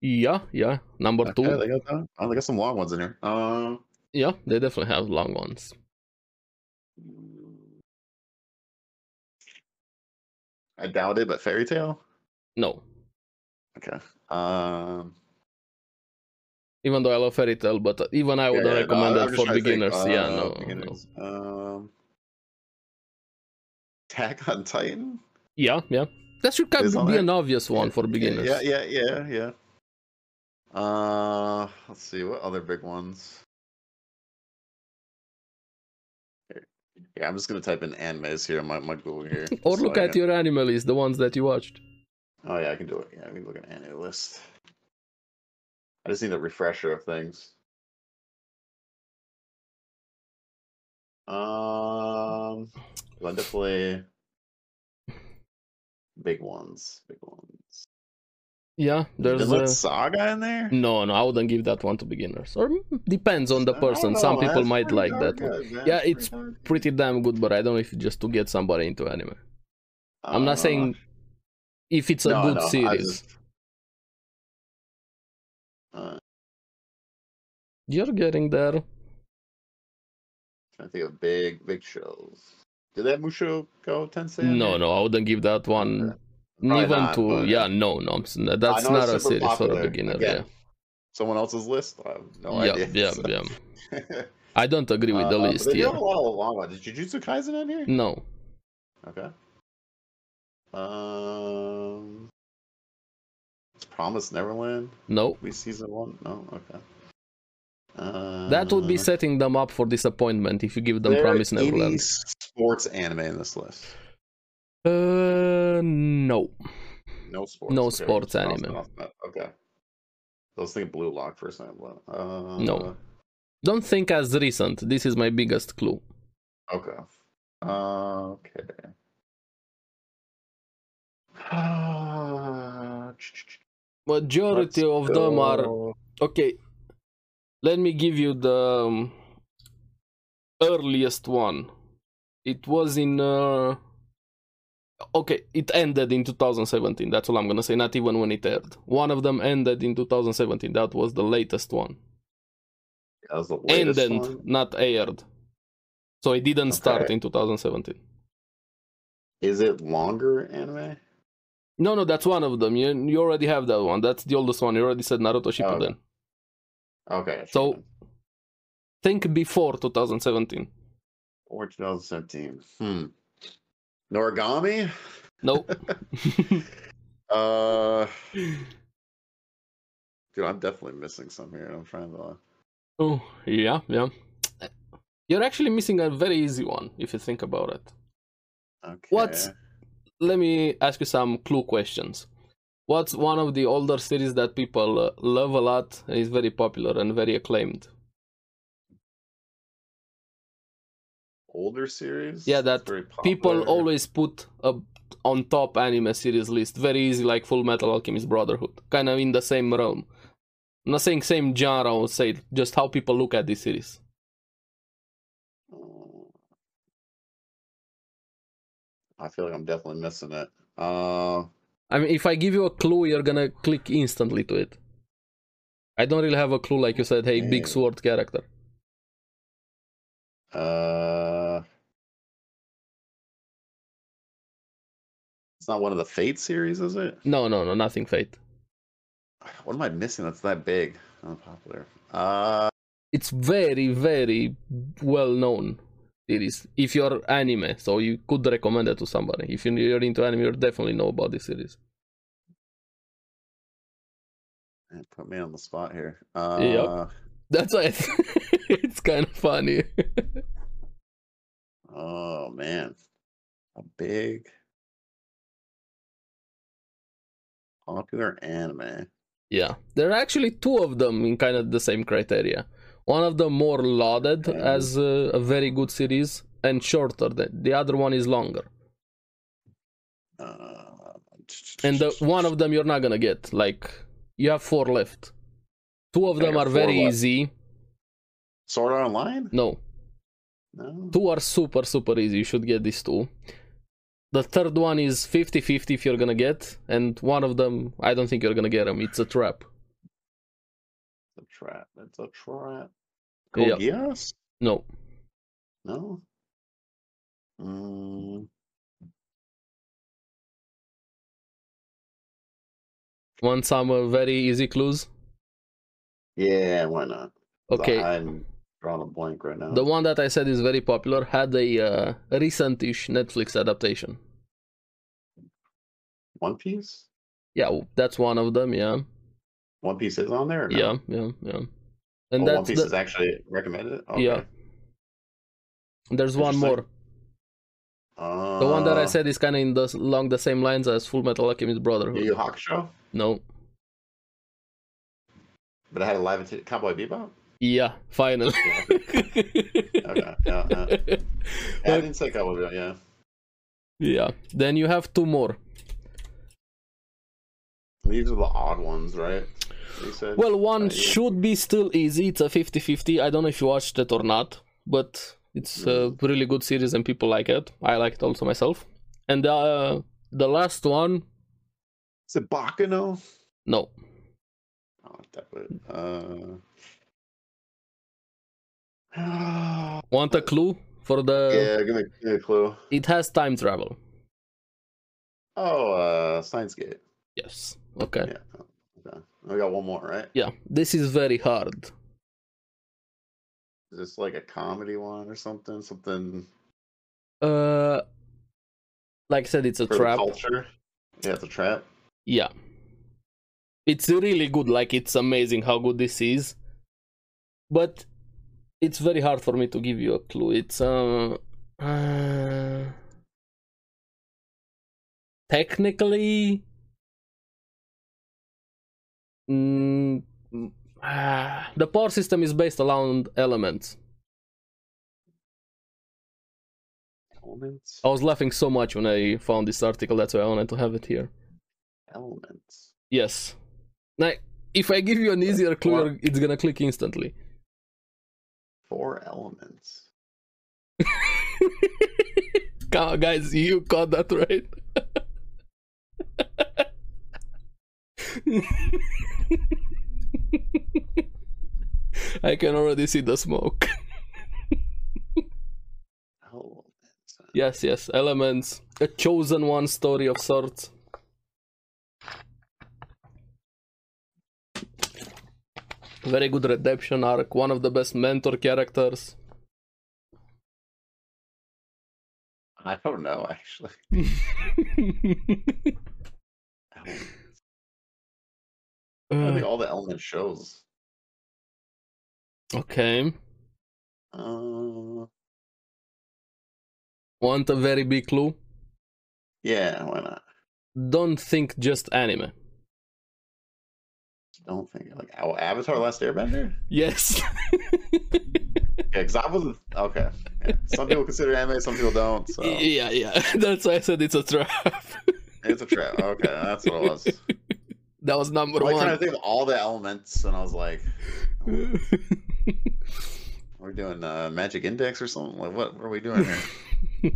Speaker 2: Yeah, yeah. Number
Speaker 1: Okay,
Speaker 2: two.
Speaker 1: they got that. Oh, they got some long ones in here. Um.
Speaker 2: Yeah, they definitely have long ones.
Speaker 1: I doubt it, but Fairy Tale.
Speaker 2: No.
Speaker 1: Okay. Um.
Speaker 2: Even though I love Fairy Tale, but even I wouldn't
Speaker 1: yeah, yeah, no,
Speaker 2: recommend
Speaker 1: I'm
Speaker 2: it
Speaker 1: just
Speaker 2: for
Speaker 1: trying to think,
Speaker 2: beginners. yeah,
Speaker 1: uh,
Speaker 2: no, no.
Speaker 1: beginners. Um. Attack on Titan.
Speaker 2: Yeah, yeah. That should kind
Speaker 1: It's
Speaker 2: of
Speaker 1: on
Speaker 2: be
Speaker 1: there.
Speaker 2: an obvious one for beginners.
Speaker 1: Yeah, yeah, yeah, yeah. Uh, let's see what other big ones. Yeah, I'm just gonna type in animes here. on My my Google
Speaker 2: <laughs>
Speaker 1: here.
Speaker 2: <laughs> Or
Speaker 1: so
Speaker 2: Oh, look
Speaker 1: I
Speaker 2: at
Speaker 1: can-
Speaker 2: your anime list, the ones that you watched.
Speaker 1: Oh yeah, I can do it. Yeah, I can look at anime list. I just need a refresher of things. Um, wonderfully big ones, big ones.
Speaker 2: Yeah, there's
Speaker 1: Vinland
Speaker 2: uh,
Speaker 1: Saga in there.
Speaker 2: no, no. I wouldn't give that one to beginners. Or mm, depends on the
Speaker 1: I don't
Speaker 2: person.
Speaker 1: know,
Speaker 2: Some
Speaker 1: man,
Speaker 2: people
Speaker 1: it's
Speaker 2: might like
Speaker 1: pretty darn
Speaker 2: that. one.
Speaker 1: good, man,
Speaker 2: Yeah,
Speaker 1: pretty
Speaker 2: it's
Speaker 1: darn-
Speaker 2: Pretty damn good, but I don't know if just to get somebody into anime. I'm
Speaker 1: Uh,
Speaker 2: not saying if it's a
Speaker 1: no,
Speaker 2: good
Speaker 1: no, I
Speaker 2: series.
Speaker 1: just- Uh,
Speaker 2: You're getting there.
Speaker 1: I think of big, big shows. Did that Mushoku Tensei? in
Speaker 2: No,
Speaker 1: there?
Speaker 2: no, I wouldn't give that one
Speaker 1: Probably
Speaker 2: even
Speaker 1: not,
Speaker 2: to.
Speaker 1: but-
Speaker 2: Yeah, no, no, I'm s- no,
Speaker 1: I
Speaker 2: that's
Speaker 1: know
Speaker 2: not
Speaker 1: it's
Speaker 2: a
Speaker 1: super
Speaker 2: series for
Speaker 1: popular.
Speaker 2: a beginner.
Speaker 1: Again, Someone else's list? I have
Speaker 2: yeah,
Speaker 1: no
Speaker 2: yeah, yeah,
Speaker 1: idea. Uh,
Speaker 2: yeah.
Speaker 1: <laughs> yeah.
Speaker 2: I don't agree with the list
Speaker 1: They do
Speaker 2: here.
Speaker 1: have a lot of long ones. Is Jujutsu Kaisen on here?
Speaker 2: No,
Speaker 1: Okay. Um, it's Promise Neverland.
Speaker 2: no,
Speaker 1: We season one? No. Okay. Uh,
Speaker 2: that would be setting them up for disappointment if you give them
Speaker 1: there
Speaker 2: Promise
Speaker 1: any
Speaker 2: Neverland.
Speaker 1: sports anime in this list?
Speaker 2: Uh, no.
Speaker 1: No sports.
Speaker 2: No
Speaker 1: okay.
Speaker 2: sports
Speaker 1: Awesome,
Speaker 2: anime.
Speaker 1: awesome, awesome. Okay. I was thinking Blue Lock for a second. but, Uh,
Speaker 2: No. Don't think as recent. This is my biggest clue.
Speaker 1: Okay. Uh, Okay. <sighs> Ah,
Speaker 2: Majority of them are
Speaker 1: so-
Speaker 2: okay. Let me give you the um, earliest one. It was in. Uh, okay, it ended in 2017. That's all I'm gonna say. Not even when it aired. One of them ended in 2017. That was the latest one.
Speaker 1: That was the latest
Speaker 2: ended,
Speaker 1: one.
Speaker 2: not aired. So it didn't start
Speaker 1: Okay.
Speaker 2: in 2017.
Speaker 1: Is it longer anime?
Speaker 2: No, no, that's one of them. You, you already have that one. That's the oldest one. You already said Naruto Shippuden.
Speaker 1: Okay.
Speaker 2: So-
Speaker 1: sure.
Speaker 2: Think before 2017.
Speaker 1: or 2017. Hmm. Noragami?
Speaker 2: No.
Speaker 1: Uh, dude, I'm definitely missing some here. I'm trying to.
Speaker 2: oh, yeah, yeah. You're actually missing a very easy one if you think about it.
Speaker 1: Okay.
Speaker 2: What's- Let me ask you some clue questions. What's one of the older series that people uh, love a lot and is very popular and very acclaimed?
Speaker 1: older series?
Speaker 2: Yeah,
Speaker 1: That's
Speaker 2: that
Speaker 1: very
Speaker 2: People
Speaker 1: popular.
Speaker 2: always put up on top anime series list. Very easy, like Full Metal Alchemist Brotherhood. Kind of in the same realm. I'm not saying same genre, I would say just how people look at this series.
Speaker 1: Uh, I feel like I'm definitely missing it. Uh,
Speaker 2: I mean, if I give you a clue, you're gonna click instantly to it. I don't really have a clue, like you said. Hey, big
Speaker 1: Mm.
Speaker 2: sword character.
Speaker 1: uh, it's not one of the Fate series, is it?
Speaker 2: No, no, no, nothing. Fate.
Speaker 1: What am I missing that's that big? Unpopular. Uh,
Speaker 2: It's very, very well known series. If you're anime, so you could recommend it to somebody. If you- you're into anime, you definitely know about this series.
Speaker 1: man, put me on the spot here. Uh,
Speaker 2: That's why it's, <laughs> it's kind of funny.
Speaker 1: Oh man, a big popular anime.
Speaker 2: yeah, there are actually two of them in kind of the same criteria. One of them more lauded
Speaker 1: Okay.
Speaker 2: as uh, a very good series and shorter. Than, the other one is longer.
Speaker 1: Uh,
Speaker 2: and the, one of them you're not gonna get. Like you have four left. Two of
Speaker 1: I
Speaker 2: them
Speaker 1: got
Speaker 2: are
Speaker 1: four
Speaker 2: very
Speaker 1: left.
Speaker 2: easy.
Speaker 1: Sword Art Online?
Speaker 2: No,
Speaker 1: No.
Speaker 2: two are super super easy. You should get these two. The third one is 50-50 if you're gonna get, and one of them I don't think you're gonna get them. It's a trap.
Speaker 1: It's a trap. It's a trap.
Speaker 2: Yeah.
Speaker 1: Code Geass?
Speaker 2: No,
Speaker 1: No. Mm.
Speaker 2: Want some uh, very easy clues?
Speaker 1: Yeah, why not?
Speaker 2: Okay.
Speaker 1: I'm drawing a blank right now.
Speaker 2: The one that I said is very popular had a uh, recent-ish Netflix adaptation.
Speaker 1: One Piece?
Speaker 2: Yeah, that's one of them. Yeah,
Speaker 1: One Piece is on there? or no?
Speaker 2: yeah, yeah, yeah.
Speaker 1: Oh,
Speaker 2: And
Speaker 1: One
Speaker 2: that's
Speaker 1: Piece
Speaker 2: the-
Speaker 1: is actually recommended? Okay.
Speaker 2: yeah. There's one
Speaker 1: Interesting.
Speaker 2: more. The one that I
Speaker 1: Uh,
Speaker 2: said is kind of in the along the same lines as Full Metal Alchemist
Speaker 1: Yu
Speaker 2: Brotherhood.
Speaker 1: Yu Hakusho?
Speaker 2: No.
Speaker 1: But I had a live into Cowboy Bebop?
Speaker 2: Yeah, finally.
Speaker 1: Yeah.
Speaker 2: <laughs>
Speaker 1: Okay. Yeah, yeah. Yeah, I didn't say Cowboy Bebop, yeah.
Speaker 2: yeah. Then you have two more.
Speaker 1: These are the odd ones, right? You said? Uh,
Speaker 2: Well, one
Speaker 1: yeah.
Speaker 2: should be still easy. It's a 50-50. I don't know if you watched it or not, but it's
Speaker 1: Mm.
Speaker 2: a really good series and people like it. I like it also myself. And uh, the last one,
Speaker 1: Is it Bakano?
Speaker 2: no.
Speaker 1: Oh, that would. <sighs> Uh...
Speaker 2: Want a clue for the?
Speaker 1: yeah, give me, give me a clue.
Speaker 2: It has time travel.
Speaker 1: Oh, uh, Science Gate.
Speaker 2: Yes. Okay.
Speaker 1: Yeah. Okay. We got one more, right?
Speaker 2: yeah. This is very hard.
Speaker 1: Is this like a comedy one or something? Something
Speaker 2: Uh, like I said, it's a
Speaker 1: for
Speaker 2: trap.
Speaker 1: the culture? Yeah, it's a trap.
Speaker 2: Yeah. It's really good. Like, it's amazing how good this is. But it's very hard for me to give you a clue. It's, uh. uh technically. Mm, ah, the power system is based around elements.
Speaker 1: Elements.
Speaker 2: I was laughing so much when I found this article, that's why I wanted to have it here.
Speaker 1: Elements.
Speaker 2: Yes. Like, if I give you an easier clue,
Speaker 1: Or-
Speaker 2: you're- it's gonna click instantly.
Speaker 1: Four elements.
Speaker 2: Come on, guys, you caught that right. I can already see the smoke.
Speaker 1: Elements.
Speaker 2: Yes, yes, elements. A chosen one story of sorts. Very good redemption arc, one of the best mentor characters.
Speaker 1: I don't know, actually. Elements. I
Speaker 2: Hmm. Uh,
Speaker 1: think all the element shows.
Speaker 2: okay.
Speaker 1: Uh,
Speaker 2: Want a very big clue?
Speaker 1: yeah, why not?
Speaker 2: Don't think just anime.
Speaker 1: Don't think like oh, Avatar: Last Airbender.
Speaker 2: <laughs> Yes.
Speaker 1: Yeah, because I wasn't okay. yeah. Some people consider anime, some people don't. So
Speaker 2: Yeah, yeah. <laughs> That's why I said it's a trap. <laughs>
Speaker 1: it's a trap. Okay, that's what it was.
Speaker 2: that was number
Speaker 1: I was trying to
Speaker 2: one.
Speaker 1: think of all the elements, and I was like, oh, "We're doing uh, Magic Index or something. Like, what, what are we doing here?"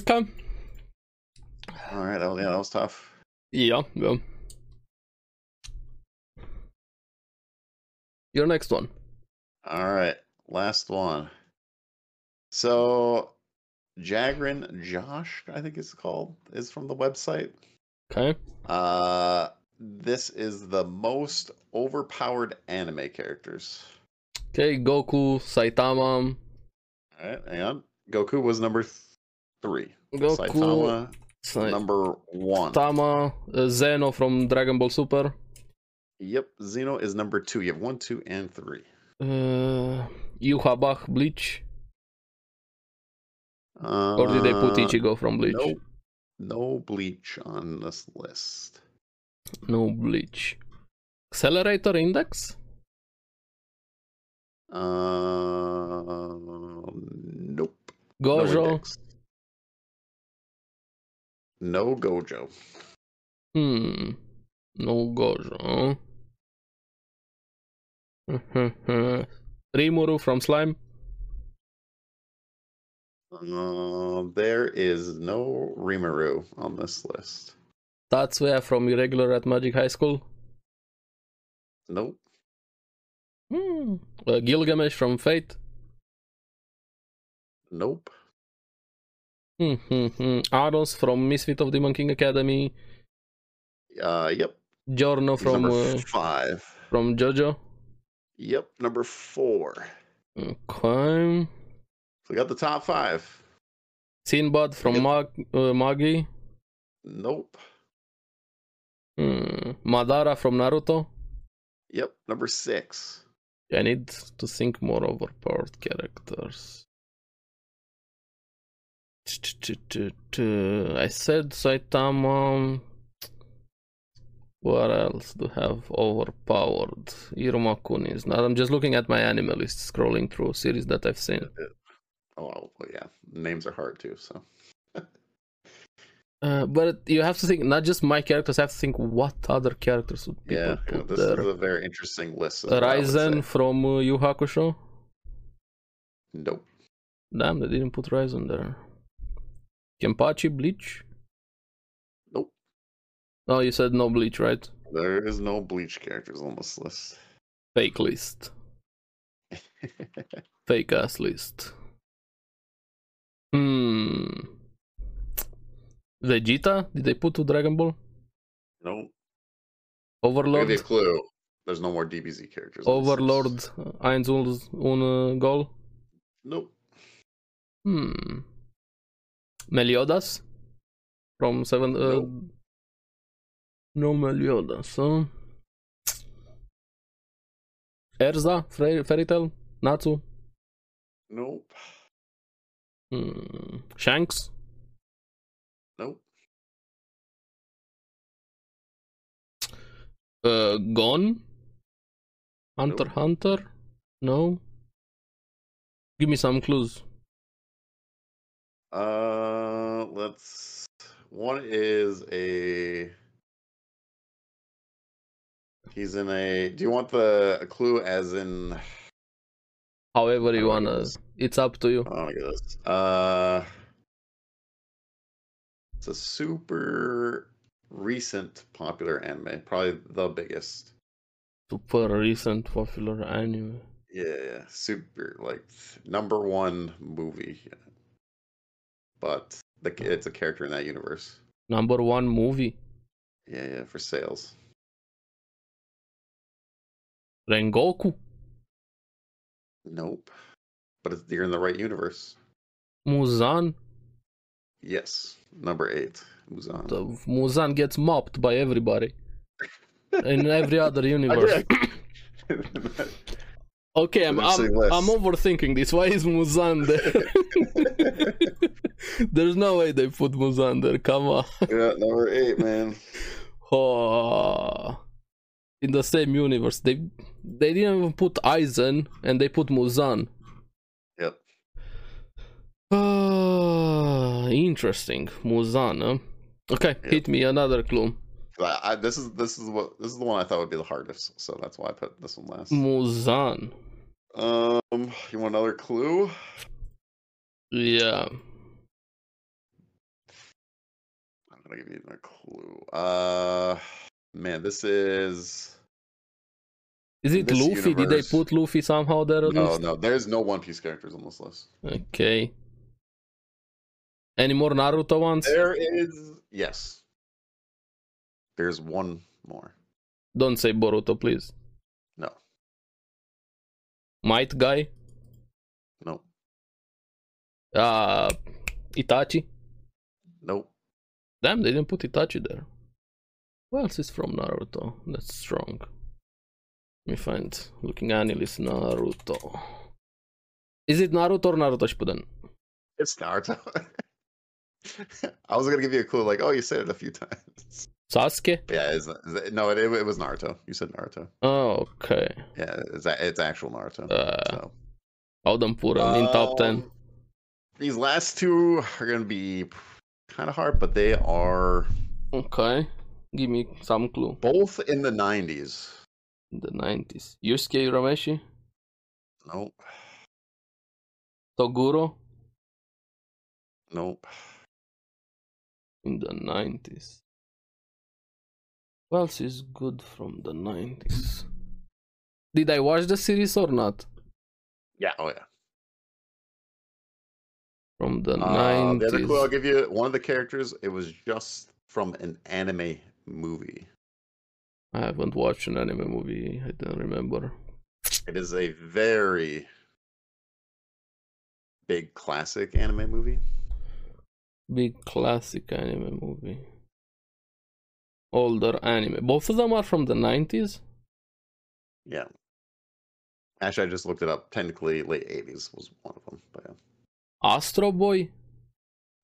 Speaker 2: okay.
Speaker 1: all right, that was, yeah, that was tough.
Speaker 2: Yeah, yeah. Your next one.
Speaker 1: All right, last one. So, Jagrin Josh, I think it's called, is from the website.
Speaker 2: Okay.
Speaker 1: Uh, this is the most overpowered anime characters.
Speaker 2: Okay, Goku, Saitama.
Speaker 1: All right, hang on. Goku was number th- three.
Speaker 2: Goku,
Speaker 1: Saitama
Speaker 2: Saitama,
Speaker 1: number one.
Speaker 2: uh, Zeno from Dragon Ball Super.
Speaker 1: Yep, Xeno is number two. You have one, two, and three.
Speaker 2: Uh, Yuha Bach, Bleach.
Speaker 1: Uh,
Speaker 2: Or did they put Ichigo from Bleach?
Speaker 1: No, no bleach on this list.
Speaker 2: No Bleach. Accelerator Index?
Speaker 1: Uh, nope. No
Speaker 2: Gojo?
Speaker 1: index. No, Gojo.
Speaker 2: hmm. No Gojo. <laughs> Rimuru from Slime?
Speaker 1: Uh, there is no Rimuru on this list.
Speaker 2: Tatsuya from Irregular at Magic High School?
Speaker 1: Nope.
Speaker 2: Hmm. Uh, Gilgamesh from Fate?
Speaker 1: Nope.
Speaker 2: Hmm, hmm, hmm. Aros from Misfit of Demon King Academy?
Speaker 1: Uh, yep.
Speaker 2: Giorno
Speaker 1: He's
Speaker 2: from
Speaker 1: number
Speaker 2: uh,
Speaker 1: five.
Speaker 2: from JoJo.
Speaker 1: Yep, number four.
Speaker 2: Okay.
Speaker 1: So we got the top five.
Speaker 2: Sinbad from
Speaker 1: Yep.
Speaker 2: Mag uh, Magi.
Speaker 1: Nope.
Speaker 2: Hmm. Madara from Naruto.
Speaker 1: Yep, number six.
Speaker 2: I need to think more overpowered characters. I said Saitama. What else do I have overpowered? Iruma Kun is not. I'm just looking at my anime list, scrolling through series that I've seen.
Speaker 1: Oh well, yeah, names are hard too. So
Speaker 2: Uh, but you have to think not just my characters. I have to think what other characters would people
Speaker 1: yeah, yeah,
Speaker 2: put
Speaker 1: this
Speaker 2: there.
Speaker 1: is a very interesting list. is what I would
Speaker 2: Ryzen
Speaker 1: say.
Speaker 2: from uh, Yu Hakusho.
Speaker 1: Nope.
Speaker 2: Damn, they didn't put Ryzen there. Kenpachi e Bleach?
Speaker 1: Nope.
Speaker 2: Oh, you said no Bleach, right?
Speaker 1: There is no bleach characters on this list. <laughs>
Speaker 2: Fake list. Fake ass list. Hmm. Vegeta? Did they put to Dragon Ball?
Speaker 1: nope. I'll Give you
Speaker 2: Overlord?
Speaker 1: a clue. There's no more DBZ characters. on this list.
Speaker 2: Overlord? uh, Eins und ohne Goal?
Speaker 1: Nope.
Speaker 2: Hmm. Meliodas? From seven. Uh,
Speaker 1: Nope.
Speaker 2: no Meliodas. Huh? Erza, Fre- Fairy Tale, Natsu,
Speaker 1: Nope.
Speaker 2: hmm. Shanks,
Speaker 1: Nope.
Speaker 2: uh, Gon, Hunter
Speaker 1: Nope.
Speaker 2: Hunter. No. Give me some clues.
Speaker 1: Uh, let's. One is a. He's in a. Do you want the a clue as in?
Speaker 2: However you
Speaker 1: I like
Speaker 2: wanna.
Speaker 1: this.
Speaker 2: It's up to you.
Speaker 1: Oh my goodness. Uh, it's a super recent popular anime, probably the biggest.
Speaker 2: Super recent popular anime.
Speaker 1: Yeah, yeah, super like number one movie. But the, it's a character in that universe.
Speaker 2: Number one movie.
Speaker 1: Yeah, yeah, for sales.
Speaker 2: Rengoku.
Speaker 1: Nope. But it's, you're in the right universe.
Speaker 2: Muzan.
Speaker 1: Yes, number eight, Muzan.
Speaker 2: The Muzan gets mopped by everybody in every other universe.
Speaker 1: <laughs>
Speaker 2: Okay, I'm I'm,
Speaker 1: Interesting list.
Speaker 2: I'm overthinking this. Why is Muzan there? There's no way they put Muzan there. Come on.
Speaker 1: yeah, number eight, man.
Speaker 2: Oh. In the same universe, they they didn't even put Aizen and they put Muzan. <sighs>
Speaker 1: Yep.
Speaker 2: Ah, interesting, Muzan. Huh? Okay,
Speaker 1: Yep.
Speaker 2: hit me another clue.
Speaker 1: I, I, this is this is what this is the one I thought would be the hardest, so that's why I put this one last.
Speaker 2: Muzan.
Speaker 1: Um, you want another clue?
Speaker 2: Yeah.
Speaker 1: I'm gonna give you another clue. Uh, man, this is
Speaker 2: Is it
Speaker 1: this
Speaker 2: Luffy? Did they
Speaker 1: universe-
Speaker 2: put Luffy somehow there at
Speaker 1: no,
Speaker 2: least?
Speaker 1: no. There's no One Piece characters on this list.
Speaker 2: Okay. Any more Naruto ones?
Speaker 1: There is yes. There's one more.
Speaker 2: Don't say Boruto, please.
Speaker 1: No,
Speaker 2: Might guy?
Speaker 1: no,
Speaker 2: Uh, Itachi?
Speaker 1: nope.
Speaker 2: Damn, they didn't put Itachi there. Who else is from Naruto? That's strong. Let me find. Looking analyst Naruto. Is it Naruto or Naruto Shippuden?
Speaker 1: It's Naruto. <laughs> I was gonna give you a clue, like, oh, you said it a few times. <laughs>
Speaker 2: Sasuke?
Speaker 1: But yeah, it's, it's- no, it, it was Naruto. You said Naruto.
Speaker 2: Oh, okay.
Speaker 1: Yeah, it's a- it's actual Naruto.
Speaker 2: Uh,
Speaker 1: so.
Speaker 2: Audenpura in top 10.
Speaker 1: Um, These last two are gonna be kind of hard, but they are
Speaker 2: Okay. Give me some clue.
Speaker 1: both in the '90s.
Speaker 2: In the 90s. Yusuke Urameshi?
Speaker 1: Nope,
Speaker 2: Toguro?
Speaker 1: nope.
Speaker 2: in the 90s. What else is good from the 90s? Did I watch the series or not?
Speaker 1: Yeah, oh yeah.
Speaker 2: From the
Speaker 1: Uh, the other clue I'll
Speaker 2: 90s.
Speaker 1: give you: one of the characters, it was just from an anime movie.
Speaker 2: I haven't watched an anime movie. I don't remember.
Speaker 1: It is a very big classic anime movie.
Speaker 2: Big classic anime movie. Older anime. Both of them are from the 90s?
Speaker 1: Yeah. Actually, I just looked it up. Technically, late 80s was one of them. But yeah.
Speaker 2: Astro Boy?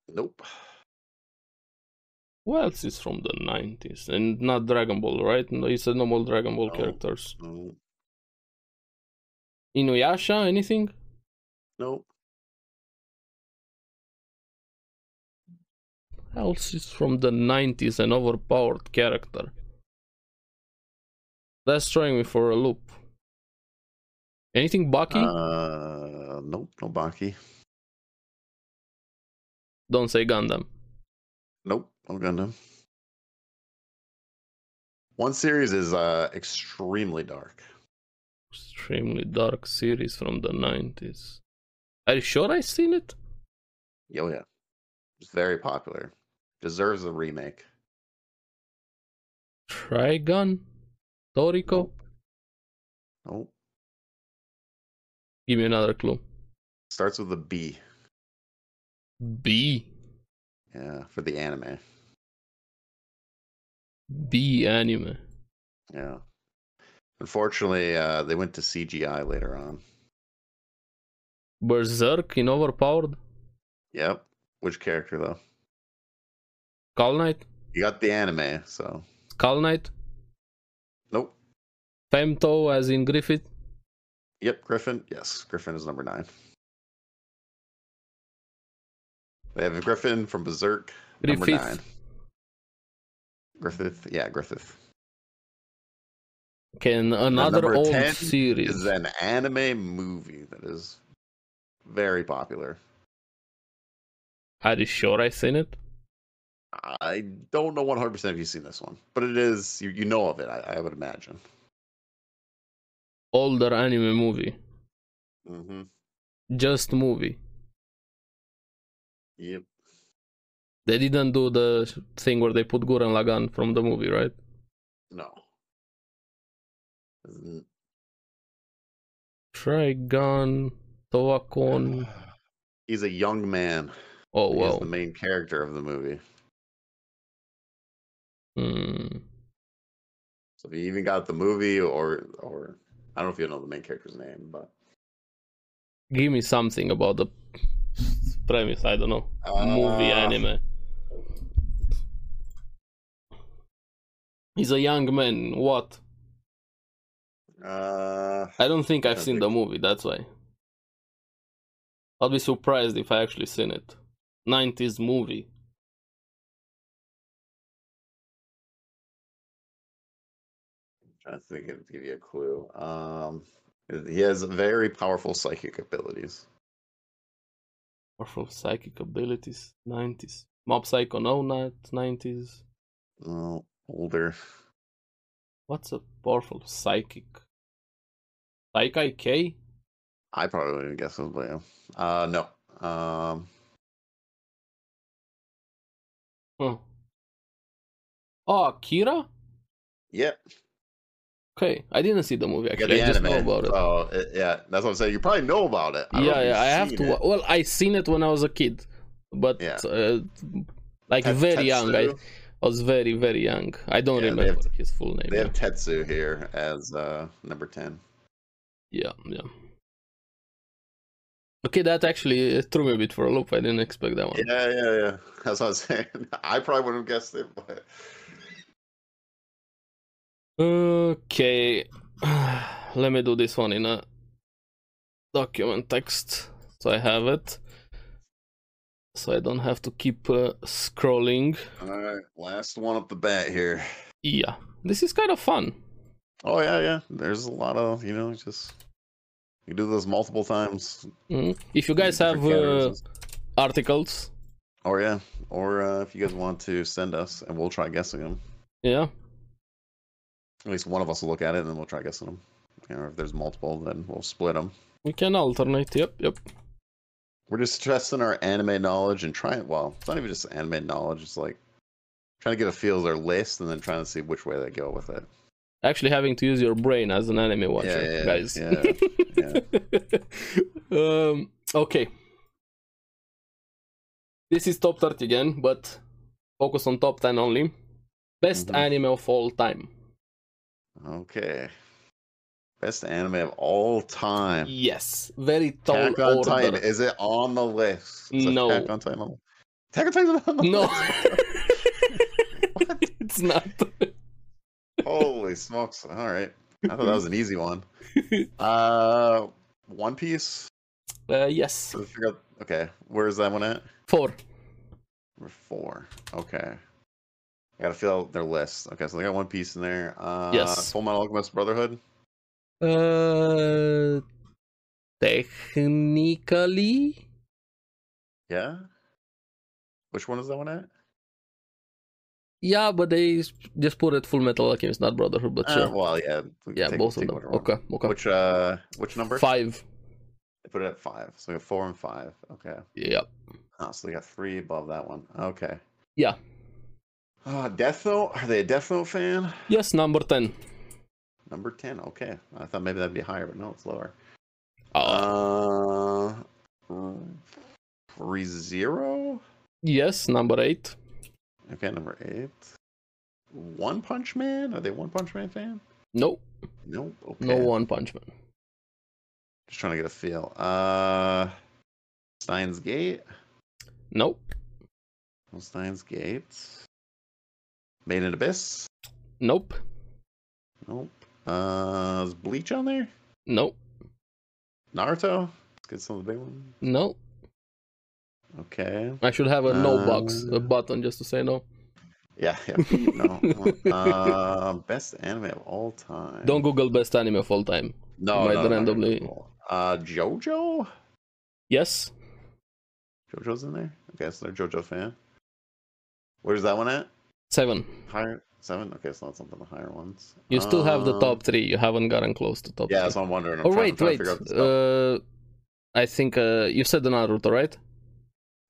Speaker 1: Nope.
Speaker 2: What else is from the 90s? And not Dragon Ball, right? No, you said no more Dragon Ball
Speaker 1: No.
Speaker 2: characters.
Speaker 1: Nope.
Speaker 2: Inuyasha, anything?
Speaker 1: Nope.
Speaker 2: else is from the 90s an overpowered character that's throwing me for a loop anything baki
Speaker 1: Uh, nope. No Baki.
Speaker 2: don't say gundam
Speaker 1: Nope. No Gundam. One series is uh extremely dark.
Speaker 2: extremely dark series from the 90s are you sure i seen it
Speaker 1: Oh yeah. It's very popular. Deserves a remake.
Speaker 2: trigun toriko
Speaker 1: Nope.
Speaker 2: give me another clue
Speaker 1: Starts with a B.
Speaker 2: b
Speaker 1: Yeah, for the anime.
Speaker 2: b anime
Speaker 1: Yeah. Unfortunately, uh, they went to CGI later on.
Speaker 2: berserk in overpowered
Speaker 1: Yep. Which character though?
Speaker 2: skull knight
Speaker 1: You got the anime, so
Speaker 2: skull knight
Speaker 1: nope.
Speaker 2: femto as in griffith
Speaker 1: Yep, Griffin. Yes, Griffin is number nine. They have Griffin from Berserk, number
Speaker 2: griffith
Speaker 1: nine. Griffith, yeah, Griffith
Speaker 2: Can another
Speaker 1: number
Speaker 2: old
Speaker 1: 10
Speaker 2: series.
Speaker 1: is an anime movie that is very popular.
Speaker 2: Are you sure I seen it?
Speaker 1: I don't know 100% if you've seen this one, but it is, you, you know of it, I, I would imagine.
Speaker 2: Older anime movie.
Speaker 1: Mm-hmm.
Speaker 2: Just movie.
Speaker 1: Yep.
Speaker 2: They didn't do the thing where they put Gurren Lagann from the movie, right?
Speaker 1: No. Isn't-
Speaker 2: Trigun, Toakon.
Speaker 1: He's a young man.
Speaker 2: Oh,
Speaker 1: He's
Speaker 2: wow.
Speaker 1: the main character of the movie.
Speaker 2: Hmm.
Speaker 1: So if you even got the movie or or I don't know if you know the main character's name, but
Speaker 2: Give me something about the premise. I don't know. movie
Speaker 1: Uh,
Speaker 2: anime. He's a young man. What?
Speaker 1: uh
Speaker 2: I don't think I've
Speaker 1: Don't
Speaker 2: seen
Speaker 1: think
Speaker 2: the
Speaker 1: so.
Speaker 2: movie, that's why. I'll be surprised if I actually seen it. 90s movie.
Speaker 1: I think it'd give you a clue. Um he has very powerful psychic abilities.
Speaker 2: Or for psychic abilities. 90s. Mob Psycho no not 90s.
Speaker 1: Oh, older.
Speaker 2: What's a powerful psychic? Psychic K?
Speaker 1: I probably wouldn't guess it, but yeah. Uh no. Um
Speaker 2: Huh. Oh, Akira?
Speaker 1: yep.
Speaker 2: Okay. I didn't see the movie
Speaker 1: I got
Speaker 2: actually.
Speaker 1: the
Speaker 2: I just
Speaker 1: anime.
Speaker 2: know about it.
Speaker 1: So, uh, yeah, that's what I'm saying. You probably know about it. don't know
Speaker 2: yeah,
Speaker 1: if
Speaker 2: yeah,
Speaker 1: you've
Speaker 2: I have
Speaker 1: seen
Speaker 2: to.
Speaker 1: it.
Speaker 2: wa- Well, I seen it when I was a kid, but
Speaker 1: Yeah.
Speaker 2: uh, like
Speaker 1: Tet-
Speaker 2: very young. I,
Speaker 1: Tetsu.
Speaker 2: I was very, very young. I don't
Speaker 1: Yeah, they
Speaker 2: remember
Speaker 1: have-
Speaker 2: his full name.
Speaker 1: They have Tetsu here as uh number ten.
Speaker 2: yeah, yeah. Okay, that actually uh, threw me a bit for a loop. I didn't expect that one.
Speaker 1: Yeah, yeah, yeah. <laughs> That's what I was saying. I probably wouldn't have guessed it, but
Speaker 2: Okay, <sighs> let me do this one in a document text so I have it, so I don't have to keep uh, scrolling.
Speaker 1: all right, last one up the bat here.
Speaker 2: Yeah, this is kind of fun.
Speaker 1: Oh yeah, yeah. There's a lot of you know just you do this multiple times.
Speaker 2: Mhm. If you guys have
Speaker 1: different
Speaker 2: uh,
Speaker 1: categories.
Speaker 2: articles,
Speaker 1: or yeah, or uh, if you guys want to send us, and we'll try guessing them.
Speaker 2: yeah,
Speaker 1: At least one of us will look at it, and then we'll try guessing them. You know, if there's multiple, then we'll split them.
Speaker 2: we can alternate. Yep, yep.
Speaker 1: We're just testing our anime knowledge and trying. Well, it's not even just anime knowledge. It's like trying to get a feel of their list and then trying to see which way they go with it.
Speaker 2: Actually, having to use your brain as an anime watcher,
Speaker 1: yeah, yeah,
Speaker 2: guys.
Speaker 1: yeah,
Speaker 2: <laughs> um, okay. This is top 30 again, but focus on top 10 only. Best
Speaker 1: Mhm.
Speaker 2: anime of all time.
Speaker 1: Okay. Best anime of all time.
Speaker 2: Yes, very tall
Speaker 1: Attack on
Speaker 2: order.
Speaker 1: Titan. Is it on the list? Is
Speaker 2: No.
Speaker 1: Attack on Titan. on the- Attack on Titan on <laughs> the
Speaker 2: <laughs> No,
Speaker 1: list?
Speaker 2: <laughs> it's not.
Speaker 1: Holy smokes! All right, I thought that was an
Speaker 2: <laughs>
Speaker 1: easy one. Uh, One Piece.
Speaker 2: Uh, yes,
Speaker 1: Let's figure out- Okay, where is that one at?
Speaker 2: four.
Speaker 1: Number four. Okay. I gotta fill out their list. Okay, so they got One Piece in there. Uh,
Speaker 2: Yes.
Speaker 1: Full Metal Alchemist Brotherhood.
Speaker 2: Uh, technically,
Speaker 1: Yeah. Which one is that one at?
Speaker 2: yeah, but they s- just put it Full Metal Alchemist, not Brotherhood, but
Speaker 1: Uh,
Speaker 2: sure.
Speaker 1: well, yeah. we can
Speaker 2: yeah,
Speaker 1: take-
Speaker 2: both of
Speaker 1: take
Speaker 2: them.
Speaker 1: whichever one.
Speaker 2: Okay, okay.
Speaker 1: Which uh, which number?
Speaker 2: Five.
Speaker 1: They put it at five. So we got four and five. Okay.
Speaker 2: Yeah.
Speaker 1: Oh, so they got three above that one. Okay.
Speaker 2: Yeah.
Speaker 1: Uh, Death Note. Are they a Death Note fan?
Speaker 2: Yes, number ten.
Speaker 1: Number 10. Okay. I thought maybe that'd be higher, but no, it's lower. Ah.
Speaker 2: Uh,
Speaker 1: Uh, ReZero?
Speaker 2: yes, number eight.
Speaker 1: Okay, number 8. One Punch Man? Are they One Punch Man fan?
Speaker 2: No,
Speaker 1: Nope. Okay.
Speaker 2: no One Punch Man.
Speaker 1: Just trying to get a feel. Uh, Steins Gate?
Speaker 2: Nope,
Speaker 1: No Steins Gate. Made in Abyss?
Speaker 2: nope,
Speaker 1: Nope. Uh, is Bleach on there?
Speaker 2: nope,
Speaker 1: Naruto? Let's get some of the big ones.
Speaker 2: no.
Speaker 1: Okay.
Speaker 2: I should have a no box,
Speaker 1: Uh,
Speaker 2: a button just to say no.
Speaker 1: Yeah,
Speaker 2: <laughs>
Speaker 1: yeah. No. uh, best anime of all time.
Speaker 2: Don't Google best anime of all time.
Speaker 1: No,
Speaker 2: might
Speaker 1: no, no, no,
Speaker 2: randomly-
Speaker 1: no. Uh, JoJo.
Speaker 2: Yes,
Speaker 1: JoJo's in there. Okay, so they're JoJo fan. Where's that one at?
Speaker 2: seven.
Speaker 1: Higher seven. Okay, so that's something the higher ones.
Speaker 2: You still have the
Speaker 1: Um,
Speaker 2: top three. You haven't gotten close to top.
Speaker 1: Yeah,
Speaker 2: three.
Speaker 1: that's what I'm wondering. I'm
Speaker 2: Oh
Speaker 1: trying-
Speaker 2: wait,
Speaker 1: trying to
Speaker 2: wait.
Speaker 1: figure out this
Speaker 2: Uh,
Speaker 1: stuff.
Speaker 2: I think uh, you said the Naruto, right?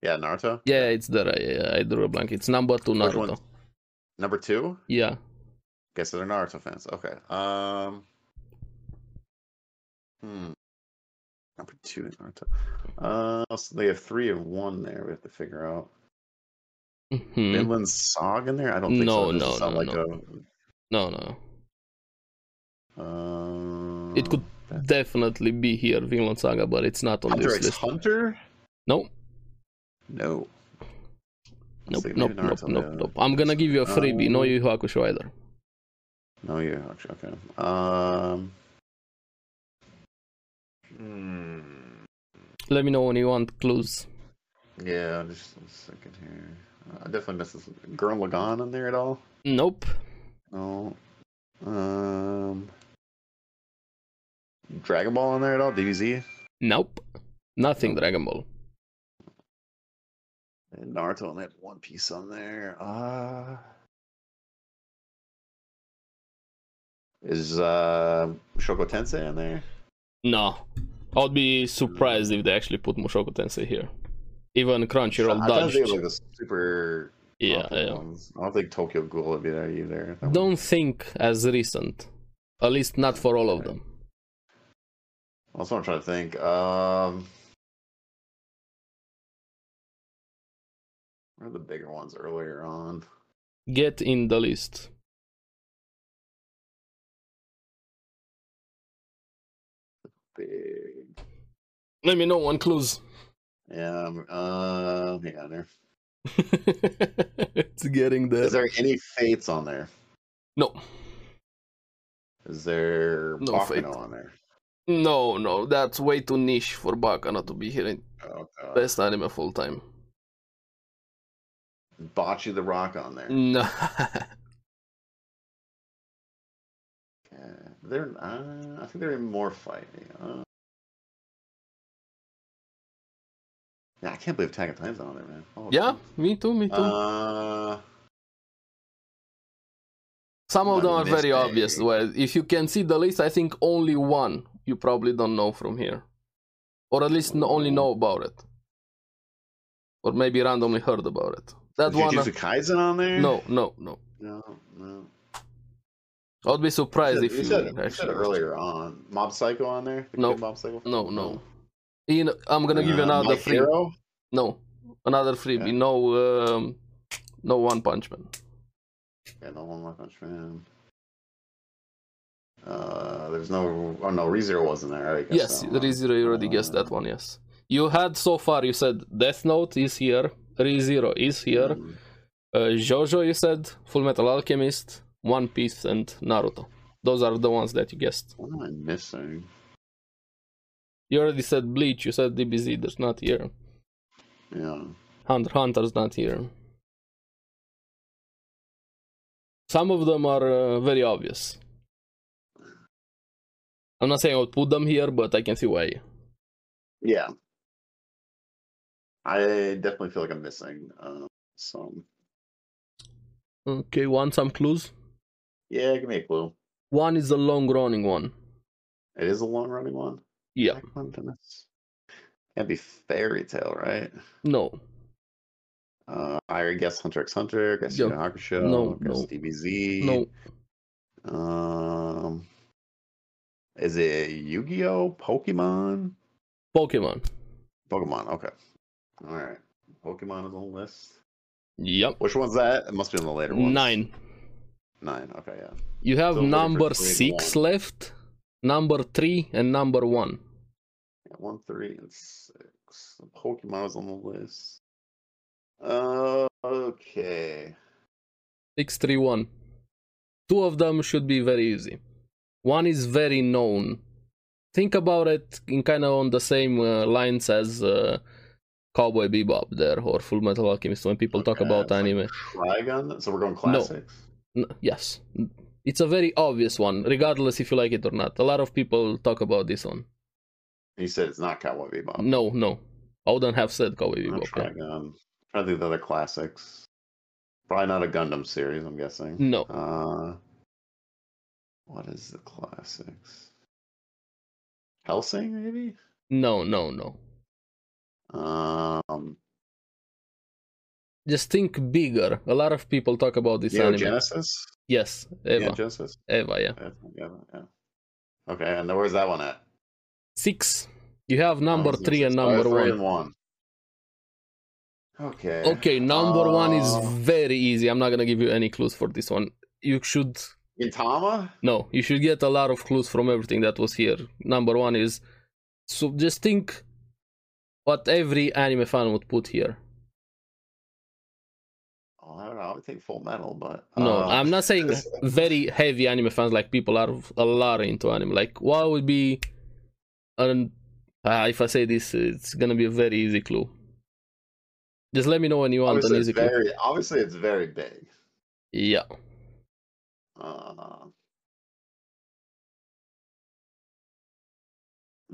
Speaker 1: yeah, Naruto.
Speaker 2: Yeah, it's there. I, I drew a blank. It's number two
Speaker 1: Which
Speaker 2: Naruto.
Speaker 1: one's- Number two.
Speaker 2: Yeah.
Speaker 1: Guess they're Naruto fans. Okay. Um. Hmm. Number two is Naruto. Uh, so they have three and one there. We have to figure out.
Speaker 2: Mhm.
Speaker 1: Inland Sog in there? I don't think
Speaker 2: No,
Speaker 1: so. That doesn't
Speaker 2: no,
Speaker 1: sound
Speaker 2: no,
Speaker 1: like
Speaker 2: No, no.
Speaker 1: a. Um,
Speaker 2: It could definitely be here, Vinland Saga, but it's not on
Speaker 1: Hunter
Speaker 2: this
Speaker 1: X
Speaker 2: list.
Speaker 1: Hunter?
Speaker 2: No,
Speaker 1: No.
Speaker 2: nope,
Speaker 1: Let's see,
Speaker 2: nope,
Speaker 1: maybe
Speaker 2: nope,
Speaker 1: Naruto,
Speaker 2: nope,
Speaker 1: yeah.
Speaker 2: nope. I'm gonna give you a freebie. No
Speaker 1: Um,
Speaker 2: Yu Yu Hakusho either.
Speaker 1: No, you actually okay. Um. Hmm.
Speaker 2: Let me know when you want clues.
Speaker 1: Yeah, just a second here. I definitely missed this. Gurren Lagann in there at all?
Speaker 2: Nope.
Speaker 1: No. Um. Dragon Ball in there at all? DBZ?
Speaker 2: Nope. Nothing
Speaker 1: Nope.
Speaker 2: Dragon Ball.
Speaker 1: And Naruto and that One Piece on there. Uh is uh Shoko Tensei on there?
Speaker 2: No. I'd be surprised if they actually put Mushoku Tensei here. Even Crunchyroll
Speaker 1: I don't
Speaker 2: dodged.
Speaker 1: think like the super
Speaker 2: Yeah,
Speaker 1: popular
Speaker 2: yeah.
Speaker 1: ones. I don't think Tokyo Ghoul would be there either. That one-
Speaker 2: Don't think as recent. At least not for all of them.
Speaker 1: That's what I'm trying to think. Um Where are the bigger ones earlier on?
Speaker 2: Get in the list.
Speaker 1: Big
Speaker 2: Let me know when clues. <laughs>
Speaker 1: Yeah, um, uh, hang on there.
Speaker 2: it's getting there.
Speaker 1: Is there any fates on there?
Speaker 2: No.
Speaker 1: Is there
Speaker 2: No
Speaker 1: Bakuno
Speaker 2: Fate.
Speaker 1: on there?
Speaker 2: No, no, that's way too niche for Bacana to be here in
Speaker 1: Oh, God.
Speaker 2: best anime of all time.
Speaker 1: Bocce the Rock on there. <laughs>
Speaker 2: No.
Speaker 1: Yeah, they're uh, I think they're in more fighting. Uh, yeah, I can't believe Tag of Time's on there, man. Oh,
Speaker 2: yeah, me too, me too.
Speaker 1: Uh,
Speaker 2: Some of them
Speaker 1: not
Speaker 2: are
Speaker 1: in this
Speaker 2: very
Speaker 1: day.
Speaker 2: obvious. Well, if you can see the list, I think only one you probably don't know from here, or at least n- only know about it, or maybe randomly heard about it. that
Speaker 1: Did
Speaker 2: one. uh,
Speaker 1: Jujutsu Kaisen on there?
Speaker 2: No, no, no.
Speaker 1: No, no.
Speaker 2: I'd be surprised
Speaker 1: You
Speaker 2: if
Speaker 1: said, you said, you
Speaker 2: actually.
Speaker 1: said earlier on Mob Psycho on there. The
Speaker 2: No.
Speaker 1: kid Mob Psycho.
Speaker 2: No, no. You know, I'm gonna give you
Speaker 1: Uh,
Speaker 2: another
Speaker 1: My
Speaker 2: free.
Speaker 1: Hero?
Speaker 2: No, another freebie.
Speaker 1: Yeah.
Speaker 2: No, um, no One Punch Man.
Speaker 1: Yeah, no one more punch man. Uh, there's no. Oh no, Rezero wasn't there. I guess Uh,
Speaker 2: Yes,
Speaker 1: so,
Speaker 2: the ReZero, you already guessed that one, yes. You had so far, you said Death Note is here, ReZero is here,
Speaker 1: Mm.
Speaker 2: uh, JoJo, you said, Full Metal Alchemist, One Piece, and Naruto. Those are the ones that you guessed.
Speaker 1: What am I missing?
Speaker 2: You already said Bleach, you said DBZ, that's not here.
Speaker 1: Yeah.
Speaker 2: Hunter x Hunter's not here. Some of them are uh, very obvious. I'm not saying I would put them here, but I can see why.
Speaker 1: Yeah. I definitely feel like I'm missing um, some.
Speaker 2: Okay, want some clues?
Speaker 1: Yeah, give me a clue.
Speaker 2: One is a long running one.
Speaker 1: It is a long running one.
Speaker 2: Yeah.
Speaker 1: Like, my goodness. Can't be fairy tale, right?
Speaker 2: No.
Speaker 1: Uh, I guess Hunter x Hunter. Guess
Speaker 2: Yeah.
Speaker 1: Yu Yu Hakusho.
Speaker 2: No,
Speaker 1: guess
Speaker 2: no.
Speaker 1: DBZ.
Speaker 2: No.
Speaker 1: Um, is it Yu-Gi-Oh? Pokemon?
Speaker 2: Pokemon.
Speaker 1: Pokemon. Okay. All right. Pokemon is on the list.
Speaker 2: Yep.
Speaker 1: Which one's that? It must be on the later one.
Speaker 2: Nine.
Speaker 1: Nine. Okay. Yeah.
Speaker 2: You have
Speaker 1: So we're
Speaker 2: number
Speaker 1: referring to
Speaker 2: six left, number three, and number one.
Speaker 1: yeah one, three, and six. Pokemon is on the list. Uh, okay.
Speaker 2: Six, three, one. Two of them should be very easy. One is very known. Think about it in kind of on the same uh, lines as uh, Cowboy Bebop there or Full Metal Alchemist when people talk
Speaker 1: Okay,
Speaker 2: about
Speaker 1: it's like
Speaker 2: anime.
Speaker 1: Trigun. So we're going classics.
Speaker 2: N- yes. It's a very obvious one, regardless if you like it or not. A lot of people talk about this one.
Speaker 1: You said it's not Cowboy Bebop.
Speaker 2: No, no. I wouldn't have said Cowboy
Speaker 1: Not
Speaker 2: Bebop. yeah.
Speaker 1: Trigun. I think the other classics. Probably not a Gundam series. I'm guessing.
Speaker 2: No.
Speaker 1: Uh, what is the classics? Helsing, maybe.
Speaker 2: No, no, no.
Speaker 1: Um,
Speaker 2: Just think bigger. A lot of people talk about this
Speaker 1: Neo
Speaker 2: anime.
Speaker 1: Genesis.
Speaker 2: Yes,
Speaker 1: Neo
Speaker 2: Eva.
Speaker 1: Genesis.
Speaker 2: Eva, yeah.
Speaker 1: Yeah, yeah, yeah. Okay, and then where's that one at?
Speaker 2: Six. You have number
Speaker 1: Oh, it's
Speaker 2: three and
Speaker 1: six. Oh,
Speaker 2: number
Speaker 1: three
Speaker 2: one.
Speaker 1: and one. Okay.
Speaker 2: Okay, number one is
Speaker 1: Uh,
Speaker 2: very easy. I'm not gonna give you any clues for this one. You should
Speaker 1: Gintama.
Speaker 2: no, you should get a lot of clues from everything that was here. Number one is so just think what every anime fan would put here.
Speaker 1: Oh, I don't know. I would take Full Metal, but
Speaker 2: No,
Speaker 1: uh,
Speaker 2: I'm not saying very heavy anime fans like people are a lot into anime. Like, what would be, and uh, if I say this, it's gonna be a very easy clue. Just let me know when you want an
Speaker 1: obviously, it's
Speaker 2: easy clue.
Speaker 1: very, Mm-hmm. obviously it's very big.
Speaker 2: Yeah,
Speaker 1: Uh,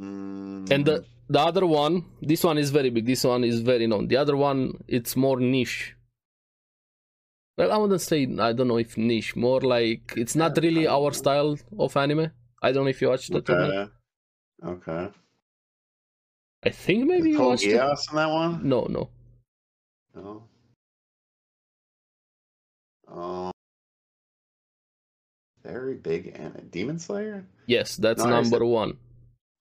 Speaker 2: and
Speaker 1: mm,
Speaker 2: the the other one, this one is very big. This one is very known. The other one, it's more niche. Well, I wouldn't say I don't know if niche. More like it's not
Speaker 1: Yeah,
Speaker 2: really
Speaker 1: I don't
Speaker 2: our
Speaker 1: know.
Speaker 2: style of anime. I don't know if you watched it. Or not.
Speaker 1: okay. Okay.
Speaker 2: I think maybe
Speaker 1: Is
Speaker 2: you watched Mm. it.
Speaker 1: Togekiss in that one?
Speaker 2: No, no.
Speaker 1: No. Um, very big anime. Demon Slayer?
Speaker 2: Yes, that's
Speaker 1: No, I
Speaker 2: number one.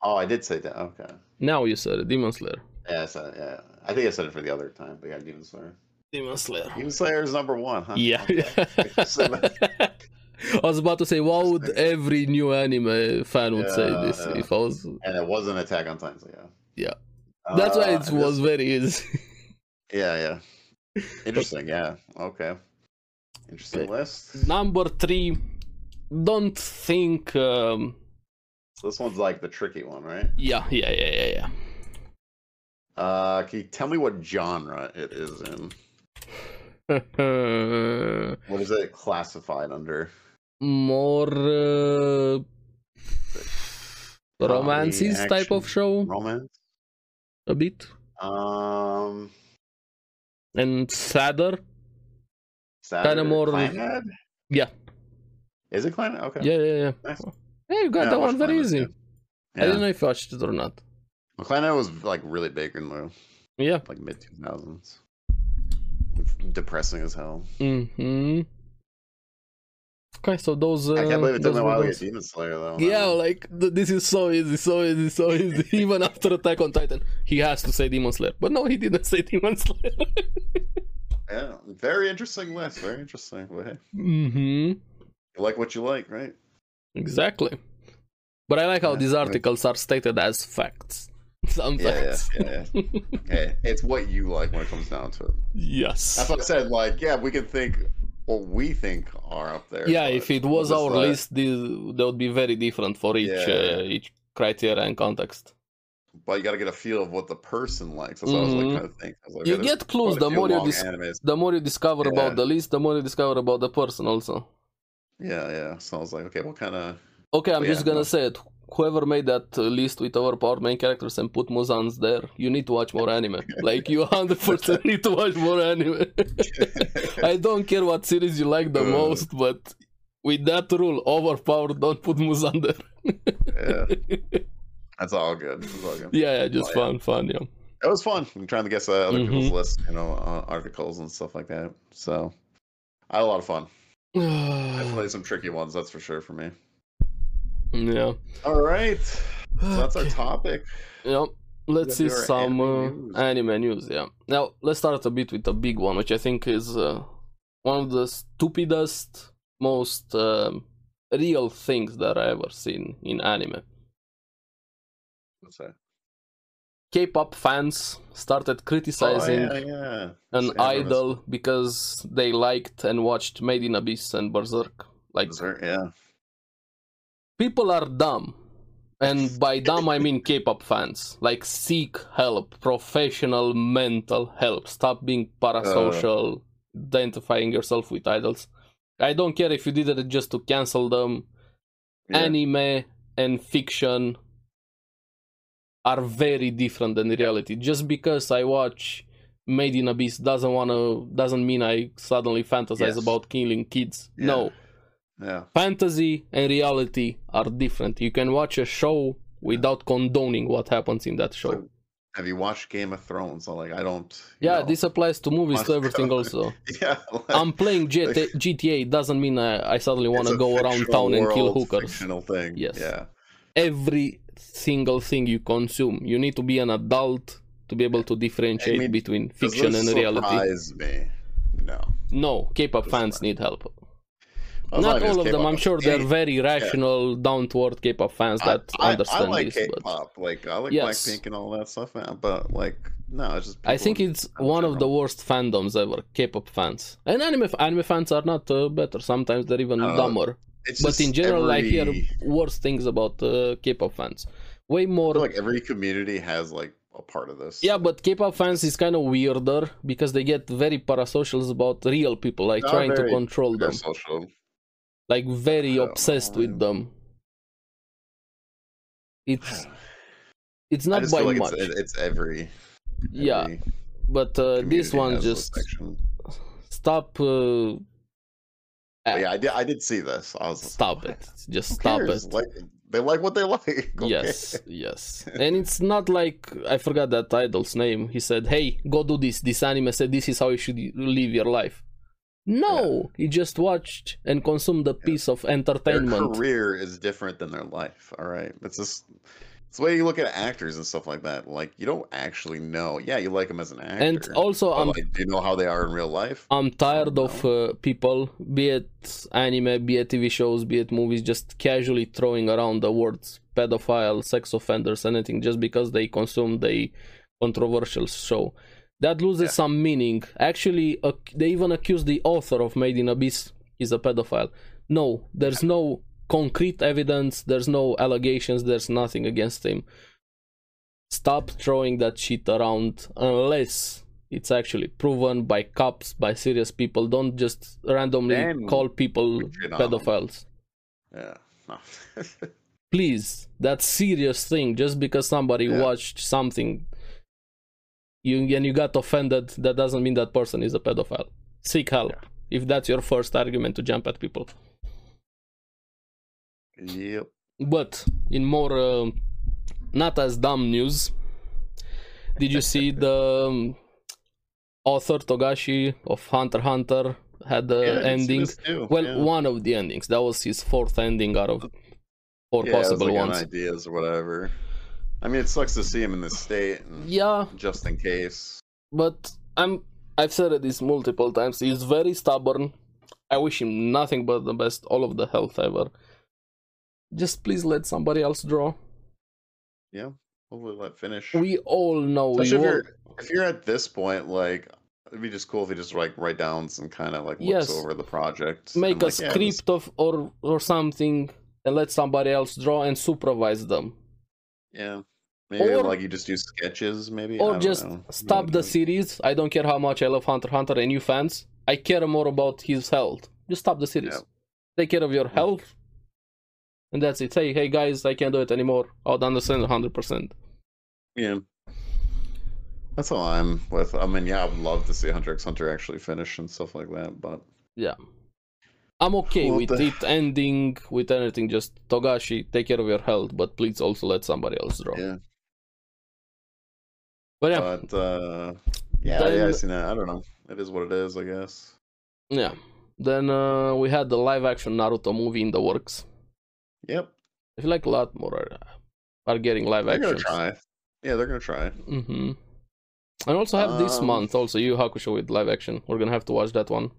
Speaker 1: Oh, I did say that. Okay.
Speaker 2: Now you said it, Demon Slayer.
Speaker 1: Yeah, I said yeah. I think I said it for the other time, but yeah, Demon Slayer.
Speaker 2: Demon Slayer.
Speaker 1: Demon Slayer is number one, huh? <laughs>
Speaker 2: Yeah.
Speaker 1: Okay.
Speaker 2: <laughs> I was about to say, what would every new anime fan would say
Speaker 1: Yeah,
Speaker 2: this
Speaker 1: yeah.
Speaker 2: if I was?
Speaker 1: and it wasn't Attack on Titan, so yeah.
Speaker 2: Yeah. That's why
Speaker 1: Uh,
Speaker 2: it was very easy. <laughs>
Speaker 1: Yeah, yeah. Interesting, yeah. Okay. Interesting
Speaker 2: Okay.
Speaker 1: list.
Speaker 2: Number three, don't think. Um,
Speaker 1: So this one's like the tricky one, right?
Speaker 2: yeah, yeah, yeah, yeah, yeah.
Speaker 1: Uh, can you tell me what genre it is in? What is it classified under?
Speaker 2: <laughs> More uh, romances type
Speaker 1: action.
Speaker 2: of show,
Speaker 1: Romance?
Speaker 2: a bit,
Speaker 1: Um,
Speaker 2: and sadder.
Speaker 1: Saturday-
Speaker 2: more-
Speaker 1: Clannad?
Speaker 2: Yeah.
Speaker 1: Is it Clannad? Okay.
Speaker 2: Yeah, yeah, yeah.
Speaker 1: Nice.
Speaker 2: Yeah, you got
Speaker 1: Yeah, I
Speaker 2: that one
Speaker 1: watched
Speaker 2: very
Speaker 1: Clannad,
Speaker 2: easy.
Speaker 1: yeah.
Speaker 2: I
Speaker 1: Yeah.
Speaker 2: don't know if you watched it or not.
Speaker 1: Well, Clannad was like really big in the
Speaker 2: Yeah.
Speaker 1: like mid two thousands. depressing as hell.
Speaker 2: Mm-hmm. Okay, so those. Uh,
Speaker 1: I can't believe it
Speaker 2: those
Speaker 1: took me a
Speaker 2: were
Speaker 1: while to get
Speaker 2: those.
Speaker 1: Demon Slayer though.
Speaker 2: Yeah, like th- this is so easy, so easy,
Speaker 1: <laughs>
Speaker 2: so easy. Even after Attack on Titan, he has to say Demon Slayer, but no, he didn't <laughs> say Demon Slayer.
Speaker 1: yeah. Very interesting list. Very interesting. But hey,
Speaker 2: mm-hmm.
Speaker 1: you like what you like, right?
Speaker 2: Exactly. But I like how
Speaker 1: Yeah,
Speaker 2: these
Speaker 1: right.
Speaker 2: articles are stated as facts. <laughs> Some
Speaker 1: Yeah, yeah,
Speaker 2: facts.
Speaker 1: yeah, yeah. hey, it's what you like when it comes down to it.
Speaker 2: Yes.
Speaker 1: That's what I said. Like, yeah, we can think what we think are up there.
Speaker 2: yeah
Speaker 1: but
Speaker 2: if it was
Speaker 1: it's
Speaker 2: our
Speaker 1: not-
Speaker 2: list this, that would be very different for each
Speaker 1: Yeah,
Speaker 2: uh,
Speaker 1: yeah.
Speaker 2: each criteria and context
Speaker 1: but you got to get a feel of what the person likes. That's what I was
Speaker 2: Mhm.
Speaker 1: like kind of thinking. I was like,
Speaker 2: you
Speaker 1: yeah, there's
Speaker 2: get clues
Speaker 1: quite a
Speaker 2: the
Speaker 1: few
Speaker 2: more you
Speaker 1: long
Speaker 2: dis-
Speaker 1: animes.
Speaker 2: the more you discover about
Speaker 1: Yeah.
Speaker 2: the list the more you discover about the person also
Speaker 1: Yeah, yeah. So I was like, okay, what kind of?
Speaker 2: okay i'm
Speaker 1: Oh, Yeah,
Speaker 2: just gonna
Speaker 1: no.
Speaker 2: say it whoever made that uh, list with overpowered main characters and put muzans there you need to watch more
Speaker 1: <laughs>
Speaker 2: anime like you 100% need to watch more anime <laughs> i don't care what series you like the
Speaker 1: Uh.
Speaker 2: most but with that rule overpowered don't put muzan there <laughs>
Speaker 1: yeah, that's all good. That's all good.
Speaker 2: yeah, yeah just
Speaker 1: Oh, yeah.
Speaker 2: fun fun yeah
Speaker 1: It was fun. I'm trying to guess uh, other people's
Speaker 2: Mhm.
Speaker 1: lists, you know, uh, articles and stuff like that. So I had a lot of fun.
Speaker 2: <sighs>
Speaker 1: I played some tricky ones, that's for sure for me.
Speaker 2: yeah
Speaker 1: All right, so that's
Speaker 2: <sighs>
Speaker 1: our
Speaker 2: Okay.
Speaker 1: topic.
Speaker 2: Yeah, let's see
Speaker 1: Let's do our
Speaker 2: some anime,
Speaker 1: anime news.
Speaker 2: uh, anime news. Yeah. Now let's start a bit with a big one, which I think is uh, one of the stupidest, most um, real things that I ever seen in anime.
Speaker 1: What's that?
Speaker 2: K-pop fans started
Speaker 1: Oh,
Speaker 2: criticizing
Speaker 1: yeah, yeah.
Speaker 2: an
Speaker 1: Same
Speaker 2: idol because they liked and watched Made in Abyss and Berserk. Like
Speaker 1: Berserk, yeah.
Speaker 2: people are dumb and by dumb i mean k-pop fans like seek help professional mental help stop being
Speaker 1: Uh.
Speaker 2: parasocial identifying yourself with idols i don't care if you did it just to cancel them
Speaker 1: yeah.
Speaker 2: anime and fiction are very different than reality just because i watch made in abyss doesn't want to doesn't mean i suddenly fantasize
Speaker 1: Yes.
Speaker 2: about killing kids
Speaker 1: Yeah.
Speaker 2: no
Speaker 1: yeah.
Speaker 2: fantasy and reality are different. You can watch a show without condoning what happens in that show.
Speaker 1: So, have you watched Game of Thrones? So, like, I don't. you
Speaker 2: yeah,
Speaker 1: know.
Speaker 2: this applies to movies, to
Speaker 1: Must <laughs>
Speaker 2: everything
Speaker 1: go.
Speaker 2: also.
Speaker 1: <laughs>
Speaker 2: <laughs>
Speaker 1: Yeah, like,
Speaker 2: I'm playing GTA, GTA doesn't mean I, I suddenly want
Speaker 1: it's
Speaker 2: to
Speaker 1: a
Speaker 2: go around
Speaker 1: fictional
Speaker 2: town and kill
Speaker 1: world,
Speaker 2: hookers.
Speaker 1: Fictional thing.
Speaker 2: Yes.
Speaker 1: Yeah.
Speaker 2: Every single thing you consume, you need to be an adult to be able to differentiate
Speaker 1: mean,
Speaker 2: between
Speaker 1: Does
Speaker 2: fiction
Speaker 1: this
Speaker 2: and reality.
Speaker 1: Surprise me. No.
Speaker 2: No, K-pop
Speaker 1: Does
Speaker 2: fans
Speaker 1: surprise-
Speaker 2: need help.
Speaker 1: Well, it's
Speaker 2: Not
Speaker 1: even
Speaker 2: all
Speaker 1: just
Speaker 2: of them.
Speaker 1: K-pop.
Speaker 2: I'm sure they're
Speaker 1: Any-
Speaker 2: very rational, down-to-earth K-pop fans
Speaker 1: I-
Speaker 2: that
Speaker 1: I,
Speaker 2: understand
Speaker 1: I like
Speaker 2: this. but-
Speaker 1: K-pop, like I like
Speaker 2: Yes.
Speaker 1: Blackpink and all that stuff, man. But like, no, it's just.
Speaker 2: I think
Speaker 1: people-
Speaker 2: it's
Speaker 1: in
Speaker 2: one of the
Speaker 1: general.
Speaker 2: worst fandoms ever. K-pop fans and anime anime fans are not uh, better. Sometimes they're even
Speaker 1: Uh,
Speaker 2: dumber.
Speaker 1: it's
Speaker 2: But
Speaker 1: just
Speaker 2: in general, I hear
Speaker 1: every-
Speaker 2: worse things about uh, K-pop fans. Way more.
Speaker 1: I feel like every community has like a part of this.
Speaker 2: yeah, but K-pop fans is kind of weirder because they get very parasocials about real people, like
Speaker 1: They are
Speaker 2: trying to
Speaker 1: very-
Speaker 2: control
Speaker 1: They're
Speaker 2: them,
Speaker 1: social.
Speaker 2: like very
Speaker 1: Oh,
Speaker 2: obsessed with
Speaker 1: man.
Speaker 2: them. It's it's
Speaker 1: I
Speaker 2: not
Speaker 1: just
Speaker 2: by
Speaker 1: feel like
Speaker 2: much,
Speaker 1: It's, it's every.
Speaker 2: Yeah,
Speaker 1: every
Speaker 2: but uh, this
Speaker 1: community
Speaker 2: one
Speaker 1: has this
Speaker 2: just
Speaker 1: section.
Speaker 2: stop. Uh,
Speaker 1: But yeah, I did. I did see this. I was
Speaker 2: stop
Speaker 1: like,
Speaker 2: it. Just
Speaker 1: "Who
Speaker 2: stop
Speaker 1: cares?"
Speaker 2: it.
Speaker 1: Like they like what they <laughs> like. okay?
Speaker 2: Yes, yes. And it's not like I forgot that idol's name. He said, "Hey, go do this." This anime said, "This is how you should live your life." No, he just watched and consumed a piece of
Speaker 1: their
Speaker 2: entertainment.
Speaker 1: career is different than their life. All right, it's just it's the way you look at actors and stuff like that. Like you don't actually know. Yeah, you like them as an actor,
Speaker 2: And also, um,
Speaker 1: but,
Speaker 2: I'm
Speaker 1: like, do you know how they are in real life?
Speaker 2: I'm tired of uh, people, be it anime, be it TV shows, be it movies, just casually throwing around the words pedophile, sex offenders, anything just because they consume the controversial show. That loses
Speaker 1: Yeah.
Speaker 2: some meaning. Actually, ac- they even accuse the author of Made in Abyss is a pedophile. No, there's no concrete evidence, there's no allegations, there's nothing against him. Stop throwing that shit around unless it's actually proven by cops, by serious people. Don't just randomly
Speaker 1: Then
Speaker 2: call people
Speaker 1: put it on.
Speaker 2: pedophiles.
Speaker 1: Yeah. No. <laughs>
Speaker 2: Please, that's serious thing. Just because somebody
Speaker 1: Yeah.
Speaker 2: watched something, you and you got offended, that doesn't mean that person is a pedophile. Seek help if that's your first argument to jump at people.
Speaker 1: yep.
Speaker 2: But in more um not as dumb news, did you see the um, author Togashi of Hunter x Hunter had the
Speaker 1: Yeah, I did see
Speaker 2: ending.
Speaker 1: this too,
Speaker 2: Well,
Speaker 1: yeah.
Speaker 2: one of the endings. That was his fourth ending out of four
Speaker 1: Yeah, it was
Speaker 2: possible
Speaker 1: like on
Speaker 2: ones.
Speaker 1: ideas or whatever. I mean, it sucks to see him in this state, and
Speaker 2: Yeah,
Speaker 1: just in case.
Speaker 2: but I'm I've said this multiple times. He's very stubborn. I wish him nothing but the best, all of the health ever. Just please let somebody else draw.
Speaker 1: Hopefully, let finish.
Speaker 2: We all know
Speaker 1: Especially
Speaker 2: you
Speaker 1: if
Speaker 2: all-
Speaker 1: you're if you're at this point, like it'd be just cool if you just like write down some kind of like looks
Speaker 2: Yes.
Speaker 1: over the project. and,
Speaker 2: make a
Speaker 1: like, yeah,
Speaker 2: script
Speaker 1: this-
Speaker 2: of or or something and let somebody else draw and supervise them
Speaker 1: Yeah. Maybe
Speaker 2: Or-
Speaker 1: like you just do sketches, maybe. I
Speaker 2: or
Speaker 1: don't
Speaker 2: just
Speaker 1: know.
Speaker 2: stop the series i don't care how much i love hunter x hunter and you fans i care more about his health just stop the series
Speaker 1: Yep.
Speaker 2: take care of your health and that's it hey hey guys i can't do it anymore i'll understand 100%
Speaker 1: Yeah. That's all I'm with. I mean, yeah, I would love to see Hunter x Hunter actually finish and stuff like that, but
Speaker 2: i'm okay
Speaker 1: What
Speaker 2: with
Speaker 1: the-
Speaker 2: it ending with anything just togashi take care of your health but please also let somebody else draw
Speaker 1: Yeah.
Speaker 2: but yeah
Speaker 1: but uh yeah,
Speaker 2: Then-
Speaker 1: yeah, I seen that. I don't know. It is what it is, I guess.
Speaker 2: yeah then uh, we had the live action naruto movie in the works
Speaker 1: Yep.
Speaker 2: I feel like a lot more are, are getting live
Speaker 1: They're gonna
Speaker 2: action.
Speaker 1: try. Yeah, they're gonna try.
Speaker 2: hmm And also have this
Speaker 1: Um,
Speaker 2: month also Yu Yu Hakusho with live action. We're gonna have to watch that one.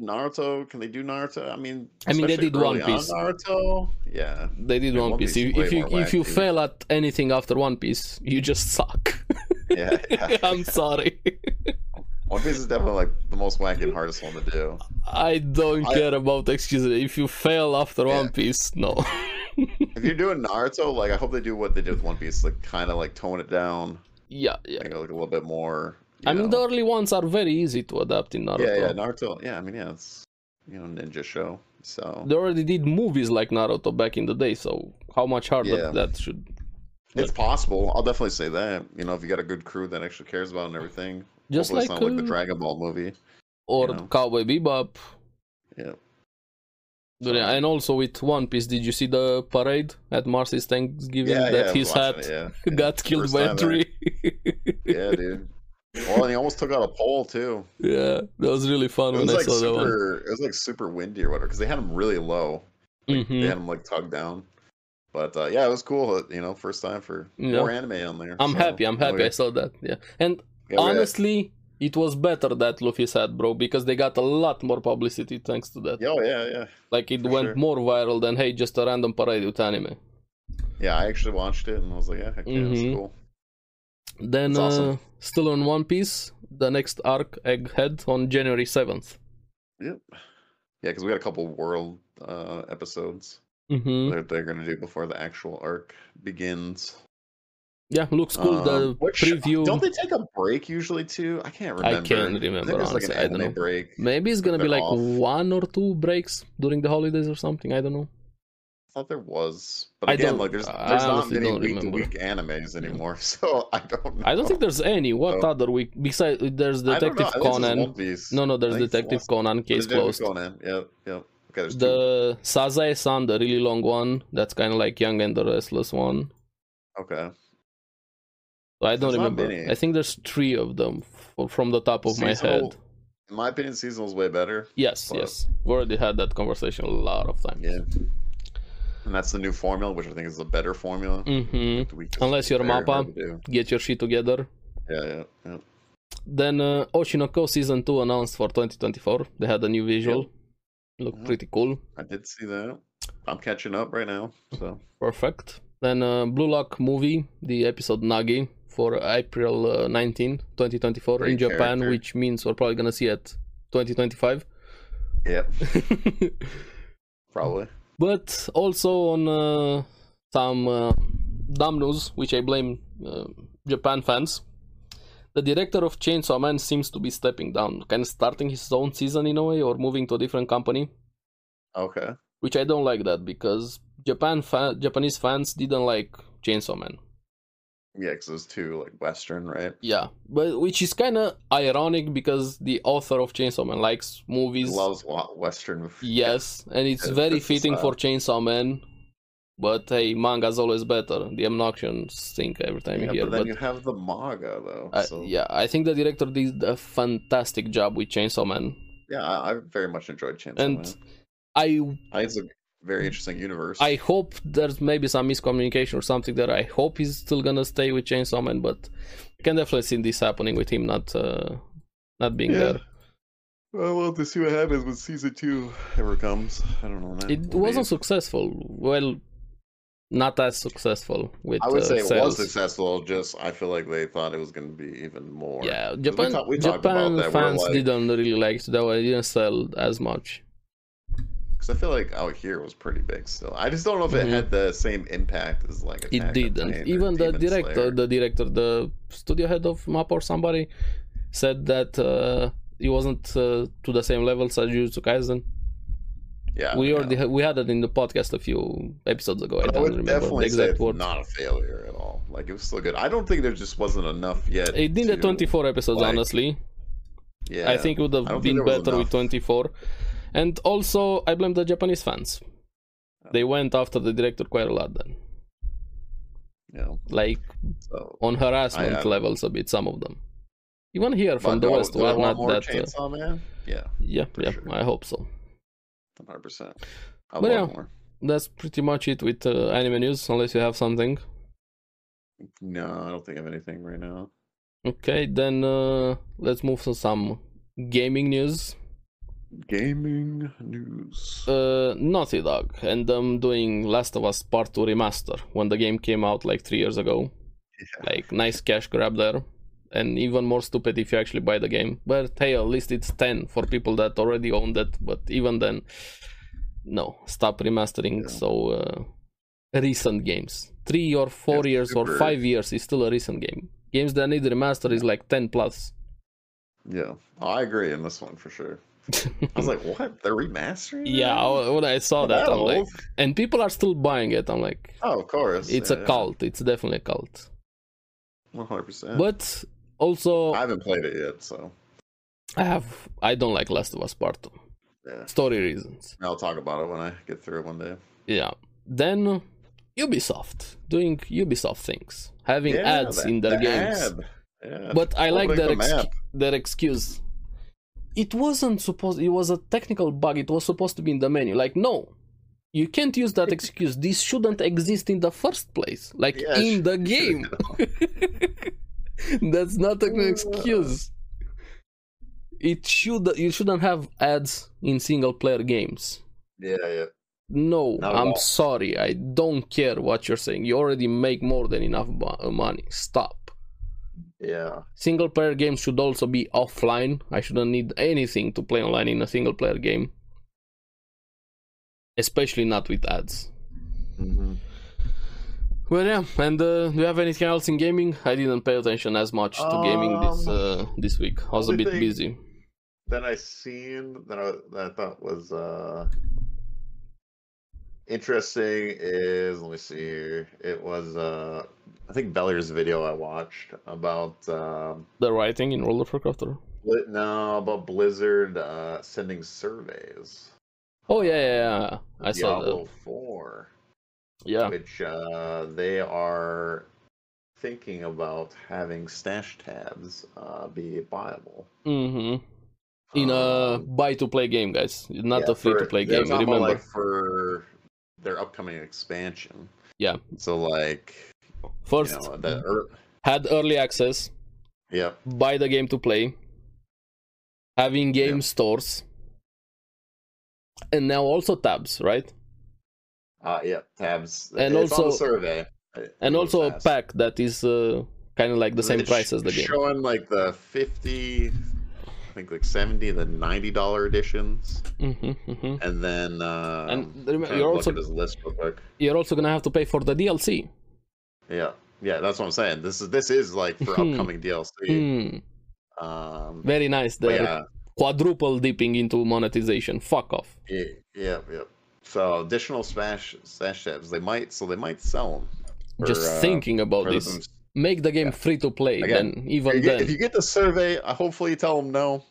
Speaker 1: Naruto, can they do Naruto? I mean,
Speaker 2: I mean, they
Speaker 1: especially
Speaker 2: did One
Speaker 1: early on
Speaker 2: Piece.
Speaker 1: Naruto, yeah.
Speaker 2: They did
Speaker 1: Yeah,
Speaker 2: One
Speaker 1: One
Speaker 2: Piece.
Speaker 1: Piece
Speaker 2: If,
Speaker 1: is way
Speaker 2: if you
Speaker 1: more
Speaker 2: if you
Speaker 1: wacky.
Speaker 2: fail at anything after One Piece, you just
Speaker 1: <laughs>
Speaker 2: suck. <laughs>
Speaker 1: Yeah, yeah.
Speaker 2: I'm sorry.
Speaker 1: One Piece is definitely like the most wacky and hardest one to do.
Speaker 2: I don't
Speaker 1: I-
Speaker 2: care about excuses. If you fail after
Speaker 1: Yeah.
Speaker 2: One Piece, no. <laughs>
Speaker 1: If you're doing Naruto, like I hope they do what they did with One Piece, like kind of like tone it down,
Speaker 2: yeah, yeah.
Speaker 1: make it look a little bit more. you
Speaker 2: I mean,
Speaker 1: know.
Speaker 2: the early ones are very easy to adapt in Naruto.
Speaker 1: yeah, yeah, Naruto. Yeah, I mean, yeah, it's you know ninja show. So
Speaker 2: They already did movies like Naruto back in the day, so how much harder
Speaker 1: Yeah.
Speaker 2: that should
Speaker 1: it's possible. I'll definitely say that. You know, if you got a good crew that actually cares about it and everything,
Speaker 2: just
Speaker 1: hopefully
Speaker 2: like,
Speaker 1: it's not like the
Speaker 2: uh,
Speaker 1: Dragon Ball movie.
Speaker 2: or
Speaker 1: you know.
Speaker 2: Cowboy Bebop.
Speaker 1: Yeah.
Speaker 2: But yeah, and also with One Piece, did you see the parade at Marcy's Thanksgiving
Speaker 1: Yeah, yeah,
Speaker 2: that
Speaker 1: I was
Speaker 2: his
Speaker 1: watching
Speaker 2: hat
Speaker 1: it, yeah,
Speaker 2: <laughs>
Speaker 1: yeah.
Speaker 2: got killed
Speaker 1: First
Speaker 2: by a
Speaker 1: time,
Speaker 2: tree?
Speaker 1: Yeah, dude. Well, and he almost took out a pole too.
Speaker 2: <laughs> yeah, that was really fun
Speaker 1: It
Speaker 2: when
Speaker 1: was
Speaker 2: I
Speaker 1: like
Speaker 2: saw that one.
Speaker 1: super. It was like super windy or whatever because they had him really low. Like,
Speaker 2: Mhm.
Speaker 1: They had him like tugged down. But uh, yeah, it was cool. uh, You know, first time for
Speaker 2: Yeah.
Speaker 1: more anime on there.
Speaker 2: I'm
Speaker 1: so,
Speaker 2: happy. I'm
Speaker 1: you know,
Speaker 2: happy.
Speaker 1: we-
Speaker 2: I saw that. Yeah, and
Speaker 1: yeah, we had-
Speaker 2: honestly, it was better that Luffy's hat, bro, because they got a lot more publicity thanks to that.
Speaker 1: yeah, oh, yeah, yeah,
Speaker 2: like it
Speaker 1: for
Speaker 2: went
Speaker 1: sure.
Speaker 2: more viral than hey, just a random parade with anime.
Speaker 1: yeah. I actually watched it and I was like, yeah, heck yeah, it's
Speaker 2: Mhm.
Speaker 1: cool.
Speaker 2: Then
Speaker 1: That's awesome.
Speaker 2: uh, still on One Piece, the next arc Egghead on January seventh.
Speaker 1: Yep. Yeah, because we got a couple world uh, episodes
Speaker 2: Mm-hmm.
Speaker 1: that they're gonna do before the actual arc begins.
Speaker 2: Yeah, looks cool. the
Speaker 1: Um, which-
Speaker 2: preview.
Speaker 1: Don't they take a break usually too? I can't remember.
Speaker 2: I can't
Speaker 1: I
Speaker 2: remember.
Speaker 1: think there's like an
Speaker 2: honestly, I don't
Speaker 1: anime
Speaker 2: know.
Speaker 1: break. I
Speaker 2: Maybe it's gonna be
Speaker 1: They're
Speaker 2: like
Speaker 1: off.
Speaker 2: one or two breaks during the holidays or something. I don't know.
Speaker 1: thought there was, but
Speaker 2: I
Speaker 1: again,
Speaker 2: don't-
Speaker 1: like there's
Speaker 2: I
Speaker 1: there's not
Speaker 2: honestly
Speaker 1: many
Speaker 2: don't
Speaker 1: week to
Speaker 2: remember.
Speaker 1: week animes anymore, <laughs> so I don't. Know.
Speaker 2: I don't think there's any. What
Speaker 1: Oh.
Speaker 2: other week besides there's
Speaker 1: I don't know.
Speaker 2: Detective
Speaker 1: I think it's just One
Speaker 2: Conan?
Speaker 1: Piece.
Speaker 2: No, no, there's
Speaker 1: I think it's the
Speaker 2: Detective
Speaker 1: last-
Speaker 2: Conan
Speaker 1: But
Speaker 2: case
Speaker 1: Detective
Speaker 2: closed.
Speaker 1: Conan. Yep, yep. Okay, there's two.
Speaker 2: The Sazae-san, the really long one, that's kind of like Young and the Restless one.
Speaker 1: Okay.
Speaker 2: So I don't
Speaker 1: There's not
Speaker 2: remember.
Speaker 1: many.
Speaker 2: I think there's three of them f- from the top of my
Speaker 1: Seasonal-
Speaker 2: head.
Speaker 1: In my opinion, seasonal's way better.
Speaker 2: Yes,
Speaker 1: but-
Speaker 2: yes. We already had that conversation a lot of times.
Speaker 1: Yeah. And that's the new formula, which I think is the better formula.
Speaker 2: Mm-hmm.
Speaker 1: The week is
Speaker 2: Unless you're
Speaker 1: very hard
Speaker 2: Mappa.
Speaker 1: to do.
Speaker 2: Get your shit together.
Speaker 1: Yeah, yeah, yeah.
Speaker 2: Then uh, Oshinoko season 2 announced for 2024. They had a new visual. Looked
Speaker 1: Yeah.
Speaker 2: pretty cool.
Speaker 1: I did see that. I'm catching up right now.
Speaker 2: <laughs>
Speaker 1: So
Speaker 2: Perfect. Then uh, Blue Lock movie, the episode Nagi for April uh, 19, 2024 in
Speaker 1: Great
Speaker 2: Japan,
Speaker 1: character.
Speaker 2: which means we're probably going to see it 2025.
Speaker 1: <laughs> yeah, probably.
Speaker 2: but also on uh, some uh, dumb news, which I blame uh, Japan fans. The director of Chainsaw Man seems to be stepping down, kind of starting his own season in a way, or moving to a different company,
Speaker 1: Okay.
Speaker 2: which I don't like that because Japan fa- Japanese fans didn't like Chainsaw Man.
Speaker 1: Yeah, because it's too like Western, right?
Speaker 2: Yeah, but which is kind of ironic because the author of Chainsaw Man likes movies.
Speaker 1: Loves wa- Western.
Speaker 2: Yes, and it's
Speaker 1: Yeah,
Speaker 2: very
Speaker 1: that's the
Speaker 2: fitting for Chainsaw Man But hey, manga's always better. The Obnoxions stink every time
Speaker 1: Yeah,
Speaker 2: you hear.
Speaker 1: but then
Speaker 2: But
Speaker 1: you have the manga though.
Speaker 2: I-
Speaker 1: so
Speaker 2: yeah,
Speaker 1: yeah,
Speaker 2: I think the director did a fantastic job with Chainsaw Man,
Speaker 1: I, I very much enjoyed Chainsaw
Speaker 2: and
Speaker 1: Man.
Speaker 2: I
Speaker 1: I- It's a very interesting universe.
Speaker 2: I hope there's maybe some miscommunication or something there. I hope he's still gonna stay with Chainsaw Man, but I can definitely see this happening with him not uh, not being
Speaker 1: Yeah.
Speaker 2: there.
Speaker 1: Well, we'll have to see what happens when season two ever comes. I don't know. Man.
Speaker 2: It
Speaker 1: We'll
Speaker 2: wasn't
Speaker 1: be-
Speaker 2: successful. Well, not as successful with
Speaker 1: I would
Speaker 2: uh,
Speaker 1: say it was
Speaker 2: sales.
Speaker 1: successful. Just I feel like they thought it was going to be even more.
Speaker 2: Yeah,
Speaker 1: 'Cause we
Speaker 2: Japan
Speaker 1: talked- we talked about
Speaker 2: Japan
Speaker 1: that, we're
Speaker 2: fans
Speaker 1: like-
Speaker 2: didn't really like it. Though it didn't sell as much.
Speaker 1: Because I feel like out here was pretty big still. I just don't know if
Speaker 2: Mhm.
Speaker 1: it had the same impact as like
Speaker 2: It
Speaker 1: Attack on Titan
Speaker 2: didn't.
Speaker 1: or
Speaker 2: Even the
Speaker 1: Demon
Speaker 2: director,
Speaker 1: Slayer.
Speaker 2: the director, the studio head of MAP or somebody said that uh, it wasn't uh, to the same level as Jujutsu Kaisen.
Speaker 1: yeah,
Speaker 2: we
Speaker 1: yeah.
Speaker 2: already had, we had it in the podcast a few episodes ago. I
Speaker 1: But I
Speaker 2: don't
Speaker 1: would
Speaker 2: remember the
Speaker 1: definitely say
Speaker 2: exact
Speaker 1: it's
Speaker 2: word.
Speaker 1: not a failure at all. Like it was still good. I don't think there just wasn't enough yet.
Speaker 2: It did
Speaker 1: to-
Speaker 2: at 24 episodes,
Speaker 1: like,
Speaker 2: honestly.
Speaker 1: Yeah,
Speaker 2: I think it would
Speaker 1: I
Speaker 2: have
Speaker 1: don't think
Speaker 2: been
Speaker 1: there was
Speaker 2: better with
Speaker 1: enough.
Speaker 2: 24. And also, I blame the Japanese fans. They went after the director quite a lot then,
Speaker 1: You know,
Speaker 2: like
Speaker 1: so
Speaker 2: on harassment
Speaker 1: I, uh,
Speaker 2: levels a bit. Some of them, even here from
Speaker 1: But
Speaker 2: the
Speaker 1: do I-
Speaker 2: West,
Speaker 1: do I
Speaker 2: we're not
Speaker 1: want more
Speaker 2: that. Uh,
Speaker 1: Chainsaw Man. Yeah,
Speaker 2: yeah,
Speaker 1: for
Speaker 2: yeah,
Speaker 1: sure.
Speaker 2: I hope so.
Speaker 1: one hundred percent. I
Speaker 2: But
Speaker 1: love
Speaker 2: yeah.
Speaker 1: more.
Speaker 2: That's pretty much it with uh, anime news, unless you have something.
Speaker 1: No, I don't think of anything right now.
Speaker 2: Okay, then uh, let's move to some gaming news.
Speaker 1: Gaming news.
Speaker 2: uh, Naughty Dog and them doing Last of Us Part 2 Remaster when the game came out like three years ago. Like, nice cash grab there. And even more stupid if you actually buy the game. But hey, at least it's 10 for people that already owned it. But even then, no, stop remastering.
Speaker 1: Yeah.
Speaker 2: So, uh, recent games. Three or four
Speaker 1: Yeah,
Speaker 2: years or
Speaker 1: super.
Speaker 2: five years is still a recent game. Games that need remaster is like 10 plus.
Speaker 1: yeah, I agree in this one for sure. I
Speaker 2: <laughs>
Speaker 1: was like, what? They're remastering?
Speaker 2: yeah, oh,
Speaker 1: that?
Speaker 2: when I saw
Speaker 1: Not
Speaker 2: that, I'm
Speaker 1: old.
Speaker 2: like, and people are still buying it. I'm like,
Speaker 1: Oh, of course.
Speaker 2: it's a cult. It's definitely a cult.
Speaker 1: One hundred percent.
Speaker 2: But also,
Speaker 1: I
Speaker 2: i
Speaker 1: haven't played it yet, so
Speaker 2: have I don't like Last of Us Part Two.
Speaker 1: yeah.
Speaker 2: Story reasons.
Speaker 1: I'll talk about it when I get through it one day.
Speaker 2: Yeah. Then Ubisoft doing Ubisoft things, having
Speaker 1: Yeah,
Speaker 2: ads
Speaker 1: the-
Speaker 2: in their
Speaker 1: the
Speaker 2: games.
Speaker 1: ad. Yeah.
Speaker 2: But I like
Speaker 1: Opening
Speaker 2: their
Speaker 1: the
Speaker 2: ex-
Speaker 1: map.
Speaker 2: their excuse. It wasn't supposed. It was a technical bug. It was supposed to be in the menu. Like no. You can't use that
Speaker 1: <laughs>
Speaker 2: excuse. This shouldn't exist in the first place. Like
Speaker 1: Yeah,
Speaker 2: in
Speaker 1: sure,
Speaker 2: the game. <laughs> That's not an
Speaker 1: Yeah.
Speaker 2: excuse. It should you shouldn't have ads in single player games.
Speaker 1: Yeah, yeah.
Speaker 2: No,
Speaker 1: Not at
Speaker 2: I'm
Speaker 1: all.
Speaker 2: sorry. I don't care what you're saying. You already make more than enough mo- money. Stop.
Speaker 1: Yeah.
Speaker 2: Single player games should also be offline. I shouldn't need anything to play online in a single player game. Especially not with ads.
Speaker 1: Mm-hmm.
Speaker 2: Well, yeah. And uh, do you have anything else in gaming? I didn't pay attention as much to gaming this
Speaker 1: Um,
Speaker 2: uh, this week. I was a
Speaker 1: only
Speaker 2: bit
Speaker 1: thing-
Speaker 2: busy.
Speaker 1: That I seen that I, that I thought was uh interesting is let me see here. It was uh I think Bellier's video I watched about um
Speaker 2: The writing in World of Warcraft. Or...
Speaker 1: Bli- no about Blizzard uh sending surveys.
Speaker 2: Oh yeah, yeah, yeah. I saw
Speaker 1: Diablo
Speaker 2: that.
Speaker 1: four.
Speaker 2: Yeah.
Speaker 1: which uh, they are thinking about having stash tabs uh, be viable
Speaker 2: Mm-hmm. In a
Speaker 1: Um,
Speaker 2: buy-to-play game, guys, not
Speaker 1: yeah,
Speaker 2: a free-to-play
Speaker 1: for- they're
Speaker 2: game.
Speaker 1: talking about,
Speaker 2: Remember?
Speaker 1: like, for their upcoming expansion.
Speaker 2: Yeah.
Speaker 1: So like, you
Speaker 2: First,
Speaker 1: know, the er,
Speaker 2: had early access,
Speaker 1: yeah,
Speaker 2: buy the game to play, having game stores, and now also tabs, right?
Speaker 1: uh, yeah, tabs,
Speaker 2: And
Speaker 1: It's on the
Speaker 2: also-
Speaker 1: survey, It-
Speaker 2: And
Speaker 1: it was
Speaker 2: also a
Speaker 1: fast.
Speaker 2: pack that is uh, kind of like the same
Speaker 1: It's
Speaker 2: price as the game.
Speaker 1: Showing like the fifty, I think like seventy, the ninety dollar editions,
Speaker 2: Mm-hmm, mm-hmm.
Speaker 1: and then uh,
Speaker 2: And remember,
Speaker 1: trying to
Speaker 2: you're
Speaker 1: look
Speaker 2: also-
Speaker 1: at his list real quick.
Speaker 2: You're also gonna have to pay for the DLC.
Speaker 1: Yeah, yeah, that's what I'm saying. This is this is like for
Speaker 2: Mhm.
Speaker 1: upcoming DLC.
Speaker 2: Hmm.
Speaker 1: Um,
Speaker 2: Very nice.
Speaker 1: but
Speaker 2: They're
Speaker 1: yeah,
Speaker 2: quadruple dipping into monetization. Fuck off.
Speaker 1: yeah, yeah, yeah. So additional smash smash tabs they might so they might sell them.
Speaker 2: Just thinking about this. Make the game
Speaker 1: uh, yeah.
Speaker 2: free to play.
Speaker 1: Again,
Speaker 2: Then
Speaker 1: If
Speaker 2: even
Speaker 1: you, get,
Speaker 2: then,
Speaker 1: if you get the survey, uh, hopefully you tell them no.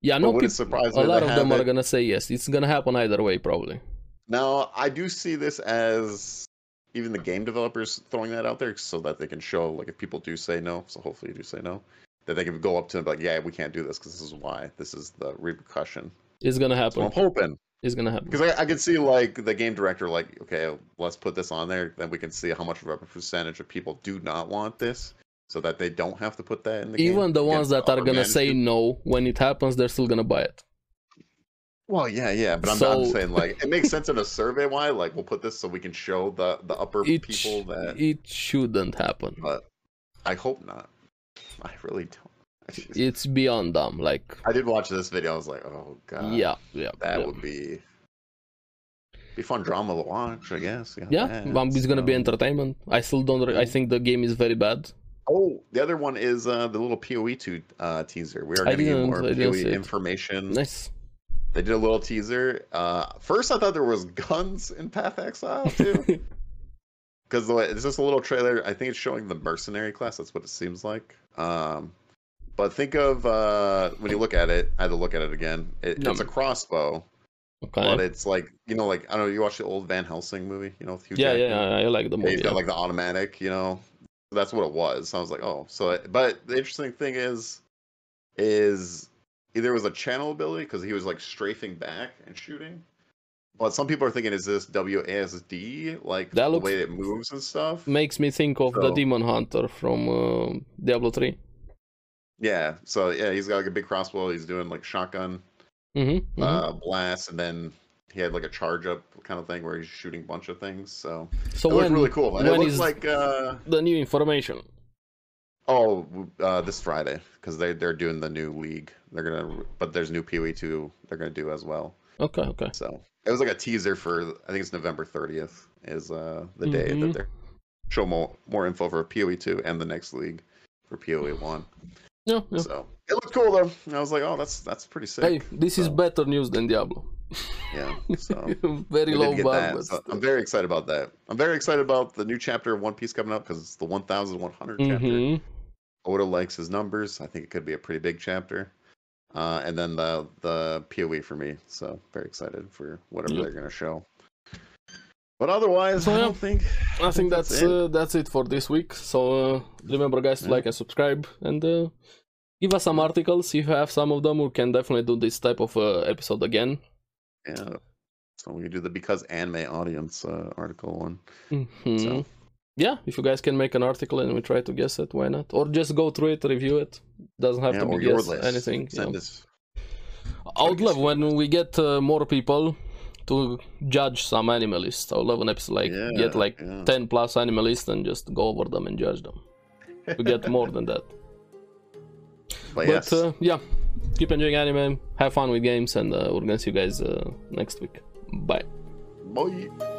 Speaker 2: yeah,
Speaker 1: No,
Speaker 2: no
Speaker 1: would it
Speaker 2: people.
Speaker 1: surprise
Speaker 2: A
Speaker 1: me? if
Speaker 2: lot
Speaker 1: they
Speaker 2: of
Speaker 1: have
Speaker 2: them are
Speaker 1: it?
Speaker 2: gonna say yes. It's gonna happen either way, probably.
Speaker 1: Now I do see this as even the game developers throwing that out there so that they can show like if people do say no, so hopefully you do say no, that they can go up to them like, yeah, we can't do this because this is why this is the repercussion.
Speaker 2: It's gonna happen.
Speaker 1: So I'm hoping
Speaker 2: It's gonna happen.
Speaker 1: because I, I can see like the game director like, okay, let's put this on there, then we can see how much of a percentage of people do not want this, so that they don't have to put that in the game.
Speaker 2: Even the ones
Speaker 1: against
Speaker 2: that are
Speaker 1: upper
Speaker 2: gonna say
Speaker 1: management.
Speaker 2: no when it happens, they're still gonna buy it.
Speaker 1: Well, yeah, yeah, but I'm, I'm
Speaker 2: So-
Speaker 1: saying like it makes sense in a survey. Why? Like we'll put this so we can show the the upper
Speaker 2: It sh-
Speaker 1: people that. Oh,
Speaker 2: it shouldn't happen.
Speaker 1: but I hope not. I really don't.
Speaker 2: It's beyond dumb. Like
Speaker 1: I did watch this video. I was like, oh god,
Speaker 2: yeah, yeah,
Speaker 1: that
Speaker 2: yeah.
Speaker 1: would be be fun drama to watch. I guess. got
Speaker 2: yeah,
Speaker 1: that,
Speaker 2: um, it's gonna be
Speaker 1: so-
Speaker 2: entertainment. I still don't. Re- I think the game is very bad.
Speaker 1: Oh, the other one is uh, the little Poe two uh, teaser. We are
Speaker 2: I
Speaker 1: getting
Speaker 2: didn't-
Speaker 1: more
Speaker 2: I
Speaker 1: Poe
Speaker 2: didn't see it.
Speaker 1: information.
Speaker 2: Nice.
Speaker 1: They did a little teaser. Uh, first, I thought there was guns in Path Exile too.
Speaker 2: <laughs>
Speaker 1: because it's just a little trailer. I think it's showing the mercenary class. That's what it seems like. Um, but think of uh, when you look at it. I had to look at it again. It,
Speaker 2: No.
Speaker 1: It's a crossbow, but
Speaker 2: okay.
Speaker 1: it's like you know, like I don't know. You watch the old Van Helsing movie, you know, with Hugh
Speaker 2: Yeah,
Speaker 1: Jackman?
Speaker 2: yeah, I, I like the
Speaker 1: Yeah,
Speaker 2: movie.
Speaker 1: he's got like the automatic, you know. That's what it was. So I was like, oh, so. It, but the interesting thing is, is either it was a channel ability because he was like strafing back and shooting. But some people are thinking, is this WASD like
Speaker 2: That
Speaker 1: the
Speaker 2: looks-
Speaker 1: way it moves and stuff?
Speaker 2: Makes me think of the
Speaker 1: So-
Speaker 2: Demon Hunter from uh, Diablo 3.
Speaker 1: Yeah. So yeah, he's got like a big crossbow. He's doing like shotgun
Speaker 2: Mm-hmm.
Speaker 1: uh, blast, and then he had like a charge up kind of thing where he's shooting a bunch of things. So
Speaker 2: so
Speaker 1: it looked
Speaker 2: when
Speaker 1: really cool. It
Speaker 2: when
Speaker 1: looks
Speaker 2: is-
Speaker 1: like uh,
Speaker 2: the new information?
Speaker 1: Oh, w- uh, this Friday because they they're doing the new league. They're gonna, but there's new PoE two. They're gonna do as well.
Speaker 2: Okay, okay.
Speaker 1: So it was like a teaser for. I think it's November thirtieth is uh the day
Speaker 2: Mhm.
Speaker 1: that they're show more more info for PoE two and the next league for PoE one.
Speaker 2: Yeah, yeah.
Speaker 1: So it looked cool though. And I was like, oh, that's that's pretty
Speaker 2: Hey,
Speaker 1: sick.
Speaker 2: this is
Speaker 1: so-
Speaker 2: better news than Diablo.
Speaker 1: Yeah.
Speaker 2: <laughs>
Speaker 1: So
Speaker 2: very
Speaker 1: they did
Speaker 2: low
Speaker 1: get
Speaker 2: bar,
Speaker 1: that,
Speaker 2: but
Speaker 1: so I'm very excited about that. I'm very excited about the new chapter of One Piece coming up because it's the 1,100 chapter.
Speaker 2: hmm
Speaker 1: Oda likes his numbers. I think it could be a pretty big chapter. Uh, and then the the POE for me. So very excited for whatever
Speaker 2: Yep.
Speaker 1: they're gonna show. But otherwise,
Speaker 2: So,
Speaker 1: I
Speaker 2: yeah.
Speaker 1: don't think.
Speaker 2: I think that's
Speaker 1: that's
Speaker 2: that's it, uh, that's it for this week. So uh, remember, guys, to
Speaker 1: Yeah.
Speaker 2: like and subscribe, and uh, give us some articles if you have some of them. We can definitely do this type of uh, episode again.
Speaker 1: Yeah. So we can do the because anime audience uh, article one.
Speaker 2: Mhm.
Speaker 1: So
Speaker 2: Yeah, if you guys can make an article and we try to guess it, why not? Or just go through it, review it. Doesn't have
Speaker 1: yeah,
Speaker 2: to
Speaker 1: or
Speaker 2: be
Speaker 1: your
Speaker 2: guess
Speaker 1: list.
Speaker 2: anything. you know.
Speaker 1: Send us.
Speaker 2: I would love when we get uh, more people to judge some animalists. I would love an episode like
Speaker 1: Yeah,
Speaker 2: get like
Speaker 1: yeah.
Speaker 2: ten plus animalists and just go over them and judge them. We get more than that.
Speaker 1: But,
Speaker 2: But
Speaker 1: yes,
Speaker 2: uh, yeah, keep enjoying anime, have fun with games, and uh, we're gonna see you guys uh, next week. Bye.
Speaker 1: Bye.